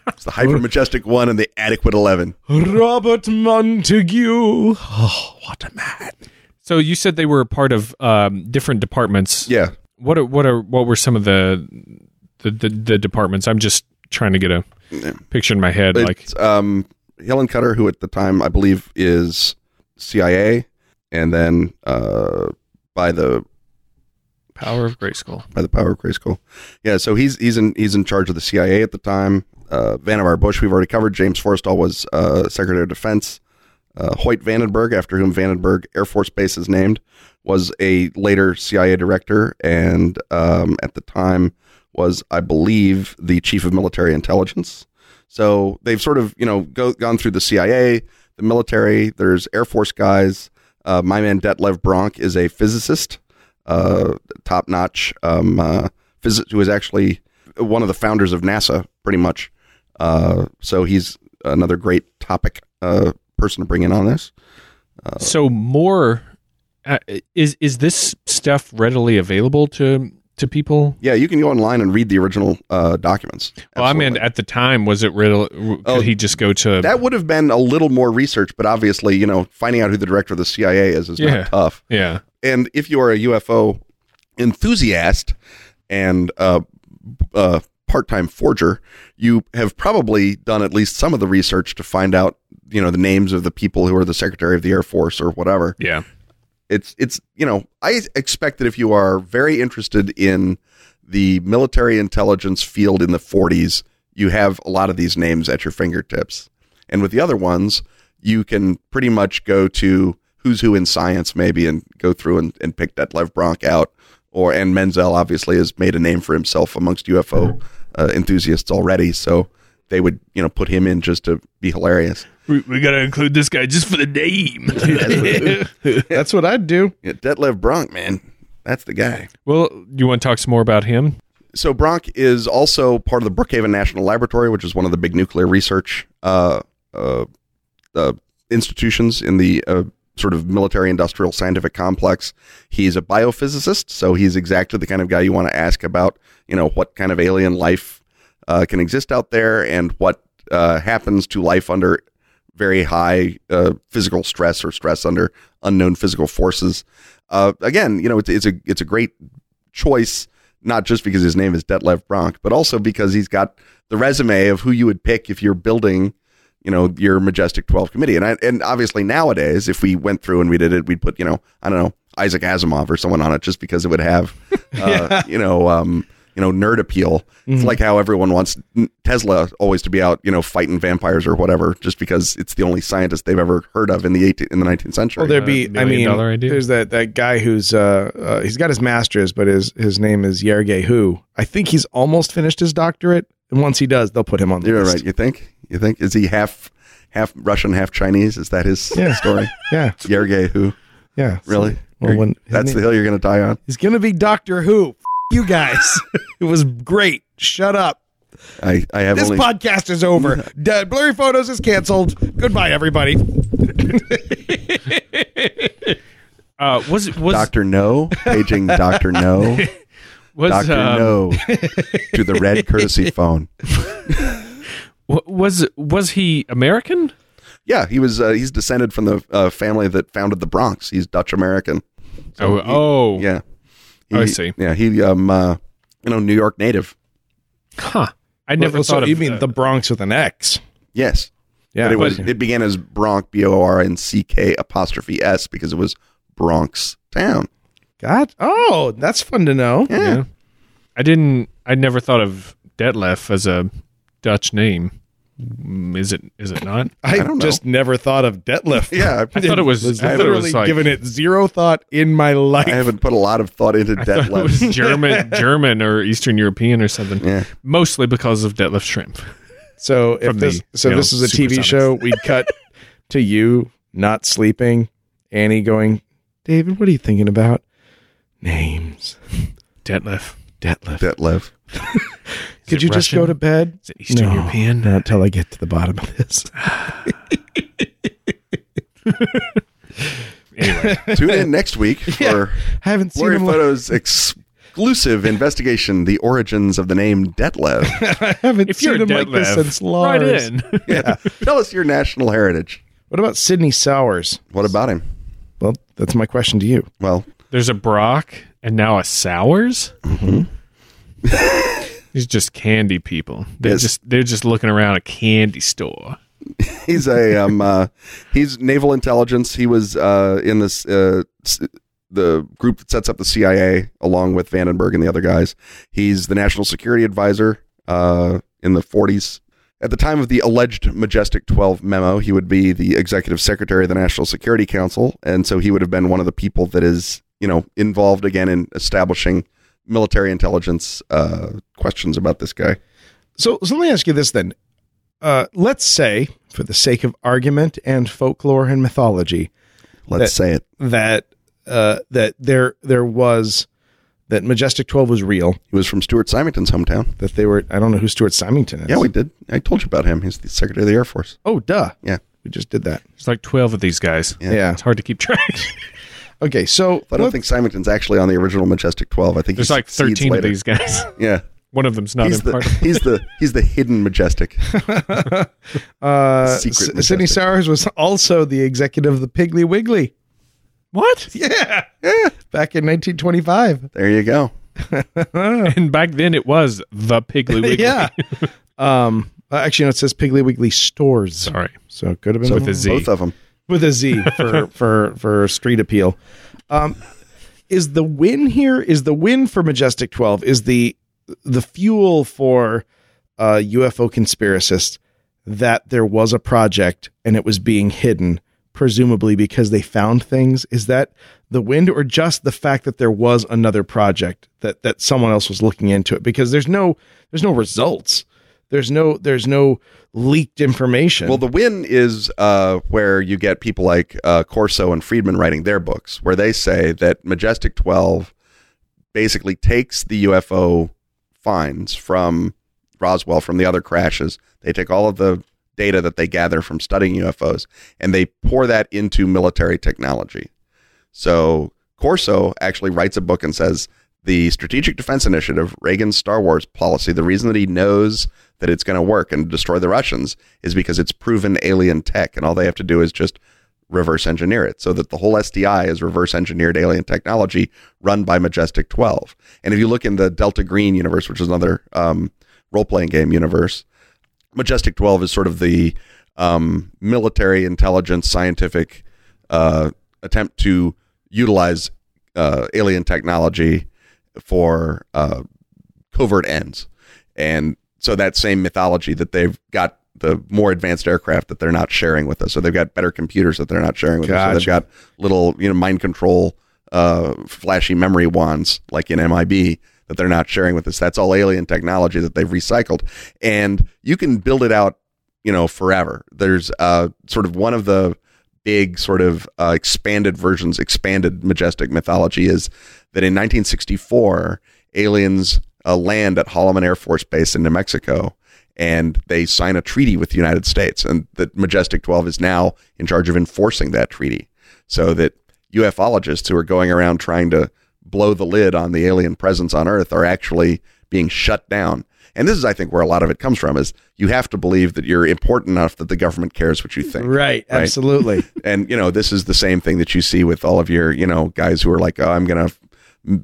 [SPEAKER 3] It's the hyper majestic one and the adequate eleven.
[SPEAKER 2] Robert Montague. Oh, what a man.
[SPEAKER 5] so you said they were a part of um, different departments.
[SPEAKER 3] Yeah,
[SPEAKER 5] What are, what are what were some of the the, the the departments? I'm just trying to get a picture in my head. like
[SPEAKER 3] It's, um, Helen Cutter, who at the time I believe is CIA, and then uh, by the
[SPEAKER 5] Power of Great School.
[SPEAKER 3] by the power of Grace Cole. Yeah, so he's he's in he's in charge of the CIA at the time. Uh, Vannevar Bush, we've already covered. James Forrestal was uh, Secretary of Defense. Uh, Hoyt Vandenberg, after whom Vandenberg Air Force Base is named, was a later CIA director, and um, at the time was, I believe, the chief of military intelligence. So they've sort of you know go, gone through the CIA, the military. There's Air Force guys. Uh, my man Detlev Bronk is a physicist, uh, top notch um, uh, physicist who is actually one of the founders of NASA, pretty much. Uh, so he's another great topic uh, person to bring in on this.
[SPEAKER 5] so more uh, is is this stuff readily available to to people?
[SPEAKER 3] Yeah, you can go online and read the original uh, documents.
[SPEAKER 5] Well, I mean,
[SPEAKER 3] Absolutely.
[SPEAKER 5] at the time, was it real? Could
[SPEAKER 3] Oh,
[SPEAKER 5] he just go to?
[SPEAKER 3] that would have been a little more research, but obviously, you know, finding out who the director of the CIA is is
[SPEAKER 5] Yeah.
[SPEAKER 3] not tough.
[SPEAKER 5] yeah,
[SPEAKER 3] And if you are a UFO enthusiast and uh, uh, part-time forger, you have probably done at least some of the research to find out, you know, the names of the people who are the Secretary of the Air Force or whatever.
[SPEAKER 5] yeah.
[SPEAKER 3] it's it's you know I expect that if you are very interested in the military intelligence field in the 40s, you have a lot of these names at your fingertips, and with the other ones, you can pretty much go to who's who in science maybe and go through and, and pick Detlev Bronk out, or and Menzel obviously has made a name for himself amongst UFO uh, enthusiasts already, so they would you know put him in just to be hilarious.
[SPEAKER 5] We, we gotta include this guy just for the name.
[SPEAKER 2] That's what I'd do.
[SPEAKER 3] Yeah, Detlev Bronk, man, that's the guy.
[SPEAKER 5] well, you want to talk some more about him?
[SPEAKER 3] so Bronk is also part of the Brookhaven National Laboratory, which is one of the big nuclear research uh, uh, uh, institutions in the uh, sort of military industrial scientific complex. He's a biophysicist, so he's exactly the kind of guy you want to ask about, you know, what kind of alien life uh, can exist out there and what uh, happens to life under very high uh, physical stress or stress under unknown physical forces. Uh, again, you know, it's, it's a it's a great choice, not just because his name is Detlev Bronk, but also because he's got the resume of who you would pick if you're building, you know, your Majestic 12 committee. And I, and obviously nowadays, if we went through and we did it, we'd put, you know, I don't know, Isaac Asimov or someone on it just because it would have, uh, you know, um, you know, nerd appeal. It's like how everyone wants Tesla always to be out, you know, fighting vampires or whatever, just because it's the only scientist they've ever heard of in the 18, in the 19th century.
[SPEAKER 2] Well, there'd be. I
[SPEAKER 5] million
[SPEAKER 2] mean,
[SPEAKER 5] dollar idea.
[SPEAKER 2] there's that that guy who's uh, uh he's got his master's, but his his name is Yergey Hu. I think he's almost finished his doctorate, and once he does, they'll put him on the
[SPEAKER 3] You're
[SPEAKER 2] list.
[SPEAKER 3] right. You think? You think? Is he half half Russian, half Chinese? Is that his
[SPEAKER 2] Yeah.
[SPEAKER 3] story?
[SPEAKER 2] Yeah,
[SPEAKER 3] Yergay, who
[SPEAKER 2] yeah.
[SPEAKER 3] really?
[SPEAKER 2] Well, when- his
[SPEAKER 3] That's
[SPEAKER 2] name-
[SPEAKER 3] the hill you're going to die on.
[SPEAKER 2] He's gonna be Doctor Who. F- you guys, it was great. Shut up.
[SPEAKER 3] I I have
[SPEAKER 2] This
[SPEAKER 3] only
[SPEAKER 2] podcast is over. Dead Blurry Photos is canceled. Goodbye, everybody.
[SPEAKER 5] Uh, was was
[SPEAKER 3] Doctor No paging Doctor No
[SPEAKER 5] was
[SPEAKER 3] Doctor
[SPEAKER 5] um,
[SPEAKER 3] No to the red courtesy phone.
[SPEAKER 5] wa- was was he American?
[SPEAKER 3] Yeah, he was. Uh, he's descended from the uh, family that founded the Bronx. He's Dutch American.
[SPEAKER 5] oh, oh,
[SPEAKER 3] Yeah. He,
[SPEAKER 5] I see.
[SPEAKER 3] Yeah, he um uh, you know New York native.
[SPEAKER 5] Huh. I never
[SPEAKER 2] Well,
[SPEAKER 5] thought
[SPEAKER 2] so
[SPEAKER 5] of
[SPEAKER 2] you mean
[SPEAKER 5] uh,
[SPEAKER 2] the Bronx with an X?
[SPEAKER 3] Yes.
[SPEAKER 2] Yeah,
[SPEAKER 3] But it was it began as Bronx B O R N C K apostrophe S because it was Bronx town.
[SPEAKER 2] God. Oh, that's fun to know.
[SPEAKER 5] yeah. I didn't. I never thought of Detlef as a Dutch name. Mm, Is it? Is it not?
[SPEAKER 2] I,
[SPEAKER 3] don't know.
[SPEAKER 2] just never thought of Detlef.
[SPEAKER 3] Yeah,
[SPEAKER 5] I thought it was. I thought it
[SPEAKER 2] literally
[SPEAKER 5] was like.
[SPEAKER 2] given it zero thought in my life.
[SPEAKER 3] I haven't put a lot of thought into
[SPEAKER 5] I thought it was
[SPEAKER 3] Detlef.
[SPEAKER 5] German, German, or Eastern European, or something.
[SPEAKER 3] Yeah.
[SPEAKER 5] Mostly because of Detlef Shrimp.
[SPEAKER 2] so if
[SPEAKER 5] From
[SPEAKER 2] this,
[SPEAKER 5] the,
[SPEAKER 2] so
[SPEAKER 5] you
[SPEAKER 2] this
[SPEAKER 5] know,
[SPEAKER 2] is a TV
[SPEAKER 5] Supersonics.
[SPEAKER 2] show, we'd cut to you not sleeping, Annie going, David, what are you thinking about? Names,
[SPEAKER 5] Detlef.
[SPEAKER 2] Detlef.
[SPEAKER 3] Detlef.
[SPEAKER 2] Could you just
[SPEAKER 5] Russian?
[SPEAKER 2] go to bed?
[SPEAKER 5] Is it Eastern
[SPEAKER 2] No,
[SPEAKER 5] European?
[SPEAKER 2] Not till I get to the bottom of this.
[SPEAKER 5] Anyway,
[SPEAKER 3] Tune in next week for
[SPEAKER 2] I haven't seen
[SPEAKER 3] Blurry
[SPEAKER 2] him.
[SPEAKER 3] Photo's exclusive investigation, the origins of the name Detlef.
[SPEAKER 2] I haven't
[SPEAKER 5] if
[SPEAKER 2] seen
[SPEAKER 5] you're a
[SPEAKER 2] him
[SPEAKER 5] Detlef,
[SPEAKER 2] like this since Lars.
[SPEAKER 5] right in.
[SPEAKER 3] Tell us your national heritage.
[SPEAKER 2] What about Sydney Sowers?
[SPEAKER 3] What about him?
[SPEAKER 2] Well, that's my question to you.
[SPEAKER 3] Well,
[SPEAKER 5] There's a Brock and now a Sours.
[SPEAKER 2] Mm-hmm.
[SPEAKER 5] These are just candy people. They're
[SPEAKER 3] Yes.
[SPEAKER 5] just they're just looking around a candy store.
[SPEAKER 3] he's a um, uh, he's naval intelligence. He was uh, in this uh, s- the group that sets up the CIA along with Vandenberg and the other guys. He's the national security advisor uh, in the 40s. At the time of the alleged Majestic 12 memo, he would be the executive secretary of the National Security Council, and so he would have been one of the people that is you know involved again in establishing military intelligence uh, questions about this guy.
[SPEAKER 2] So, so let me ask you this then. Uh, let's say, for the sake of argument and folklore and mythology,
[SPEAKER 3] Let's
[SPEAKER 2] That-
[SPEAKER 3] say it.
[SPEAKER 2] that uh, that there there was that Majestic Twelve was real.
[SPEAKER 3] He was from Stuart Symington's hometown.
[SPEAKER 2] That they were. I don't know who Stuart Symington is.
[SPEAKER 3] Yeah, we did. I told you about him. He's the Secretary of the Air Force.
[SPEAKER 2] oh, duh.
[SPEAKER 3] Yeah.
[SPEAKER 2] we just did that.
[SPEAKER 5] There's like twelve of these guys.
[SPEAKER 2] Yeah.
[SPEAKER 5] It's hard to keep track.
[SPEAKER 2] Okay, so
[SPEAKER 3] I don't
[SPEAKER 2] let-
[SPEAKER 3] think Simonton's actually on the original Majestic 12. I think
[SPEAKER 5] There's
[SPEAKER 3] he
[SPEAKER 5] like
[SPEAKER 3] succeeds
[SPEAKER 5] 13 of
[SPEAKER 3] later.
[SPEAKER 5] these guys.
[SPEAKER 3] Yeah.
[SPEAKER 5] One of them's not
[SPEAKER 3] He's
[SPEAKER 5] in
[SPEAKER 3] the,
[SPEAKER 5] part.
[SPEAKER 3] he's the he's the hidden majestic.
[SPEAKER 2] uh,
[SPEAKER 3] Secret
[SPEAKER 2] S- Sidney
[SPEAKER 3] Majestic.
[SPEAKER 2] Sowers was also the executive of the Piggly Wiggly.
[SPEAKER 5] What?
[SPEAKER 2] Yeah, back in 1925.
[SPEAKER 3] There you go.
[SPEAKER 5] And back then it was the Piggly Wiggly.
[SPEAKER 2] Ah. yeah. um. uh, Actually, no. It says Piggly Wiggly stores.
[SPEAKER 5] Sorry.
[SPEAKER 2] So it could have been
[SPEAKER 5] With a Z.
[SPEAKER 3] Both of them.
[SPEAKER 2] with a Z for for for street appeal. Um, is the win here? Is the win for Majestic Twelve? Is the the fuel for uh, UFO conspiracists that there was a project and it was being hidden, presumably because they found things? Is that the wind, or just the fact that there was another project that that someone else was looking into it? Because there's no there's no results. There's no there's no leaked information.
[SPEAKER 3] Well, the win is uh, where you get people like uh, Corso and Friedman writing their books, where they say that Majestic 12 basically takes the UFO finds from Roswell, from the other crashes. They take all of the data that they gather from studying UFOs and they pour that into military technology. So Corso actually writes a book and says the Strategic Defense Initiative, Reagan's Star Wars policy, the reason that he knows that it's going to work and destroy the Russians is because it's proven alien tech, and all they have to do is just reverse engineer it so that the whole SDI is reverse engineered alien technology run by Majestic 12. And if you look in the Delta Green universe, which is another um, role playing game universe, Majestic 12 is sort of the um, military intelligence scientific uh, attempt to utilize uh, alien technology for uh, covert ends. And so that same mythology that they've got the more advanced aircraft that they're not sharing with us. So they've got better computers that they're not sharing with us. So they've got little, you know, mind control, uh, flashy memory wands like in MIB that they're not sharing with us. That's all alien technology that they've recycled. And you can build it out, you know, forever. There's uh, sort of one of the big sort of uh, expanded versions, expanded majestic mythology is that in 1964, aliens uh, land at Holloman Air Force Base in New Mexico and they sign a treaty with the United States. And that Majestic 12 is now in charge of enforcing that treaty so that ufologists who are going around trying to blow the lid on the alien presence on Earth are actually being shut down. And this is, I think, where a lot of it comes from is you have to believe that you're important enough that the government cares what you think
[SPEAKER 2] right, Absolutely.
[SPEAKER 3] and you know this is the same thing that you see with all of your you know guys who are like oh, i'm gonna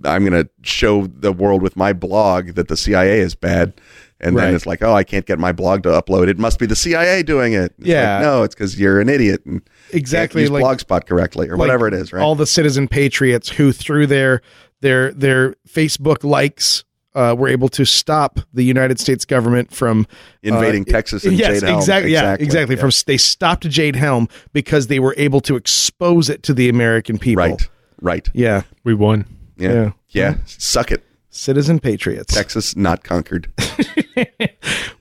[SPEAKER 3] i'm gonna show the world with my blog that the cia is bad and
[SPEAKER 2] Right.
[SPEAKER 3] then it's like oh i can't get my blog to upload it must be the cia doing it It's like,
[SPEAKER 2] Yeah.
[SPEAKER 3] no it's because you're an idiot and
[SPEAKER 2] Exactly,
[SPEAKER 3] can't use
[SPEAKER 2] like-
[SPEAKER 3] blogspot correctly or
[SPEAKER 2] like
[SPEAKER 3] whatever it is right
[SPEAKER 2] All uh, the citizen patriots who, through their their their Facebook likes, uh, were able to stop the United States government from uh,
[SPEAKER 3] invading texas and
[SPEAKER 2] yes,
[SPEAKER 3] Jade Helm.
[SPEAKER 2] exactly. Yeah, exactly.
[SPEAKER 3] Yeah.
[SPEAKER 2] From they stopped Jade Helm because they were able to expose it to the American people.
[SPEAKER 3] right right
[SPEAKER 2] Yeah.
[SPEAKER 5] We won.
[SPEAKER 3] yeah
[SPEAKER 2] Yeah.
[SPEAKER 3] yeah, suck it
[SPEAKER 2] Citizen patriots.
[SPEAKER 3] texas not conquered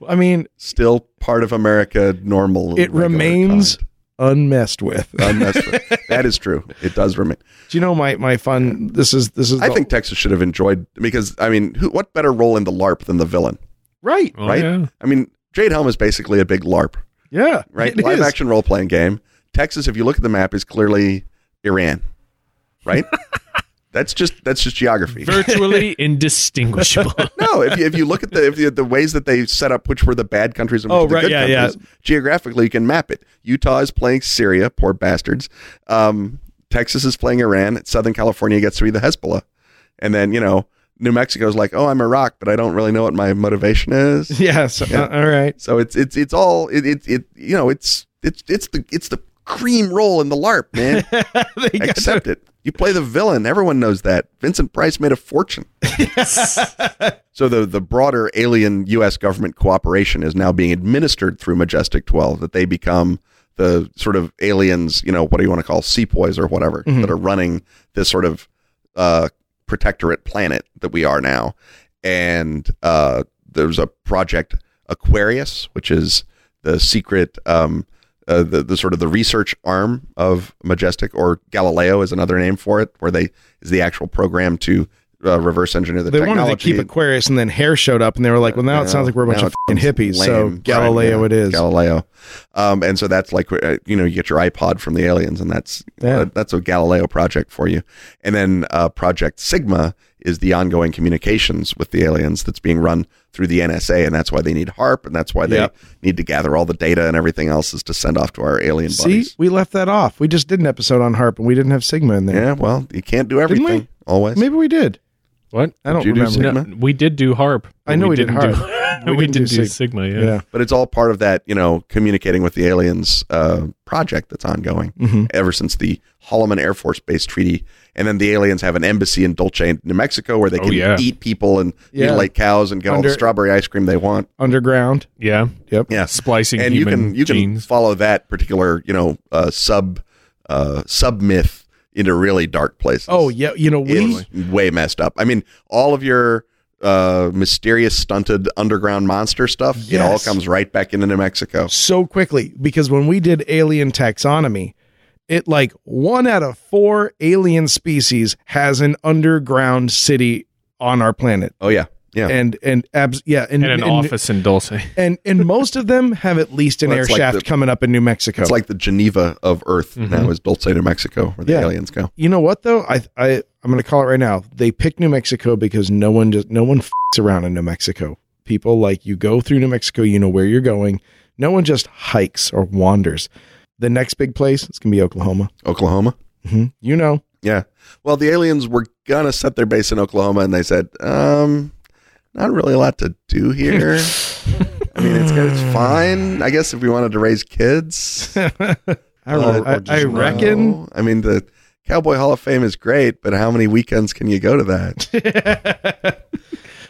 [SPEAKER 2] I mean,
[SPEAKER 3] still part of america normal
[SPEAKER 2] it
[SPEAKER 3] regular
[SPEAKER 2] remains
[SPEAKER 3] kind.
[SPEAKER 2] unmessed with. Uh,
[SPEAKER 3] Unmessed with. that is true it does remain
[SPEAKER 2] Do you know my my fun? This is this is.
[SPEAKER 3] I
[SPEAKER 2] the-
[SPEAKER 3] think Texas should have enjoyed because I mean, who, what better role in the LARP than the villain,
[SPEAKER 2] right.
[SPEAKER 5] Oh,
[SPEAKER 3] right?
[SPEAKER 5] yeah.
[SPEAKER 3] I mean, Jade Helm is basically a big LARP,
[SPEAKER 2] Yeah.
[SPEAKER 3] right?
[SPEAKER 2] it
[SPEAKER 3] Live
[SPEAKER 2] is.
[SPEAKER 3] action role playing game. Texas, if you look at the map, is clearly Iran, right? that's just that's just geography.
[SPEAKER 5] Virtually indistinguishable.
[SPEAKER 3] no, if you, if you look at the if you, the ways that they set up which were the bad countries and which
[SPEAKER 2] Oh,
[SPEAKER 3] were the
[SPEAKER 2] right,
[SPEAKER 3] good
[SPEAKER 2] yeah, yeah.
[SPEAKER 3] countries, geographically you can map it. Utah is playing Syria, poor bastards. Um, Texas is playing Iran. Southern California gets to be the Hezbollah, and then you know New Mexico's like, oh, I'm Iraq, but I don't really know what my motivation is.
[SPEAKER 2] Yes. Uh, all right.
[SPEAKER 3] So it's it's it's all it it, it you know it's it's it's the it's the cream roll in the LARP, man.
[SPEAKER 2] They got
[SPEAKER 3] Accept it. You play the villain. Everyone knows that. Vincent Price made a fortune. so the the broader alien U.S. government cooperation is now being administered through Majestic Twelve. That they become the sort of aliens. You know what do you want to call sepoys or whatever
[SPEAKER 2] Mm-hmm.
[SPEAKER 3] that are running this sort of uh, protectorate planet that we are now. And uh, there's a project Aquarius, which is the secret, um, uh, the, the sort of the research arm of Majestic, or Galileo is another name for it, where they is the actual program to uh, reverse engineer the
[SPEAKER 2] they
[SPEAKER 3] technology.
[SPEAKER 2] wanted to keep Aquarius, and then Hare showed up, and they were like, "Well, now it
[SPEAKER 3] Yeah.
[SPEAKER 2] sounds like we're a bunch
[SPEAKER 3] Now
[SPEAKER 2] of
[SPEAKER 3] it
[SPEAKER 2] fucking
[SPEAKER 3] sounds
[SPEAKER 2] hippies." So
[SPEAKER 3] lame. Yeah,
[SPEAKER 2] Galileo,
[SPEAKER 3] yeah,
[SPEAKER 2] it is.
[SPEAKER 3] Galileo, um, and so that's like uh, you know you get your iPod from the aliens, and that's
[SPEAKER 2] Yeah.
[SPEAKER 3] uh, that's a Galileo project for you. And then uh, Project Sigma is the ongoing communications with the aliens that's being run through the NSA, and that's why they need HARP, and that's why they
[SPEAKER 2] Yep.
[SPEAKER 3] need to gather all the data and everything else is to send off to our alien
[SPEAKER 2] See,
[SPEAKER 3] buddies.
[SPEAKER 2] we left that off. We just did an episode on harp, and we didn't have Sigma in there.
[SPEAKER 3] Yeah, well, you can't do
[SPEAKER 2] we?
[SPEAKER 3] everything always.
[SPEAKER 2] Maybe we did.
[SPEAKER 5] What?
[SPEAKER 2] I don't
[SPEAKER 3] you do
[SPEAKER 2] remember.
[SPEAKER 3] Sigma?
[SPEAKER 5] we did do harp.
[SPEAKER 2] I know we did
[SPEAKER 5] didn't
[SPEAKER 2] harp.
[SPEAKER 5] Do, we,
[SPEAKER 2] We didn't
[SPEAKER 5] didn't
[SPEAKER 2] do
[SPEAKER 5] do Sigma. yeah.
[SPEAKER 2] Yeah.
[SPEAKER 3] but it's all part of that you know communicating with the aliens uh, project that's ongoing
[SPEAKER 2] Mm-hmm.
[SPEAKER 3] ever since the Holloman Air Force Base treaty, and then the aliens have an embassy in Dolce, New Mexico, where they can
[SPEAKER 5] yeah.
[SPEAKER 3] eat people and
[SPEAKER 2] Oh, Yeah.
[SPEAKER 3] mutilate cows and get all
[SPEAKER 2] Under-
[SPEAKER 3] the strawberry ice cream they want.
[SPEAKER 2] Underground.
[SPEAKER 5] Yeah.
[SPEAKER 2] Yep.
[SPEAKER 3] Yeah,
[SPEAKER 5] Splicing
[SPEAKER 3] and you
[SPEAKER 5] human
[SPEAKER 3] can you can
[SPEAKER 5] genes.
[SPEAKER 3] follow that particular you know uh, sub uh, sub myth into really dark places.
[SPEAKER 2] Oh yeah, you know we.
[SPEAKER 3] it's way messed up. I mean, all of your uh mysterious stunted underground monster stuff it all
[SPEAKER 2] Yes.
[SPEAKER 3] comes right back into new mexico
[SPEAKER 2] so quickly because when we did alien taxonomy, it like one out of four alien species has an underground city on our planet.
[SPEAKER 3] oh yeah yeah
[SPEAKER 2] And and abs yeah and
[SPEAKER 5] and
[SPEAKER 2] and,
[SPEAKER 5] an office in Dulce.
[SPEAKER 2] and and most of them have at least an
[SPEAKER 3] Well,
[SPEAKER 2] air
[SPEAKER 3] it's like
[SPEAKER 2] shaft
[SPEAKER 3] the-
[SPEAKER 2] coming up in New Mexico.
[SPEAKER 3] It's like the Geneva of Earth now is Dulce, New Mexico, where the
[SPEAKER 2] Mm-hmm. Yeah.
[SPEAKER 3] aliens go.
[SPEAKER 2] you know what though? I I I'm going to call it right now. They pick New Mexico because no one just no one f's around in New Mexico. People like you go through New Mexico, you know where you're going. No one just hikes or wanders. The next big place is going to be Oklahoma.
[SPEAKER 3] Oklahoma.
[SPEAKER 2] Mhm. You know,
[SPEAKER 3] Yeah. Well, the aliens were gonna set their base in Oklahoma, and they said, um, not really a lot to do here. I mean, it's it's fine, I guess, if we wanted to raise kids.
[SPEAKER 2] I,
[SPEAKER 3] or- or
[SPEAKER 2] I,
[SPEAKER 3] just
[SPEAKER 2] Uh, I
[SPEAKER 3] no.
[SPEAKER 2] reckon.
[SPEAKER 3] I mean, the Cowboy Hall of Fame is great, but how many weekends can you go to that?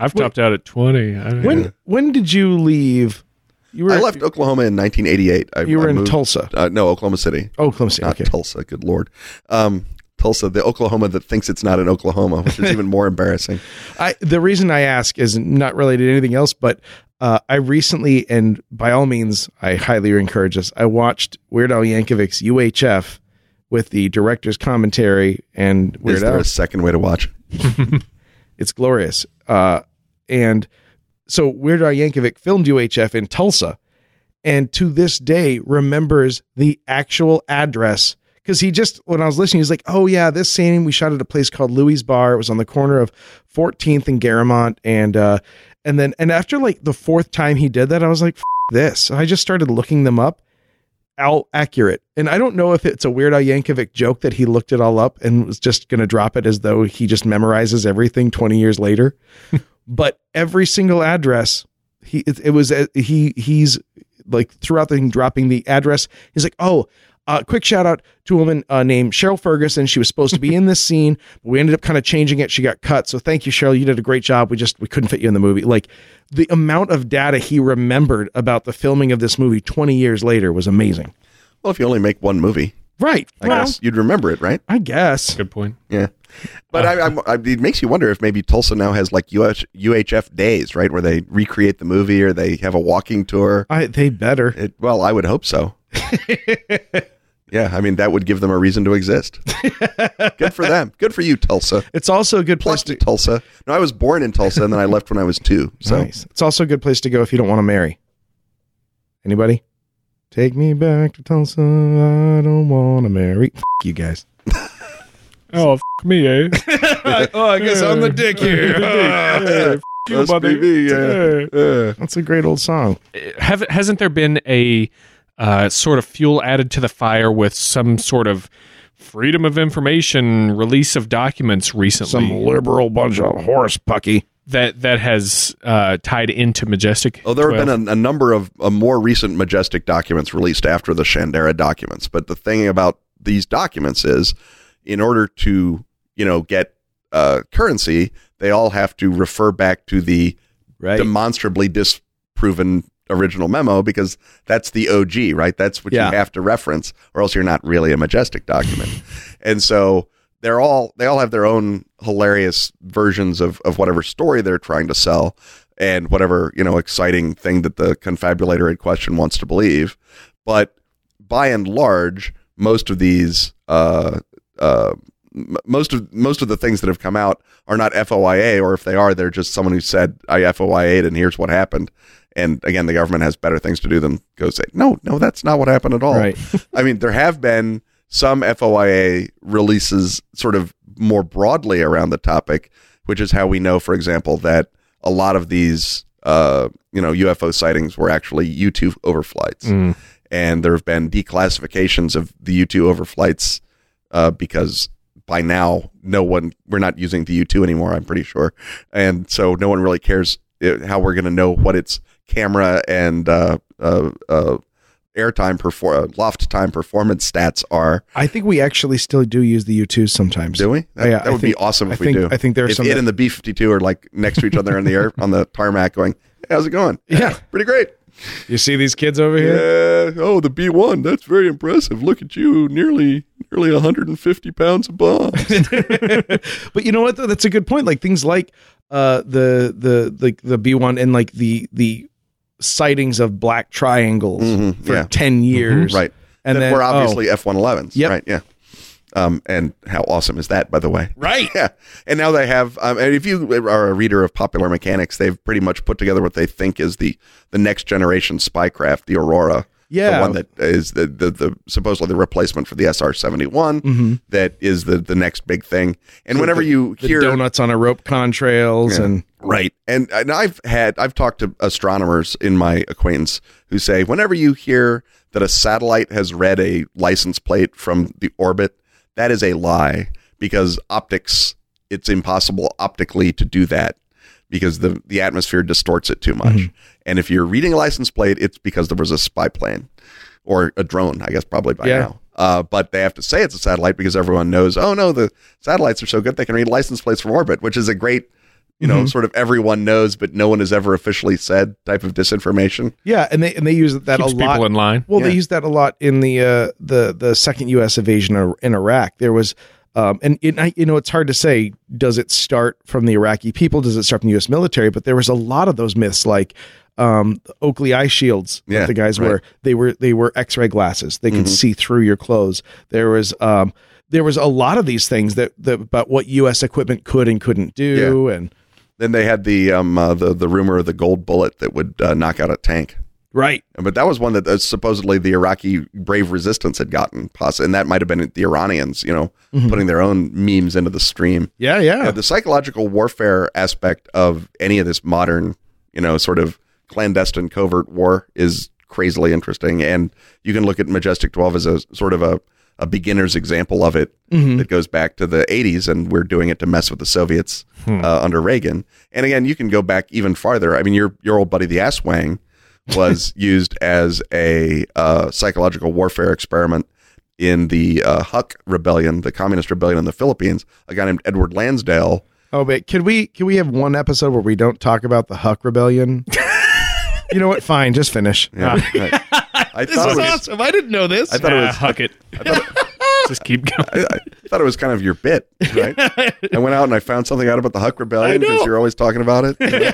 [SPEAKER 5] I've topped out at twenty. I don't
[SPEAKER 2] When
[SPEAKER 5] know.
[SPEAKER 2] when did you leave? You were
[SPEAKER 3] I left Oklahoma in 1988. I,
[SPEAKER 2] you were
[SPEAKER 3] I
[SPEAKER 2] in
[SPEAKER 3] moved-
[SPEAKER 2] Tulsa.
[SPEAKER 3] Uh, no, Oklahoma City.
[SPEAKER 2] Oh, Clemson.
[SPEAKER 3] not
[SPEAKER 2] Okay.
[SPEAKER 3] Tulsa. Good lord, um, Tulsa, the Oklahoma that thinks it's not in Oklahoma, which is even more embarrassing.
[SPEAKER 2] I the reason I ask is not related to anything else, but uh, I recently and by all means, I highly encourage this. I watched Weird Al Yankovic's UHF with the director's commentary and Weird
[SPEAKER 3] Is there
[SPEAKER 2] Al.
[SPEAKER 3] a second way to watch? it?
[SPEAKER 2] It's glorious. Uh, and so Weird Al Yankovic filmed UHF in Tulsa, and to this day remembers the actual address because he just when I was listening, he's like, "Oh yeah, this scene we shot at a place called Louis Bar. It was on the corner of 14th and Garamont, and uh, and then and after like the fourth time he did that, I was like, F- this. I just started looking them up." Al accurate, and I don't know if it's a Weird Al Yankovic joke that he looked it all up and was just going to drop it as though he just memorizes everything twenty years later but every single address he it, it was uh, he he's like throughout the thing dropping the address he's like oh uh, quick shout out to a woman uh, named Cheryl Ferguson. She was supposed to be in this scene, but we ended up kind of changing it. She got cut. So thank you, Cheryl. You did a great job. We just we couldn't fit you in the movie. Like the amount of data he remembered about the filming of this movie 20 years later was amazing.
[SPEAKER 3] Well, if you only make one movie,
[SPEAKER 2] Right.
[SPEAKER 3] I guess you'd remember it, right?
[SPEAKER 2] I guess.
[SPEAKER 5] Good point.
[SPEAKER 3] Yeah. But
[SPEAKER 2] Uh.
[SPEAKER 3] I, I'm- I, it makes you wonder if maybe Tulsa now has like UH, UHF days, right, where they recreate the movie or they have a walking tour.
[SPEAKER 2] I they better.
[SPEAKER 3] It, well, I would hope so. yeah, I mean that would give them a reason to exist. Good for them. Good for you, Tulsa.
[SPEAKER 2] It's also a good place
[SPEAKER 3] Plus
[SPEAKER 2] to
[SPEAKER 3] Tulsa. No, I was born in Tulsa and then I left when I was two. So
[SPEAKER 2] Nice. It's also a good place to go if you don't want to marry. Anybody? Take me back to Tulsa. I don't want to marry. F- you guys.
[SPEAKER 5] Oh, f- me, eh?
[SPEAKER 2] oh, I guess I'm the dick
[SPEAKER 5] Hey, f- you,
[SPEAKER 3] Must be
[SPEAKER 5] mother.
[SPEAKER 3] me, yeah.
[SPEAKER 5] Eh.
[SPEAKER 3] Uh,
[SPEAKER 2] That's a great old song.
[SPEAKER 5] have hasn't there been a uh, sort of fuel added to the fire with some sort of freedom of information release of documents recently
[SPEAKER 2] Some liberal bunch of horse pucky.
[SPEAKER 5] that that has uh, tied into majestic
[SPEAKER 3] Oh, there have been a, a number of uh, more recent Majestic documents released after the Shandera documents. But the thing about these documents is, in order to you know get uh, currency, they all have to refer back to the
[SPEAKER 2] Right.
[SPEAKER 3] demonstrably disproven original memo because that's the OG, right? That's what
[SPEAKER 2] Yeah.
[SPEAKER 3] you have to reference, or else you're not really a majestic document. and so they're all they all have their own hilarious versions of of whatever story they're trying to sell and whatever you know exciting thing that the confabulator in question wants to believe. But by and large, most of these uh, uh, m- most of most of the things that have come out are not FOIA, or if they are, they're just someone who said I FOIA'd and here's what happened. And again, the government has better things to do than go say, no, no, that's not what happened at all.
[SPEAKER 2] Right.
[SPEAKER 3] I mean, there have been some FOIA releases sort of more broadly around the topic, which is how we know, for example, that a lot of these, uh, you know, UFO sightings were actually U 2 overflights.
[SPEAKER 5] Mm.
[SPEAKER 3] And there have been declassifications of the U 2 overflights uh, because by now, no one, we're not using the U 2 anymore, I'm pretty sure. And so no one really cares uh, how we're going to know what its camera and uh, uh, uh, airtime perfor- uh, loft time performance stats are.
[SPEAKER 2] I think we actually still do use the U2s sometimes.
[SPEAKER 3] Do we? That,
[SPEAKER 2] Oh, Yeah,
[SPEAKER 3] that
[SPEAKER 2] I
[SPEAKER 3] would
[SPEAKER 2] think-
[SPEAKER 3] be awesome if
[SPEAKER 2] I think-
[SPEAKER 3] we do.
[SPEAKER 2] I think there are
[SPEAKER 3] if
[SPEAKER 2] some
[SPEAKER 3] it
[SPEAKER 2] that-
[SPEAKER 3] and the B fifty two are like next to each other in the air on the tarmac, going, hey, "How's it going?
[SPEAKER 2] Yeah.
[SPEAKER 3] pretty great.
[SPEAKER 2] You see these kids over here?
[SPEAKER 3] Yeah. Oh, the B one. That's very impressive. Look at you, nearly nearly one hundred and fifty pounds of bombs.
[SPEAKER 2] but you know what though? that's a good point like things like uh the the like the b1 and like the the sightings of black triangles
[SPEAKER 3] Mhm,
[SPEAKER 2] for
[SPEAKER 3] yeah.
[SPEAKER 2] 10 years
[SPEAKER 3] right.
[SPEAKER 2] and then
[SPEAKER 3] we're
[SPEAKER 2] oh,
[SPEAKER 3] obviously F one elevens.
[SPEAKER 2] Yep.
[SPEAKER 3] Right. Yeah. Um, and how awesome is that, by the way?
[SPEAKER 6] Right.
[SPEAKER 3] yeah. And now they have, um, and if you are a reader of popular mechanics, they've pretty much put together what they think is the the next generation spycraft, the Aurora.
[SPEAKER 2] Yeah.
[SPEAKER 3] The one that is the, the, the supposedly the replacement for the SR 71 that is the, the next big thing. And whenever you
[SPEAKER 2] Mm. mm-hmm. the
[SPEAKER 3] hear
[SPEAKER 2] donuts on a rope contrails and
[SPEAKER 3] Right. And and I've had I've talked to astronomers in my acquaintance who say whenever you hear that a satellite has read a license plate from the orbit, that is a lie because optics it's impossible optically to do that because the the atmosphere distorts it too much. And if you're reading a license plate, it's because there was a spy plane or a drone, I guess probably by
[SPEAKER 2] Yeah.
[SPEAKER 3] now. Uh, but they have to say it's a satellite because everyone knows, oh no, the satellites are so good they can read license plates from orbit, which is a great you know, sort of everyone knows, but no one has ever officially said type of disinformation.
[SPEAKER 2] yeah and they and they use that
[SPEAKER 5] Keeps
[SPEAKER 2] a
[SPEAKER 5] people
[SPEAKER 2] lot
[SPEAKER 5] in line.
[SPEAKER 2] well
[SPEAKER 3] Yeah.
[SPEAKER 2] they used that a lot in the uh the the second us invasion in- in iraq there was um, and it, I- you know it's hard to say. Does it start from the Iraqi people? Does it start from the U.S. military? But there was a lot of those myths, like um, Oakley eye shields. that
[SPEAKER 3] Yeah,
[SPEAKER 2] the guys
[SPEAKER 3] right. Mm-hmm.
[SPEAKER 2] were they were they were X-ray glasses. They could see through your clothes. There was um, there was a lot of these things that, that about what U.S. equipment could and couldn't do, and
[SPEAKER 3] Then they had the um uh, the the rumor of the gold bullet that would uh, knock out a tank,
[SPEAKER 2] right.
[SPEAKER 3] but that was one that uh, supposedly the Iraqi brave resistance had gotten, poss- and that might have been the Iranians, you know, putting their own memes into the stream.
[SPEAKER 2] Yeah, yeah,
[SPEAKER 3] Yeah, the psychological warfare aspect of any of this modern, you know, sort of clandestine covert war is crazily interesting. And you can look at Majestic 12 as a sort of a, a beginner's example of it that goes back to the 80s, and we're doing it to mess with the Soviets uh, under Reagan. And again, you can go back even farther. I mean, your, your old buddy, the Ass Wang, was used as a uh, psychological warfare experiment in the uh, Huck rebellion, the communist rebellion in the Philippines. A guy named Edward Lansdale.
[SPEAKER 2] Oh, but can we can we have one episode where we don't talk about the Huck Rebellion? you know what? Fine, just finish.
[SPEAKER 3] Yeah, right. I thought it was.
[SPEAKER 2] I didn't know this.
[SPEAKER 3] I thought it
[SPEAKER 5] Ah,
[SPEAKER 3] was.
[SPEAKER 5] huck it. Just keep going.
[SPEAKER 3] I, I thought it was kind of your bit, right? I went out and I found something out about the Huck Rebellion because you're always talking about it. you know?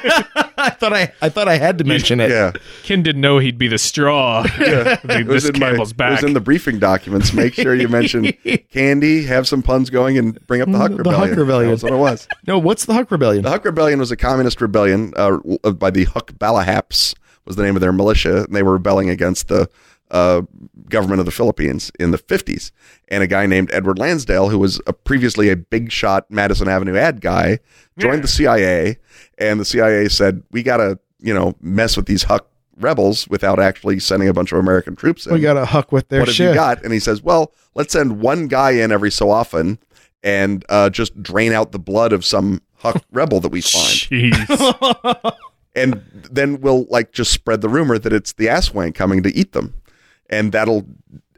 [SPEAKER 2] I thought I I thought I had to mention it.
[SPEAKER 3] Yeah,
[SPEAKER 5] Ken didn't know he'd be the straw.
[SPEAKER 3] it
[SPEAKER 5] this
[SPEAKER 3] in my-
[SPEAKER 5] Campbell's
[SPEAKER 3] It
[SPEAKER 5] back.
[SPEAKER 3] was in the briefing documents. Make sure you mention candy, have some puns going, and bring up the Huck
[SPEAKER 2] The Huck
[SPEAKER 3] Rebellion.
[SPEAKER 2] Rebellion.
[SPEAKER 3] That's what it was.
[SPEAKER 2] No, what's the Huck Rebellion?
[SPEAKER 3] The Huck Rebellion was a communist rebellion uh, by the Huck Balahaps was the name of their militia, and they were rebelling against the uh, government of the Philippines in the 50s. And a guy named Edward Lansdale, who was a, previously a big shot Madison Avenue ad guy, joined the CIA, and the CIA said, "We gotta, you know, mess with these Huck rebels without actually sending a bunch of American troops in."
[SPEAKER 2] we got a Huck with their
[SPEAKER 3] what have
[SPEAKER 2] shit.
[SPEAKER 3] you got? And he says, well, let's send one guy in every so often and uh, just drain out the blood of some Huck rebel that we find.
[SPEAKER 5] Jeez.
[SPEAKER 3] And then we'll like just spread the rumor that it's the ass wank coming to eat them. And that'll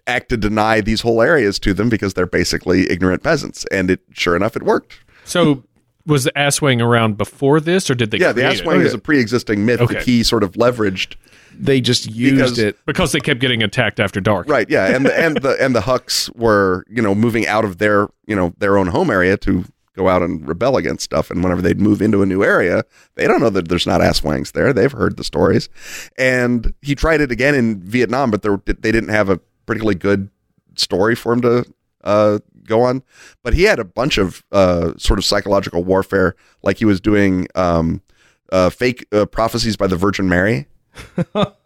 [SPEAKER 3] act to deny these whole areas to them because they're basically ignorant peasants. And it sure enough, it worked.
[SPEAKER 5] So was the ass wing around before this, or did they?
[SPEAKER 3] Yeah, the
[SPEAKER 5] create
[SPEAKER 3] ass
[SPEAKER 5] it? Oh,
[SPEAKER 3] wank is a pre existing myth
[SPEAKER 5] Okay.
[SPEAKER 3] that he sort of leveraged.
[SPEAKER 2] They just used
[SPEAKER 3] Because-
[SPEAKER 2] it.
[SPEAKER 5] because they kept getting attacked after dark.
[SPEAKER 3] Right. Yeah. And the, and the and the Hucks were you know moving out of their you know their own home area to go out and rebel against stuff. And whenever they'd move into a new area, they don't know that there's not ass wangs there. They've heard the stories. And he tried it again in Vietnam, but there, they didn't have a particularly good story for him to uh, could go on. But he had a bunch of uh, sort of psychological warfare, like he was doing um, uh, fake uh, prophecies by the Virgin Mary.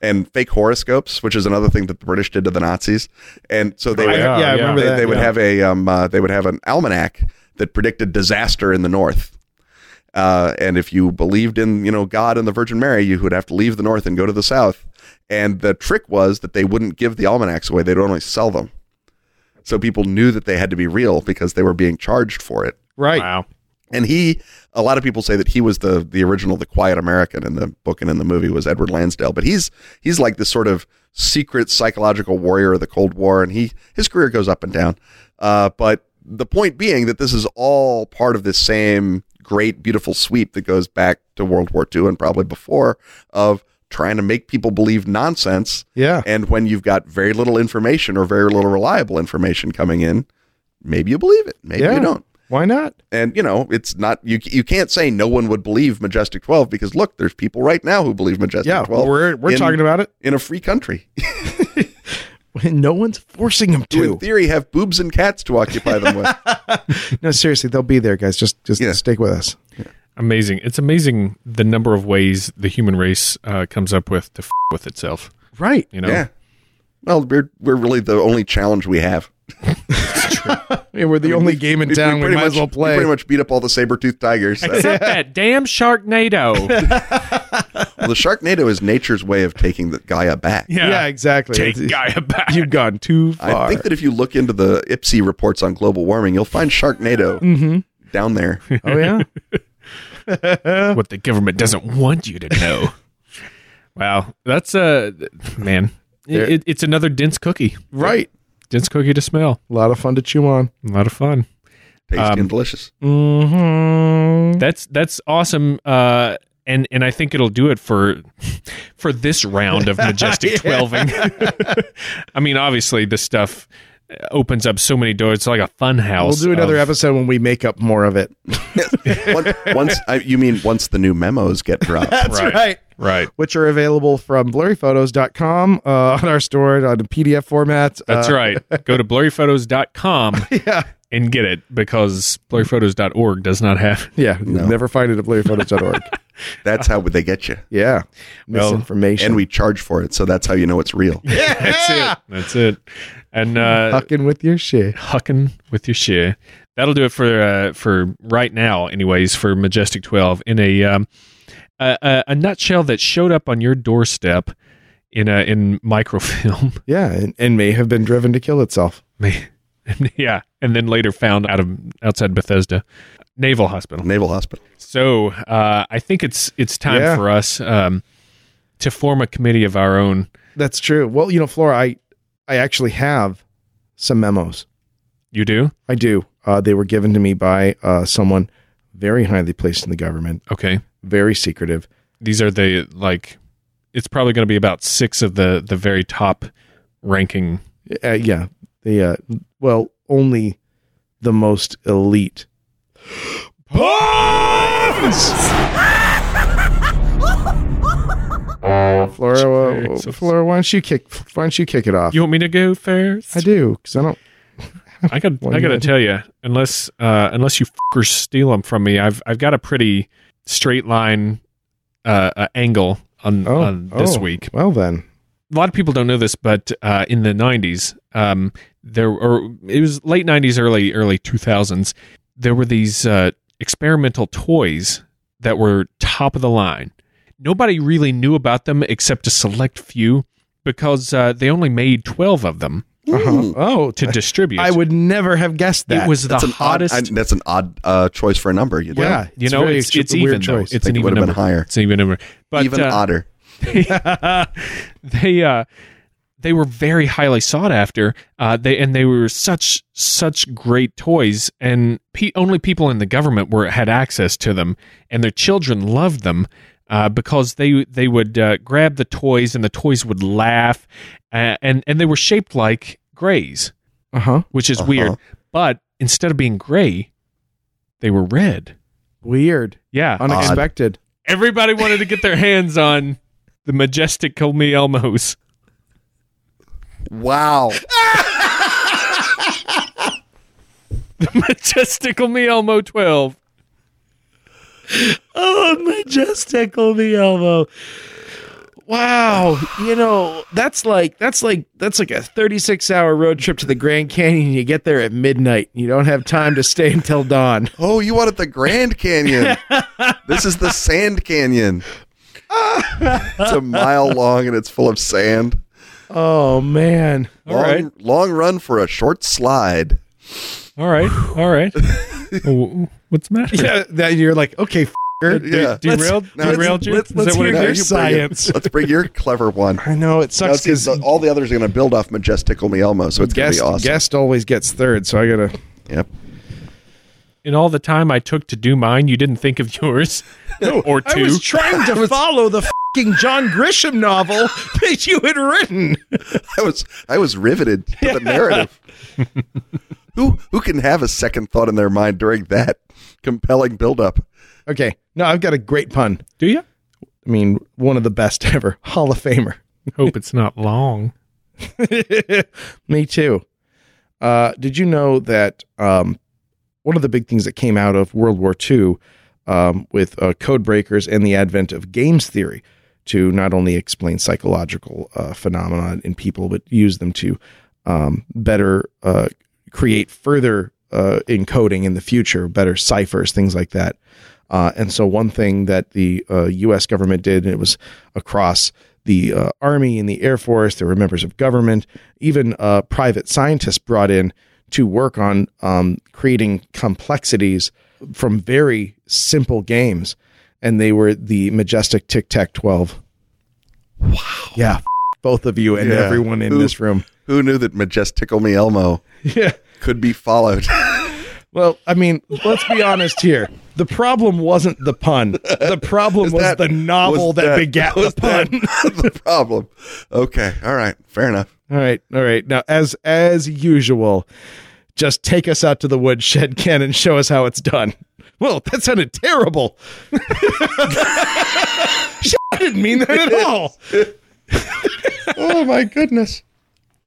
[SPEAKER 3] and fake horoscopes, which is another thing that the British did to the Nazis, and so they
[SPEAKER 2] I-
[SPEAKER 3] would,
[SPEAKER 2] Oh, yeah, I remember
[SPEAKER 3] they,
[SPEAKER 2] that.
[SPEAKER 3] they would
[SPEAKER 2] yeah.
[SPEAKER 3] have a um, uh, they would have an almanac that predicted disaster in the north. Uh, and if you believed in you know God and the Virgin Mary, you would have to leave the north and go to the south. And the trick was that they wouldn't give the almanacs away; they'd only sell them. So people knew that they had to be real because they were being charged for it.
[SPEAKER 2] right.
[SPEAKER 5] Wow.
[SPEAKER 3] And he, a lot of people say that he was the the original, the quiet American in the book and in the movie was Edward Lansdale. But he's he's like this sort of secret psychological warrior of the Cold War, and he his career goes up and down. Uh, but the point being that this is all part of this same great, beautiful sweep that goes back to World War II and probably before of trying to make people believe nonsense.
[SPEAKER 2] Yeah.
[SPEAKER 3] And when you've got very little information or very little reliable information coming in, maybe you believe it, maybe
[SPEAKER 2] Yeah.
[SPEAKER 3] you don't
[SPEAKER 2] Why not?
[SPEAKER 3] and you know it's not you you can't say no one would believe majestic 12 because look there's people right now who believe majestic
[SPEAKER 2] Yeah.
[SPEAKER 3] 12
[SPEAKER 2] we're we're
[SPEAKER 3] in-
[SPEAKER 2] talking about it.
[SPEAKER 3] in a free country
[SPEAKER 2] No one's forcing them
[SPEAKER 3] who in
[SPEAKER 2] to.
[SPEAKER 3] theory have boobs and cats to occupy them with
[SPEAKER 2] No, seriously, they'll be there, guys. Just just
[SPEAKER 3] Yeah.
[SPEAKER 2] stick with us.
[SPEAKER 5] Amazing. It's amazing the number of ways the human race uh, comes up with to f- with itself.
[SPEAKER 2] Right.
[SPEAKER 5] You know?
[SPEAKER 3] yeah well we're we're really the only challenge we have
[SPEAKER 2] I mean, we're the only game in town. We,
[SPEAKER 3] pretty
[SPEAKER 2] might as
[SPEAKER 3] much-
[SPEAKER 2] well play.
[SPEAKER 3] pretty much beat up all the saber-toothed tigers Uh,
[SPEAKER 5] Except that damn Sharknado.
[SPEAKER 3] the sharknado is nature's way of taking the gaia back
[SPEAKER 2] yeah. exactly.
[SPEAKER 5] Take
[SPEAKER 2] It's-
[SPEAKER 5] Gaia back.
[SPEAKER 2] You've gone too far.
[SPEAKER 3] i think that if you look into the ipsi E reports on global warming you'll find sharknado
[SPEAKER 2] Mm-hmm.
[SPEAKER 3] down there
[SPEAKER 2] oh yeah.
[SPEAKER 5] what the government doesn't want you to know. wow. That's a uh, man. It, it- it's another dense cookie.
[SPEAKER 2] Right.
[SPEAKER 5] Dense cookie to smell.
[SPEAKER 2] A lot of fun to chew on.
[SPEAKER 5] A lot of fun.
[SPEAKER 3] tasty
[SPEAKER 2] Um,
[SPEAKER 3] and delicious
[SPEAKER 2] Mm-hmm.
[SPEAKER 5] That's that's awesome. Uh, and and I think it'll do it for for this round of majestic twelving. I mean, obviously, this stuff opens up so many doors. It's like a fun
[SPEAKER 2] We'll
[SPEAKER 5] house.
[SPEAKER 2] do another
[SPEAKER 5] of-
[SPEAKER 2] episode when we make up more of it.
[SPEAKER 3] once, once I, you mean once the new memos get dropped
[SPEAKER 5] Right. Right.
[SPEAKER 2] Which are available from blurryphotos.com uh, on our store and on a PDF format.
[SPEAKER 5] That's
[SPEAKER 2] Uh,
[SPEAKER 5] right. Go to blurryphotos.com
[SPEAKER 2] Yeah.
[SPEAKER 5] and get it because blurryphotos.org does not have.
[SPEAKER 2] Yeah. You'll never find it at blurryphotos.org.
[SPEAKER 3] that's how they get you
[SPEAKER 2] yeah.
[SPEAKER 5] Well,
[SPEAKER 2] Misinformation.
[SPEAKER 3] and we charge for it, so that's how you know it's real.
[SPEAKER 5] That's it. That's it. And uh,
[SPEAKER 2] fucking with your shit.
[SPEAKER 5] hucking with your shit. That'll do it for uh, for right now, anyways. For Majestic Twelve, in a, um, a a- a nutshell that showed up on your doorstep in a in microfilm.
[SPEAKER 2] Yeah. And, and may have been driven to kill itself.
[SPEAKER 5] yeah, and then later found out of outside Bethesda Naval Hospital.
[SPEAKER 3] Naval Hospital.
[SPEAKER 5] So uh, I think it's it's time
[SPEAKER 2] Yeah.
[SPEAKER 5] for us um, to form a committee of our own.
[SPEAKER 2] That's true. Well, you know, Flora, I, I actually have some memos.
[SPEAKER 5] You do
[SPEAKER 2] I do. Uh, they were given to me by uh, someone very highly placed in the government,
[SPEAKER 5] okay.
[SPEAKER 2] very secretive.
[SPEAKER 5] These are the like. It's probably going to be about six of the the very top ranking
[SPEAKER 2] Uh, yeah, the uh, well, only the most elite. Flora, uh,
[SPEAKER 5] so-
[SPEAKER 2] Flora, why don't you kick? Why don't you kick it off?
[SPEAKER 5] You want me to go first?
[SPEAKER 2] I do because I don't.
[SPEAKER 5] I got.
[SPEAKER 2] Well,
[SPEAKER 5] I got to
[SPEAKER 2] you-
[SPEAKER 5] tell you, unless uh, unless you fuckers steal them from me, I've I've got a pretty straight line uh, uh, angle on,
[SPEAKER 2] Oh,
[SPEAKER 5] on this
[SPEAKER 2] oh,
[SPEAKER 5] week.
[SPEAKER 2] Well then,
[SPEAKER 5] A lot of people don't know this, but uh, in the '90s, um, there or it was late '90s, early early 2000s. There were these uh, experimental toys that were top of the line. Nobody really knew about them except a select few because uh, they only made 12 of them
[SPEAKER 2] Uh-huh. oh,
[SPEAKER 5] to distribute.
[SPEAKER 2] I would never have guessed that.
[SPEAKER 5] it was the
[SPEAKER 3] That's an
[SPEAKER 5] hottest.
[SPEAKER 3] odd. I- that's an odd uh, choice for a number. You know?
[SPEAKER 2] yeah,
[SPEAKER 5] you know,
[SPEAKER 2] very
[SPEAKER 5] it's,
[SPEAKER 2] stupid,
[SPEAKER 5] it's
[SPEAKER 2] weird
[SPEAKER 5] even though
[SPEAKER 2] choice.
[SPEAKER 3] Think
[SPEAKER 5] it's an
[SPEAKER 3] it
[SPEAKER 5] even
[SPEAKER 3] would've been
[SPEAKER 5] number.
[SPEAKER 3] higher.
[SPEAKER 5] It's an even number. But
[SPEAKER 3] even
[SPEAKER 5] uh,
[SPEAKER 3] odder.
[SPEAKER 5] they uh, they were very highly sought after. Uh, they and they were such such great toys, and pe- only people in the government were had access to them, and their children loved them. Uh, because they they would uh, grab the toys and the toys would laugh, uh, and and they were shaped like grays,
[SPEAKER 2] Uh huh.
[SPEAKER 5] which is
[SPEAKER 3] Uh-huh.
[SPEAKER 5] weird. But instead of being gray, they were red.
[SPEAKER 2] Weird,
[SPEAKER 5] Yeah,
[SPEAKER 2] unexpected.
[SPEAKER 5] Everybody wanted to get their hands on the majestic Colme Elmos.
[SPEAKER 3] Wow.
[SPEAKER 5] the majestical Mielmo 12.
[SPEAKER 7] Oh, majestical the elbow. Wow, you know that's like that's like that's like a 36 hour road trip to the Grand Canyon. You get there at midnight. You don't have time to stay until dawn.
[SPEAKER 3] Oh, you wanted the Grand Canyon. this is the Sand Canyon. it's a mile long and it's full of sand.
[SPEAKER 7] Oh man,
[SPEAKER 5] All
[SPEAKER 3] long,
[SPEAKER 5] right.
[SPEAKER 3] long run for a short slide.
[SPEAKER 5] All right. All right. Oh, What's the matter?
[SPEAKER 2] Yeah, that you're like, okay, f***er.
[SPEAKER 3] Yeah.
[SPEAKER 5] De- derailed,
[SPEAKER 3] let's-
[SPEAKER 5] derailed you?
[SPEAKER 2] let's-
[SPEAKER 5] Is
[SPEAKER 2] let's
[SPEAKER 5] that what
[SPEAKER 2] hear
[SPEAKER 5] it
[SPEAKER 3] No,
[SPEAKER 2] their
[SPEAKER 5] is?
[SPEAKER 3] you bring it.
[SPEAKER 2] science.
[SPEAKER 3] Let's bring your clever one.
[SPEAKER 2] I know it
[SPEAKER 3] Now,
[SPEAKER 2] sucks
[SPEAKER 3] see,
[SPEAKER 2] because
[SPEAKER 3] the- all the others are going to build off majestical Mielmo, so it's going to
[SPEAKER 2] guest
[SPEAKER 3] be awesome.
[SPEAKER 2] guest always gets third, so I gotta.
[SPEAKER 3] Yep.
[SPEAKER 5] In all the time I took to do mine, you didn't think of yours or
[SPEAKER 2] I
[SPEAKER 5] two.
[SPEAKER 2] was trying to follow the fucking John Grisham novel that you had written.
[SPEAKER 3] I was I was riveted to the narrative. who who can have a second thought in their mind during that compelling buildup?
[SPEAKER 2] Okay, no, I've got a great pun.
[SPEAKER 5] Do you?
[SPEAKER 2] I mean, one of the best ever, Hall of Famer.
[SPEAKER 5] Hope it's not long.
[SPEAKER 2] Me too. Uh, did you know that um, one of the big things that came out of World War II um, with uh, code breakers and the advent of games theory to not only explain psychological uh, phenomena in people, but use them to um, better uh, create further uh, encoding in the future, better ciphers, things like that. Uh, and so, one thing that the uh, U.S. government did, and it was across the uh, Army and the Air Force, there were members of government, even uh, private scientists brought in to work on um, creating complexities from very simple games. And they were the majestic Tic Tac 12. Wow. Yeah. f- Both of you and
[SPEAKER 3] Yeah.
[SPEAKER 2] everyone in
[SPEAKER 3] Who-
[SPEAKER 2] this room.
[SPEAKER 3] Who knew that majestical Mielmo
[SPEAKER 2] Yeah.
[SPEAKER 3] could be followed?
[SPEAKER 2] Well, I mean, let's be honest here. The problem wasn't the pun. The problem was
[SPEAKER 3] that-
[SPEAKER 2] the novel
[SPEAKER 3] was
[SPEAKER 2] that,
[SPEAKER 3] that-
[SPEAKER 2] begat the
[SPEAKER 3] was
[SPEAKER 2] pun.
[SPEAKER 3] the problem. Okay. All right. Fair enough.
[SPEAKER 2] All right, all right. Now, as as usual, just take us out to the woodshed, Ken, and show us how it's done. Well, that sounded terrible. I didn't mean that at all.
[SPEAKER 3] Oh my goodness.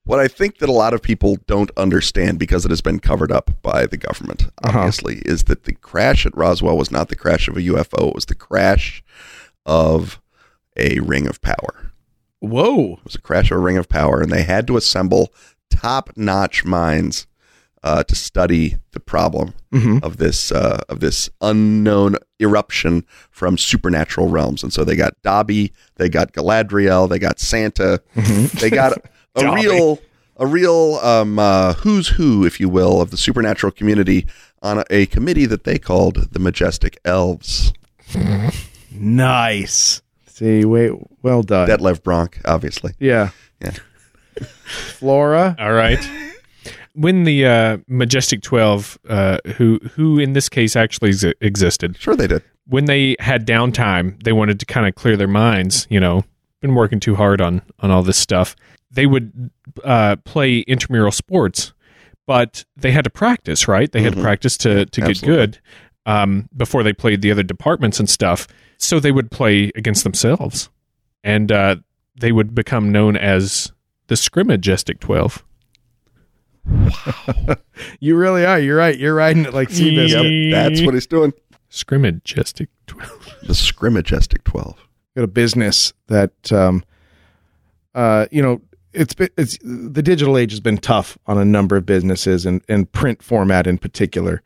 [SPEAKER 3] What I think that a lot of people don't understand because it has been covered up by the government, obviously, is that the crash at Roswell was not the crash of a UFO. It was the crash of a ring of power.
[SPEAKER 2] Whoa.
[SPEAKER 3] It was a crash of a ring of power, and they had to assemble top notch minds uh, to study the problem of this uh, of this unknown eruption from supernatural realms. And so they got Dobby, they got Galadriel, they got Santa, they got a, real a real um, uh, who's who, if you will, of the supernatural community on a, a committee that they called the Majestic Elves.
[SPEAKER 2] Nice. See, wait, well done.
[SPEAKER 3] Detlev Bronk, obviously.
[SPEAKER 2] yeah.
[SPEAKER 3] Yeah.
[SPEAKER 2] Flora.
[SPEAKER 5] All right. When the uh, Majestic 12, uh, who who in this case actually ex- existed,
[SPEAKER 3] Sure, they did.
[SPEAKER 5] when they had downtime, they wanted to kind of clear their minds. You know, been working too hard on on all this stuff. They would uh, play intramural sports, but they had to practice, right? They had to practice to to get
[SPEAKER 3] absolutely.
[SPEAKER 5] good um, before they played the other departments and stuff. So they would play against themselves, and uh, they would become known as the Scrimmagestic Twelve.
[SPEAKER 2] You really are. You're right. You're riding it like Seabiscuit.
[SPEAKER 3] That's what he's doing.
[SPEAKER 5] Scrimmagestic Twelve.
[SPEAKER 3] The Scrimmagestic 12.
[SPEAKER 2] got a business that um uh you know it's been it's the digital age has been tough on a number of businesses and and print format in particular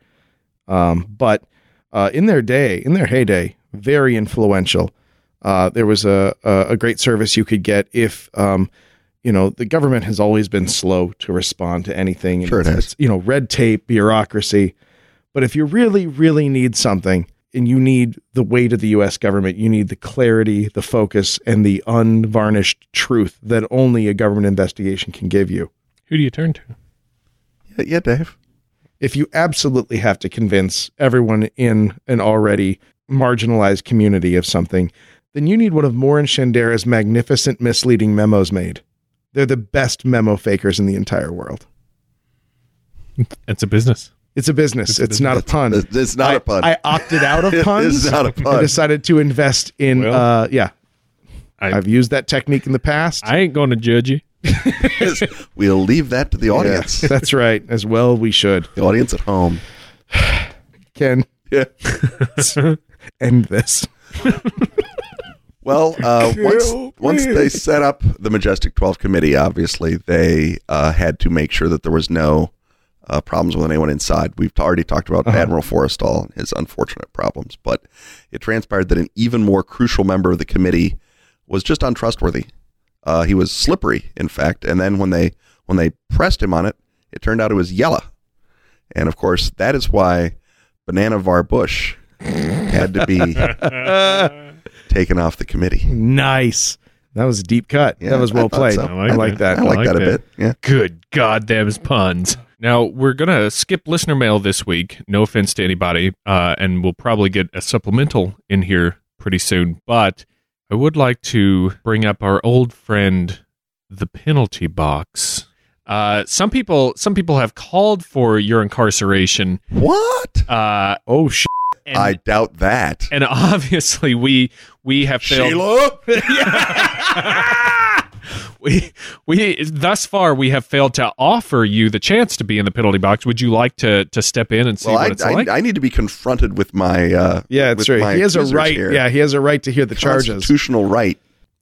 [SPEAKER 2] um but uh in their day in their heyday very influential uh there was a a, a great service you could get if um you know the government has always been slow to respond to anything and
[SPEAKER 3] Sure it
[SPEAKER 2] it's-
[SPEAKER 3] has.
[SPEAKER 2] it's, you know red tape bureaucracy but if you really, really need something and you need the weight of the US government, you need the clarity, the focus, and the unvarnished truth that only a government investigation can give you.
[SPEAKER 5] Who do you turn to?
[SPEAKER 3] Yeah, yeah Dave.
[SPEAKER 2] If you absolutely have to convince everyone in an already marginalized community of something, then you need one of Moore and Shandera's magnificent misleading memos made. They're the best memo fakers in the entire world.
[SPEAKER 5] It's a business.
[SPEAKER 2] It's a business. It's, not a pun.
[SPEAKER 3] It's- it's not
[SPEAKER 2] a
[SPEAKER 3] a pun.
[SPEAKER 2] I opted out of
[SPEAKER 3] It
[SPEAKER 2] puns.
[SPEAKER 3] is not a
[SPEAKER 2] I
[SPEAKER 3] pun.
[SPEAKER 2] decided to invest in.
[SPEAKER 5] Well,
[SPEAKER 2] uh, yeah,
[SPEAKER 5] I-
[SPEAKER 2] I, have used that technique in the past.
[SPEAKER 5] I ain't going to judge you.
[SPEAKER 3] Yes, we'll leave that to the audience,
[SPEAKER 2] Yes, that's right. As well, we should.
[SPEAKER 3] the audience at home.
[SPEAKER 2] Ken,
[SPEAKER 3] Yeah.
[SPEAKER 2] end this.
[SPEAKER 3] Well, uh, once once they set up the Majestic Twelve committee, obviously they uh, had to make sure that there was no uh, problems with anyone inside. We've already talked about Admiral Forrestal and his unfortunate problems, but it transpired that an even more crucial member of the committee was just untrustworthy. Uh, he was slippery, in fact. And then when they when they pressed him on it, it turned out it was Yella, and of course that is why Banana Var Bush had to be taken off the committee.
[SPEAKER 2] Nice. That was a deep cut.
[SPEAKER 3] Yeah,
[SPEAKER 2] that was
[SPEAKER 3] I
[SPEAKER 2] well
[SPEAKER 3] thought
[SPEAKER 2] played.
[SPEAKER 3] so.
[SPEAKER 2] I like, that.
[SPEAKER 3] I like, that, a bit. Yeah.
[SPEAKER 5] Good God, them's puns. Now we're gonna skip listener mail this week. No offense to anybody, uh, and we'll probably get a supplemental in here pretty soon. But I would like to bring up our old friend, the penalty box. Uh, some people, some people have called for your incarceration.
[SPEAKER 3] What?
[SPEAKER 5] Uh,
[SPEAKER 2] Oh shit.
[SPEAKER 5] and,
[SPEAKER 3] I doubt that.
[SPEAKER 5] and obviously we we have failed. we we thus far we have failed to offer you the chance to be in the penalty box. Would you like to to step in and see
[SPEAKER 3] Well,
[SPEAKER 5] what
[SPEAKER 3] I,
[SPEAKER 5] it's
[SPEAKER 3] I,
[SPEAKER 5] like?
[SPEAKER 3] I need to be confronted with my uh,
[SPEAKER 2] Yeah, it's
[SPEAKER 3] with
[SPEAKER 2] true.
[SPEAKER 3] my
[SPEAKER 2] He has a
[SPEAKER 3] accusers
[SPEAKER 2] right.
[SPEAKER 3] here.
[SPEAKER 2] Yeah, he has a right to hear the charges.
[SPEAKER 3] constitutional right.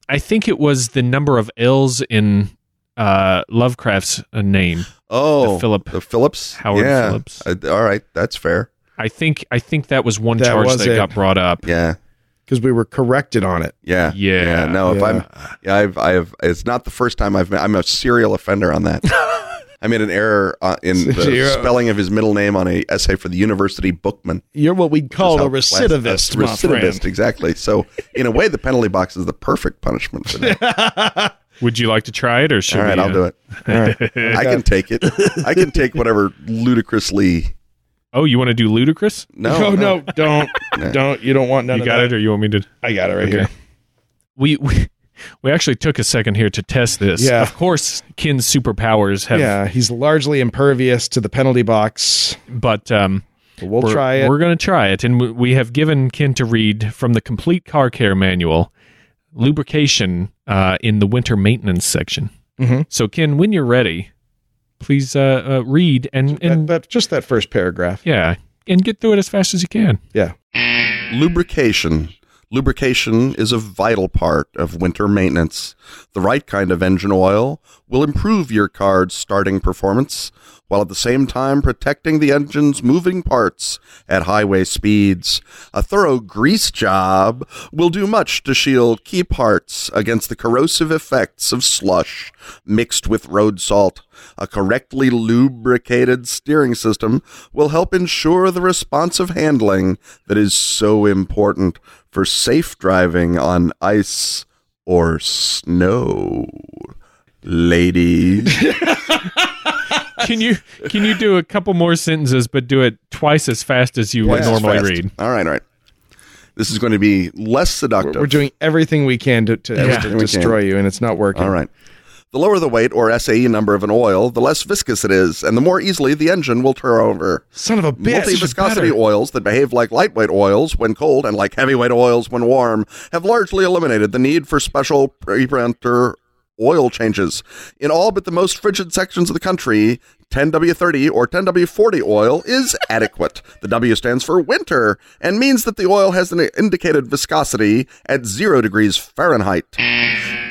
[SPEAKER 5] I think it was the number of L's in uh, Lovecraft's uh, name.
[SPEAKER 3] Oh,
[SPEAKER 5] The Philip-
[SPEAKER 3] the Phillips,
[SPEAKER 5] Howard
[SPEAKER 3] yeah.
[SPEAKER 5] Phillips.
[SPEAKER 3] I- all right, that's fair.
[SPEAKER 5] I think I think that was one
[SPEAKER 2] That
[SPEAKER 5] charge
[SPEAKER 2] was
[SPEAKER 5] that
[SPEAKER 2] it.
[SPEAKER 5] got brought up.
[SPEAKER 3] Yeah,
[SPEAKER 2] because we were corrected on it.
[SPEAKER 3] yeah,
[SPEAKER 5] Yeah.
[SPEAKER 3] No, if
[SPEAKER 2] Yeah.
[SPEAKER 3] I'm, yeah, I've, I've, it's not the first time I've, I'm a serial offender on that. I made an error uh, in the
[SPEAKER 2] Zero.
[SPEAKER 3] spelling of his middle name on a essay for the University Bookman.
[SPEAKER 2] You're what we'd call a
[SPEAKER 3] Just how class-
[SPEAKER 2] recidivist,
[SPEAKER 3] a
[SPEAKER 2] my
[SPEAKER 3] recidivist, exactly. So, in a way, the penalty box is the perfect punishment for that.
[SPEAKER 5] Would you like to try it, or should
[SPEAKER 3] All right,
[SPEAKER 5] we, uh,
[SPEAKER 3] I'll do it. I can take it. I can take whatever ludicrously.
[SPEAKER 5] Oh, you want to do ludicrous?
[SPEAKER 3] No,
[SPEAKER 7] Oh, no, don't. don't. You don't want none
[SPEAKER 5] You
[SPEAKER 7] of
[SPEAKER 5] got
[SPEAKER 7] that.
[SPEAKER 5] it, or you want me to?
[SPEAKER 7] I got it right here.
[SPEAKER 5] We. we we actually took a second here to test this.
[SPEAKER 2] Yeah.
[SPEAKER 5] Of course, Kin's superpowers have,
[SPEAKER 2] Yeah, he's largely impervious to the penalty box.
[SPEAKER 5] but um,
[SPEAKER 2] But we'll
[SPEAKER 5] we're,
[SPEAKER 2] try it.
[SPEAKER 5] We're going to try it. And we- we have given Ken to read from the complete car care manual lubrication uh, in the winter maintenance section.
[SPEAKER 2] Mhm.
[SPEAKER 5] So, Ken, when you're ready, please uh, uh, read and,
[SPEAKER 2] That-
[SPEAKER 5] and
[SPEAKER 2] that- just that first paragraph.
[SPEAKER 5] yeah, and get through it as fast as you can.
[SPEAKER 2] Yeah.
[SPEAKER 3] Lubrication. Lubrication is a vital part of winter maintenance. The right kind of engine oil will improve your car's starting performance while at the same time protecting the engine's moving parts at highway speeds. A thorough grease job will do much to shield key parts against the corrosive effects of slush mixed with road salt. A correctly lubricated steering system will help ensure the responsive handling that is so important for safe driving on ice or snow. Ladies.
[SPEAKER 5] Can you can you do a couple more sentences, but do it twice as fast as you would
[SPEAKER 3] This is
[SPEAKER 5] normally
[SPEAKER 3] fast.
[SPEAKER 5] read?
[SPEAKER 3] All right, all right. This is going to be
[SPEAKER 2] We're,
[SPEAKER 3] less seductive.
[SPEAKER 2] we're doing everything we can to, to, to
[SPEAKER 3] we
[SPEAKER 2] destroy you, and it's not working.
[SPEAKER 3] All right. The lower the weight or SAE number of an oil, the less viscous it is, and the more easily the engine will turn over.
[SPEAKER 2] Son of a bitch.
[SPEAKER 3] Multi viscosity oils that behave like lightweight oils when cold and like heavyweight oils when warm have largely eliminated the need for special pre-printer oil changes. In all but the most frigid sections of the country, 10W30 or 10W40 oil is adequate. The W stands for winter and means that the oil has an indicated viscosity at zero degrees Fahrenheit.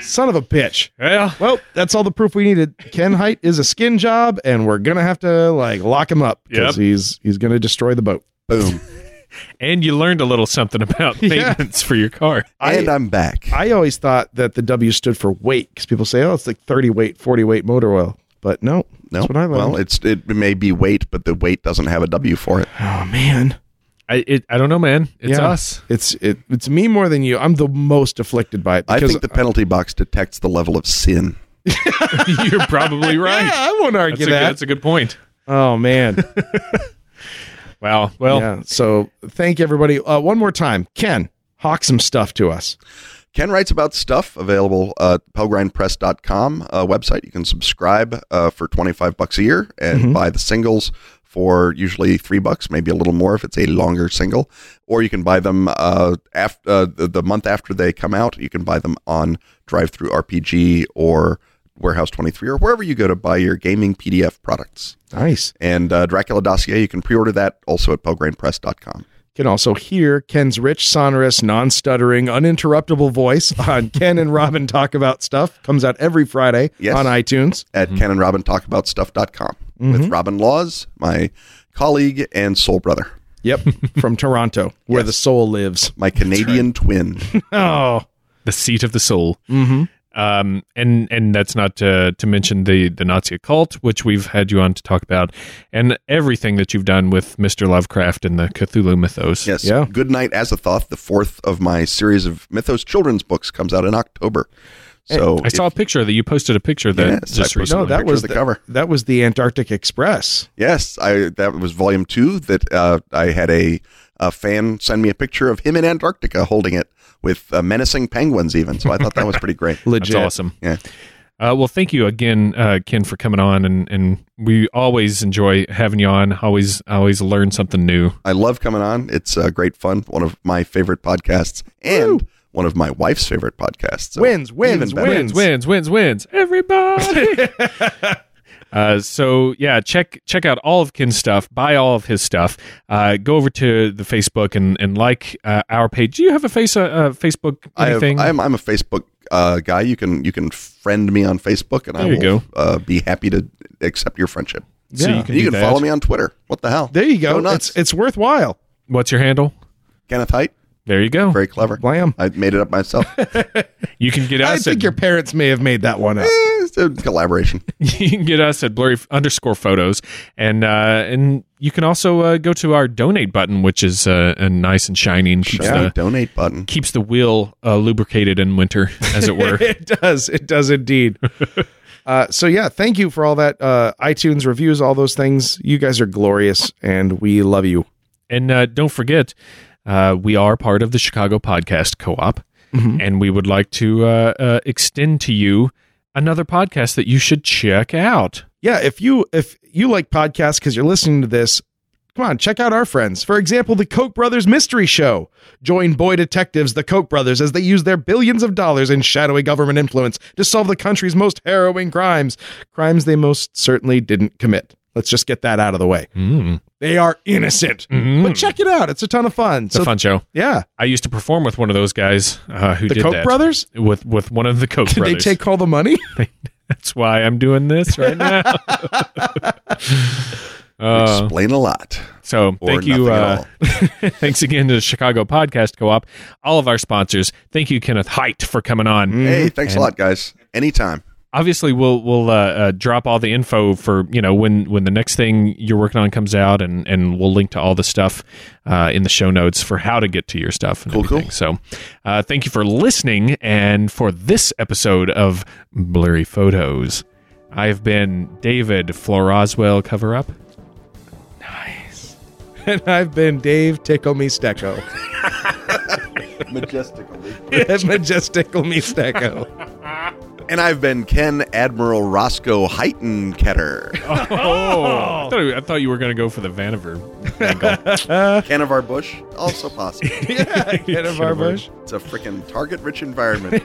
[SPEAKER 2] Son of a bitch.
[SPEAKER 5] Well,
[SPEAKER 2] Well, that's all the proof we needed. Ken Height is a skin job, and we're gonna have to like lock him up
[SPEAKER 5] Yep.
[SPEAKER 2] because he's he's gonna destroy the boat.
[SPEAKER 3] Boom.
[SPEAKER 5] and you learned a little something about maintenance for your car.
[SPEAKER 3] and I'm back.
[SPEAKER 2] I always thought that the W stood for weight because people say, oh, it's like thirty weight, forty weight motor oil, but no, that's what I learned.
[SPEAKER 3] Well, it's it may be weight, but the weight doesn't have a W for it.
[SPEAKER 2] oh man,
[SPEAKER 5] I it, I don't know, man. It's
[SPEAKER 2] Yeah.
[SPEAKER 5] us.
[SPEAKER 2] it's it, it's me more than you. I'm the most afflicted by it
[SPEAKER 3] I
[SPEAKER 2] because
[SPEAKER 3] think the penalty box detects the level of sin.
[SPEAKER 5] You're probably right.
[SPEAKER 2] Yeah, I won't
[SPEAKER 5] that's,
[SPEAKER 2] argue
[SPEAKER 5] a, good-
[SPEAKER 2] that.
[SPEAKER 5] that's a good point.
[SPEAKER 2] oh man,
[SPEAKER 5] Wow. Well,
[SPEAKER 2] yeah. So thank everybody uh, one more time. Ken, hawk some stuff to us.
[SPEAKER 3] Ken writes about stuff available at pelgrindpress.com uh, website. You can subscribe uh, for 25 bucks a year and buy the singles for usually three bucks, maybe a little more if it's a longer single. Or you can buy them uh, af- uh, the, the month after they come out. You can buy them on Drive Through RPG or Warehouse 23 or wherever you go to buy your gaming PDF products.
[SPEAKER 2] Nice.
[SPEAKER 3] And uh, Dracula Dossier, you can pre order that also at belgranepress.com.
[SPEAKER 2] can also hear Ken's rich, sonorous, non stuttering, uninterruptible voice on Ken and Robin Talk About Stuff. Comes out every Friday
[SPEAKER 3] Yes.
[SPEAKER 2] on iTunes.
[SPEAKER 3] At Ken and Robin Talk About Stuff.com
[SPEAKER 2] Mm-hmm.
[SPEAKER 3] with Robin Laws, my colleague and soul brother,
[SPEAKER 2] Yep. From Toronto, where the soul lives.
[SPEAKER 3] my Canadian twin.
[SPEAKER 2] Oh,
[SPEAKER 5] the seat of the soul.
[SPEAKER 3] Mm-hmm.
[SPEAKER 2] Mhm.
[SPEAKER 5] Um, and and that's not to, to mention the the Nazi occult, which we've had you on to talk about, and everything that you've done with Mister Lovecraft and the Cthulhu mythos.
[SPEAKER 3] Yes.
[SPEAKER 2] Yeah.
[SPEAKER 3] Good Night Azathoth, the fourth of my series of Mythos children's books, comes out in October. So
[SPEAKER 5] I saw a picture that you posted a picture that
[SPEAKER 3] Yes, I
[SPEAKER 5] just
[SPEAKER 3] posted
[SPEAKER 5] recently.
[SPEAKER 2] no, that
[SPEAKER 3] picture
[SPEAKER 2] was
[SPEAKER 3] of the cover.
[SPEAKER 2] That was the Antarctic Express.
[SPEAKER 3] Yes, I that was volume two. That uh, I had a, a fan send me a picture of him in Antarctica holding it with uh, menacing penguins, even. So I thought that was pretty great.
[SPEAKER 5] That's
[SPEAKER 2] Legit.
[SPEAKER 5] awesome.
[SPEAKER 3] Yeah.
[SPEAKER 5] Uh, well, thank you again, uh, Ken, for coming on, and, and we always enjoy having you on. Always, always learn something new.
[SPEAKER 3] I love coming on. It's uh, great fun. One of my favorite podcasts and one of my wife's favorite podcasts. So
[SPEAKER 2] Wins, wins,
[SPEAKER 3] even better.
[SPEAKER 5] wins, wins, wins, wins. Everybody. Uh, so yeah, check check out all of Ken's stuff. Buy all of his stuff. Uh, go over to the Facebook and and like uh, our page. Do you have a face uh, uh, Facebook
[SPEAKER 3] I have,
[SPEAKER 5] anything?
[SPEAKER 3] I'm, I'm a Facebook uh, guy. You can you can friend me on Facebook, and I
[SPEAKER 5] There
[SPEAKER 3] will
[SPEAKER 5] you go.
[SPEAKER 3] Uh, be happy to accept your friendship.
[SPEAKER 5] so you can,
[SPEAKER 3] And
[SPEAKER 5] do
[SPEAKER 3] you can
[SPEAKER 5] that.
[SPEAKER 3] follow me on Twitter. What the hell?
[SPEAKER 2] There you go.
[SPEAKER 3] nuts.
[SPEAKER 2] it's, it's worthwhile.
[SPEAKER 5] What's your handle?
[SPEAKER 3] Kenneth Height,
[SPEAKER 5] There you go.
[SPEAKER 3] very clever.
[SPEAKER 2] Blam.
[SPEAKER 3] I made it up myself. Eh,
[SPEAKER 5] You can get
[SPEAKER 2] I
[SPEAKER 5] us.
[SPEAKER 2] think your
[SPEAKER 5] at,
[SPEAKER 2] parents may have made that one up.
[SPEAKER 3] it's a collaboration.
[SPEAKER 5] you can get us at blurry underscore photos, and uh, and you can also uh, go to our donate button, which is uh, and nice and shiny and keeps
[SPEAKER 3] Yeah.
[SPEAKER 5] the
[SPEAKER 3] Donate button.
[SPEAKER 5] keeps the wheel uh, lubricated in winter, as it were.
[SPEAKER 2] it does. It does indeed. Uh, so yeah, thank you for all that uh, iTunes reviews, all those things. You guys are glorious, and we love you.
[SPEAKER 5] And uh, don't forget, uh, we are part of the Chicago Podcast Co op,
[SPEAKER 2] Mm-hmm.
[SPEAKER 5] and we would like to uh, uh, extend to you another podcast that you should check out.
[SPEAKER 2] yeah if you if you like podcasts because you're listening to this come on check out our friends for example the koch brothers mystery show join boy detectives the koch brothers as they use their billions of dollars in shadowy government influence to solve the country's most harrowing crimes crimes they most certainly didn't commit let's just get that out of the way
[SPEAKER 5] Mm.
[SPEAKER 2] they are innocent but check it out it's a ton of fun
[SPEAKER 5] It's
[SPEAKER 2] so
[SPEAKER 5] a Mm. fun show.
[SPEAKER 2] yeah
[SPEAKER 5] I used to perform with one of those guys uh, who
[SPEAKER 2] the
[SPEAKER 5] did
[SPEAKER 2] koch
[SPEAKER 5] that.
[SPEAKER 2] brothers
[SPEAKER 5] With with one of the Koch
[SPEAKER 2] did
[SPEAKER 5] brothers.
[SPEAKER 2] they take all the money
[SPEAKER 5] That's why I'm doing this right now. Uh,
[SPEAKER 3] Explain a lot.
[SPEAKER 5] so
[SPEAKER 3] Or
[SPEAKER 5] thank you.
[SPEAKER 3] nothing at
[SPEAKER 5] Uh, thanks again to the Chicago Podcast Co-op, all of our sponsors. Thank you, Kenneth Height, for coming on.
[SPEAKER 2] Mm.
[SPEAKER 3] Hey, thanks a lot, guys. Anytime.
[SPEAKER 5] obviously we'll we'll uh, uh, drop all the info for you know when when the next thing you're working on comes out and and we'll link to all the stuff uh, in the show notes for how to get to your stuff and
[SPEAKER 3] Cool, cool.
[SPEAKER 5] everything. so uh, thank you for listening and for this episode of blurry photos i've been david floroswell cover up
[SPEAKER 2] and i've been dave tickle me stecco
[SPEAKER 3] Majestically.
[SPEAKER 2] majestical me stecco
[SPEAKER 3] And I've been Ken Admiral Roscoe Heighten Ketter,
[SPEAKER 5] I, thought, I thought you were going to go for the vaniver
[SPEAKER 3] Ken of our bush, also possible.
[SPEAKER 2] Get a barbush.
[SPEAKER 3] It's a freaking target-rich environment.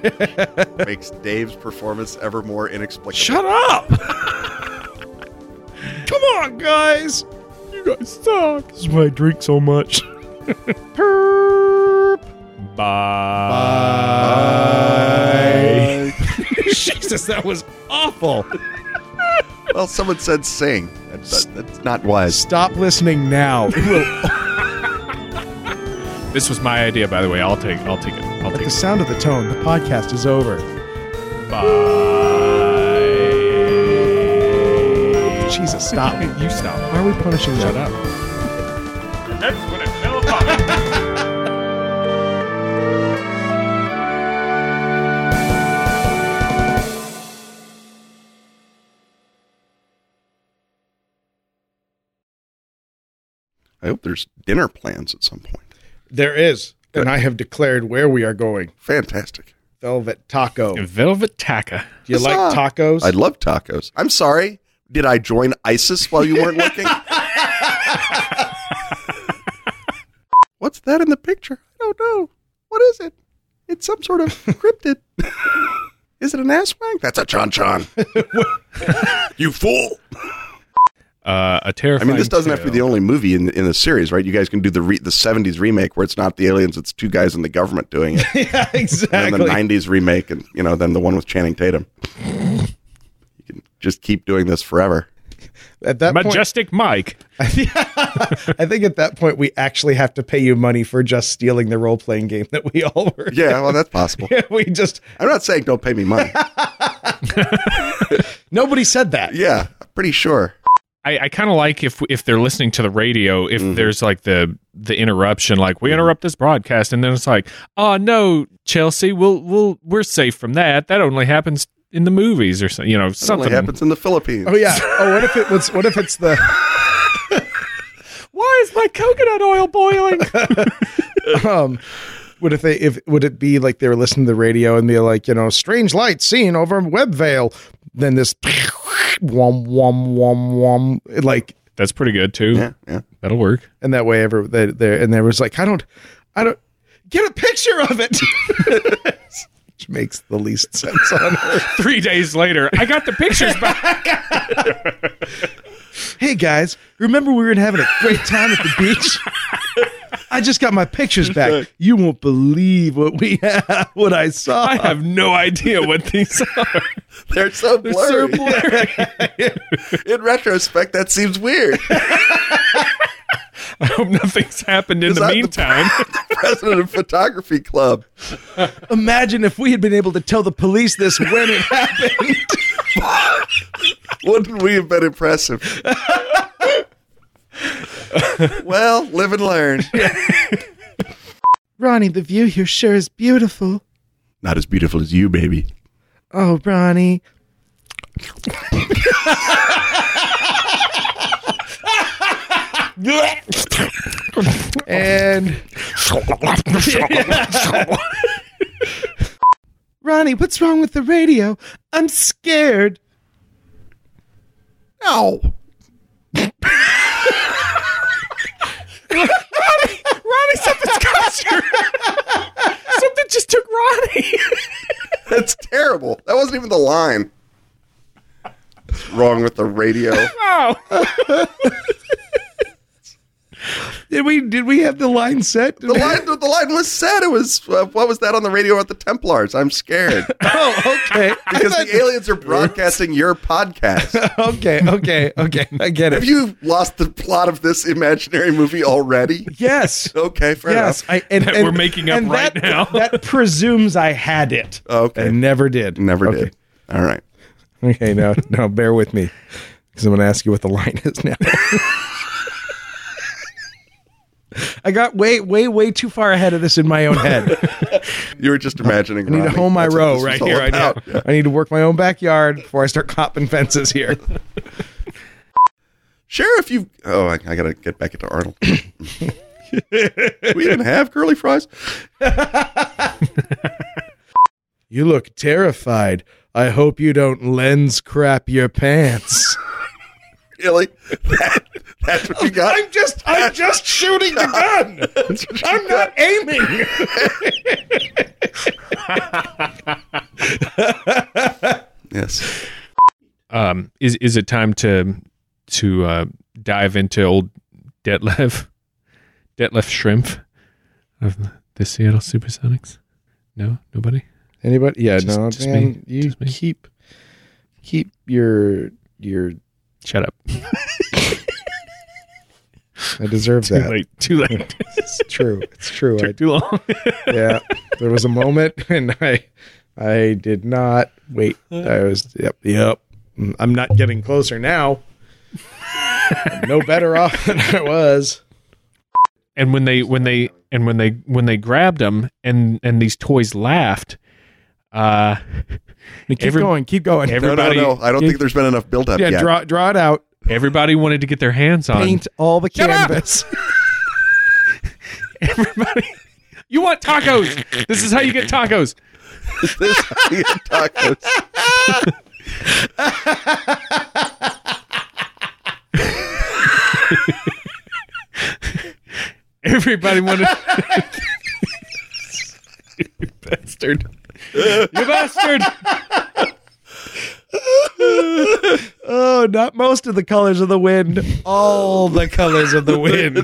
[SPEAKER 3] Makes Dave's performance ever more inexplicable.
[SPEAKER 2] Shut up! Come on, guys! You guys suck. This is why I drink so much.
[SPEAKER 5] bye,
[SPEAKER 2] Jesus, that was awful.
[SPEAKER 3] Well, someone said sing. That, that- that's not wise.
[SPEAKER 2] Stop listening now. Well,
[SPEAKER 5] this was my idea by the way i'll take i'll take it i'll
[SPEAKER 2] at
[SPEAKER 5] take
[SPEAKER 2] the
[SPEAKER 5] it
[SPEAKER 2] sound of the tone, the podcast is over.
[SPEAKER 5] Bye.
[SPEAKER 2] Jesus, stop.
[SPEAKER 5] You stop.
[SPEAKER 2] Why are we punishing Shut up.
[SPEAKER 1] That's what it fell apart.
[SPEAKER 3] I hope there's dinner plans at some point.
[SPEAKER 2] There is, and I have declared where we are going.
[SPEAKER 3] Fantastic.
[SPEAKER 2] Velvet Taco. Do
[SPEAKER 5] Velvet Taka.
[SPEAKER 2] you like
[SPEAKER 3] Huzzah.
[SPEAKER 2] tacos?
[SPEAKER 3] I love tacos. I'm sorry. Did I join ISIS while you weren't looking? What's that in the picture? I don't know. What is it? It's some sort of cryptid. is it get an ass whack? That's a chon chon. you fool.
[SPEAKER 5] Uh, a
[SPEAKER 3] I
[SPEAKER 5] terrifying.
[SPEAKER 3] mean, this doesn't have to be the
[SPEAKER 5] tale.
[SPEAKER 3] only movie in in the series, right? You guys can do the re- the '70s remake where it's not the aliens; it's two guys in the government doing it,
[SPEAKER 2] yeah,
[SPEAKER 3] and then the '90s remake, and you know, then the one with Channing Tatum. You can just keep doing this forever.
[SPEAKER 2] At that point,
[SPEAKER 5] Majestic Mike.
[SPEAKER 2] I think at that point we actually have to pay you money for just stealing the role playing game that we all were.
[SPEAKER 3] Yeah, well, that's possible.
[SPEAKER 2] we just
[SPEAKER 3] I'm not saying don't pay me money.
[SPEAKER 2] nobody said that.
[SPEAKER 3] Yeah, I'm pretty sure.
[SPEAKER 5] I, I kind of like if if they're listening to the radio, if there's like the the interruption, like we interrupt this broadcast, and then it's like, oh no, Chelsea, we'll we'll we're safe from that. That only happens in the movies or so, you know
[SPEAKER 3] Something
[SPEAKER 5] something.
[SPEAKER 3] happens in the Philippines.
[SPEAKER 2] Oh yeah. Oh, what if it was? What if it's the?
[SPEAKER 5] Why is my coconut oil boiling?
[SPEAKER 2] Um, what if they? If would it be like they were listening to the radio and they're like, you know, strange light seen over Webvale, then this, wom wom wom wom, like,
[SPEAKER 5] That's pretty good too.
[SPEAKER 3] yeah, yeah.
[SPEAKER 5] That'll work.
[SPEAKER 2] and that way ever they, they and there was like, I don't, I don't get a picture of it. Which makes the least sense on earth.
[SPEAKER 5] Three days later, I got the pictures back.
[SPEAKER 2] Hey guys, remember we were having a great time at the beach? I just got my pictures back. You won't believe what we had, what I saw.
[SPEAKER 5] I have no idea what these are.
[SPEAKER 3] They're so blurry. in retrospect, that seems weird.
[SPEAKER 5] I hope nothing's happened in
[SPEAKER 3] Is
[SPEAKER 5] the
[SPEAKER 3] that the-
[SPEAKER 5] meantime.
[SPEAKER 3] President of Photography Club.
[SPEAKER 2] Imagine if we had been able to tell the police this when it happened.
[SPEAKER 3] Wouldn't we have been impressive? well, live and learn.
[SPEAKER 2] Ronnie, the view here sure is beautiful.
[SPEAKER 3] Not as beautiful as you, baby.
[SPEAKER 2] Oh, Ronnie. and Ronnie, what's wrong with the radio? I'm scared.
[SPEAKER 3] No.
[SPEAKER 5] Ronnie, something's got you. Something just took Ronnie.
[SPEAKER 3] That's terrible. That wasn't even the line. What's wrong with the radio?
[SPEAKER 2] Did we did we have the line set?
[SPEAKER 3] The line, the line was said. It was uh, what was that on the radio at the Templars? I'm scared
[SPEAKER 2] oh, okay.
[SPEAKER 3] because the aliens are broadcasting your podcast.
[SPEAKER 2] okay, okay, uh, okay. I get
[SPEAKER 3] Have
[SPEAKER 2] it.
[SPEAKER 3] you lost the plot of this imaginary movie already?
[SPEAKER 2] Yes.
[SPEAKER 3] Okay, fair
[SPEAKER 2] Yes,
[SPEAKER 3] enough.
[SPEAKER 2] I, and,
[SPEAKER 5] That
[SPEAKER 2] and-
[SPEAKER 5] we're making up
[SPEAKER 2] and
[SPEAKER 5] right
[SPEAKER 2] that-
[SPEAKER 5] now.
[SPEAKER 2] that presumes I had it.
[SPEAKER 3] Okay.
[SPEAKER 2] I never did.
[SPEAKER 3] Never
[SPEAKER 2] Okay.
[SPEAKER 3] did. All right.
[SPEAKER 2] Okay, now now bear with me because I'm going to ask you what the line is now. I got way, way, way too far ahead of this in my own head.
[SPEAKER 3] You were just imagining.
[SPEAKER 2] I need to hone my row right here, right now.
[SPEAKER 3] now.
[SPEAKER 2] I need to work my own backyard before I start copping fences here.
[SPEAKER 3] Sheriff, you. Oh, I, I gotta get back into Arnold. we even have curly fries.
[SPEAKER 2] You look terrified. I hope you don't lens crap your pants.
[SPEAKER 3] Really? That, that's what you got.
[SPEAKER 2] I'm just, I'm just shooting the gun.
[SPEAKER 3] That's what you
[SPEAKER 2] I'm not aiming.
[SPEAKER 3] Yes.
[SPEAKER 5] Um, is is it time to to uh, dive into old Detlef Detlef Shrimp of the Seattle Supersonics? No, nobody.
[SPEAKER 2] Anybody? Yeah,
[SPEAKER 5] Just-
[SPEAKER 2] no,
[SPEAKER 5] just
[SPEAKER 2] man.
[SPEAKER 5] me.
[SPEAKER 2] You
[SPEAKER 5] Just me.
[SPEAKER 2] keep keep your your.
[SPEAKER 5] Shut up.
[SPEAKER 2] I deserve
[SPEAKER 5] Too
[SPEAKER 2] that.
[SPEAKER 5] late. Too late.
[SPEAKER 2] It's true. It's true. I,
[SPEAKER 5] Took too long.
[SPEAKER 2] yeah, there was a moment, and I I did not wait. I was yep yep. I'm not getting closer now. I'm no better off than I was.
[SPEAKER 5] and when they when they and when they when they grabbed them and and these toys laughed, uh,
[SPEAKER 2] Keep
[SPEAKER 5] Every-
[SPEAKER 2] going. Keep going.
[SPEAKER 5] every-
[SPEAKER 3] No, no,
[SPEAKER 5] Everybody-
[SPEAKER 3] no. I don't think there's been enough buildup
[SPEAKER 2] yeah,
[SPEAKER 3] yet.
[SPEAKER 2] draw draw it out.
[SPEAKER 5] everybody wanted to get their hands on.
[SPEAKER 2] Paint all the
[SPEAKER 5] up!
[SPEAKER 2] canvas.
[SPEAKER 5] Everybody, you want tacos? This is how you get tacos.
[SPEAKER 3] This is tacos.
[SPEAKER 5] Everybody wanted. you bastard. You bastard. alone, Oh, not most of the colors of the wind, all the colors of the wind.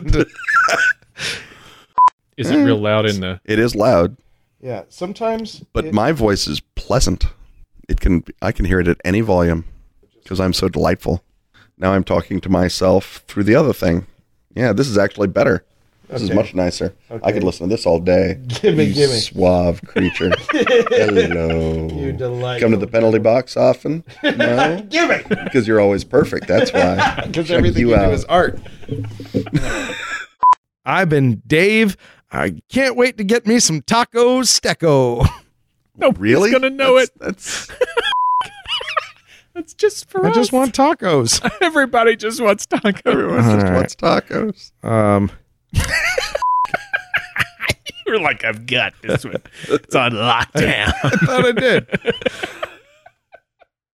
[SPEAKER 1] Is it real loud in the?
[SPEAKER 3] It is loud,
[SPEAKER 2] Yeah, sometimes.
[SPEAKER 3] but
[SPEAKER 2] it-
[SPEAKER 3] my voice is pleasant. It can I can hear it at any volume because I'm so delightful. Now I'm talking to myself through the other thing. Yeah, this is actually better. This is much nicer. I could listen to this all day.
[SPEAKER 5] Gimme,
[SPEAKER 3] You
[SPEAKER 5] gimme.
[SPEAKER 3] Suave creature. Hello. You
[SPEAKER 5] delightful
[SPEAKER 3] Come to the penalty box often? No.
[SPEAKER 5] Give it,
[SPEAKER 3] Because you're always perfect. That's why.
[SPEAKER 2] because
[SPEAKER 3] Check
[SPEAKER 2] everything
[SPEAKER 3] you
[SPEAKER 2] you,
[SPEAKER 3] uh,
[SPEAKER 2] do
[SPEAKER 3] out.
[SPEAKER 2] is art.
[SPEAKER 5] I've been Dave. I can't wait to get me some tacos, Stecco.
[SPEAKER 3] Really?
[SPEAKER 1] gonna know
[SPEAKER 3] That's- That's
[SPEAKER 1] It's just for
[SPEAKER 2] I just want tacos.
[SPEAKER 1] everybody just wants taco.
[SPEAKER 3] everyone just
[SPEAKER 2] All right.
[SPEAKER 3] wants tacos.
[SPEAKER 2] Um,
[SPEAKER 1] You're like I've got this one. It's on lockdown.
[SPEAKER 2] thought I did.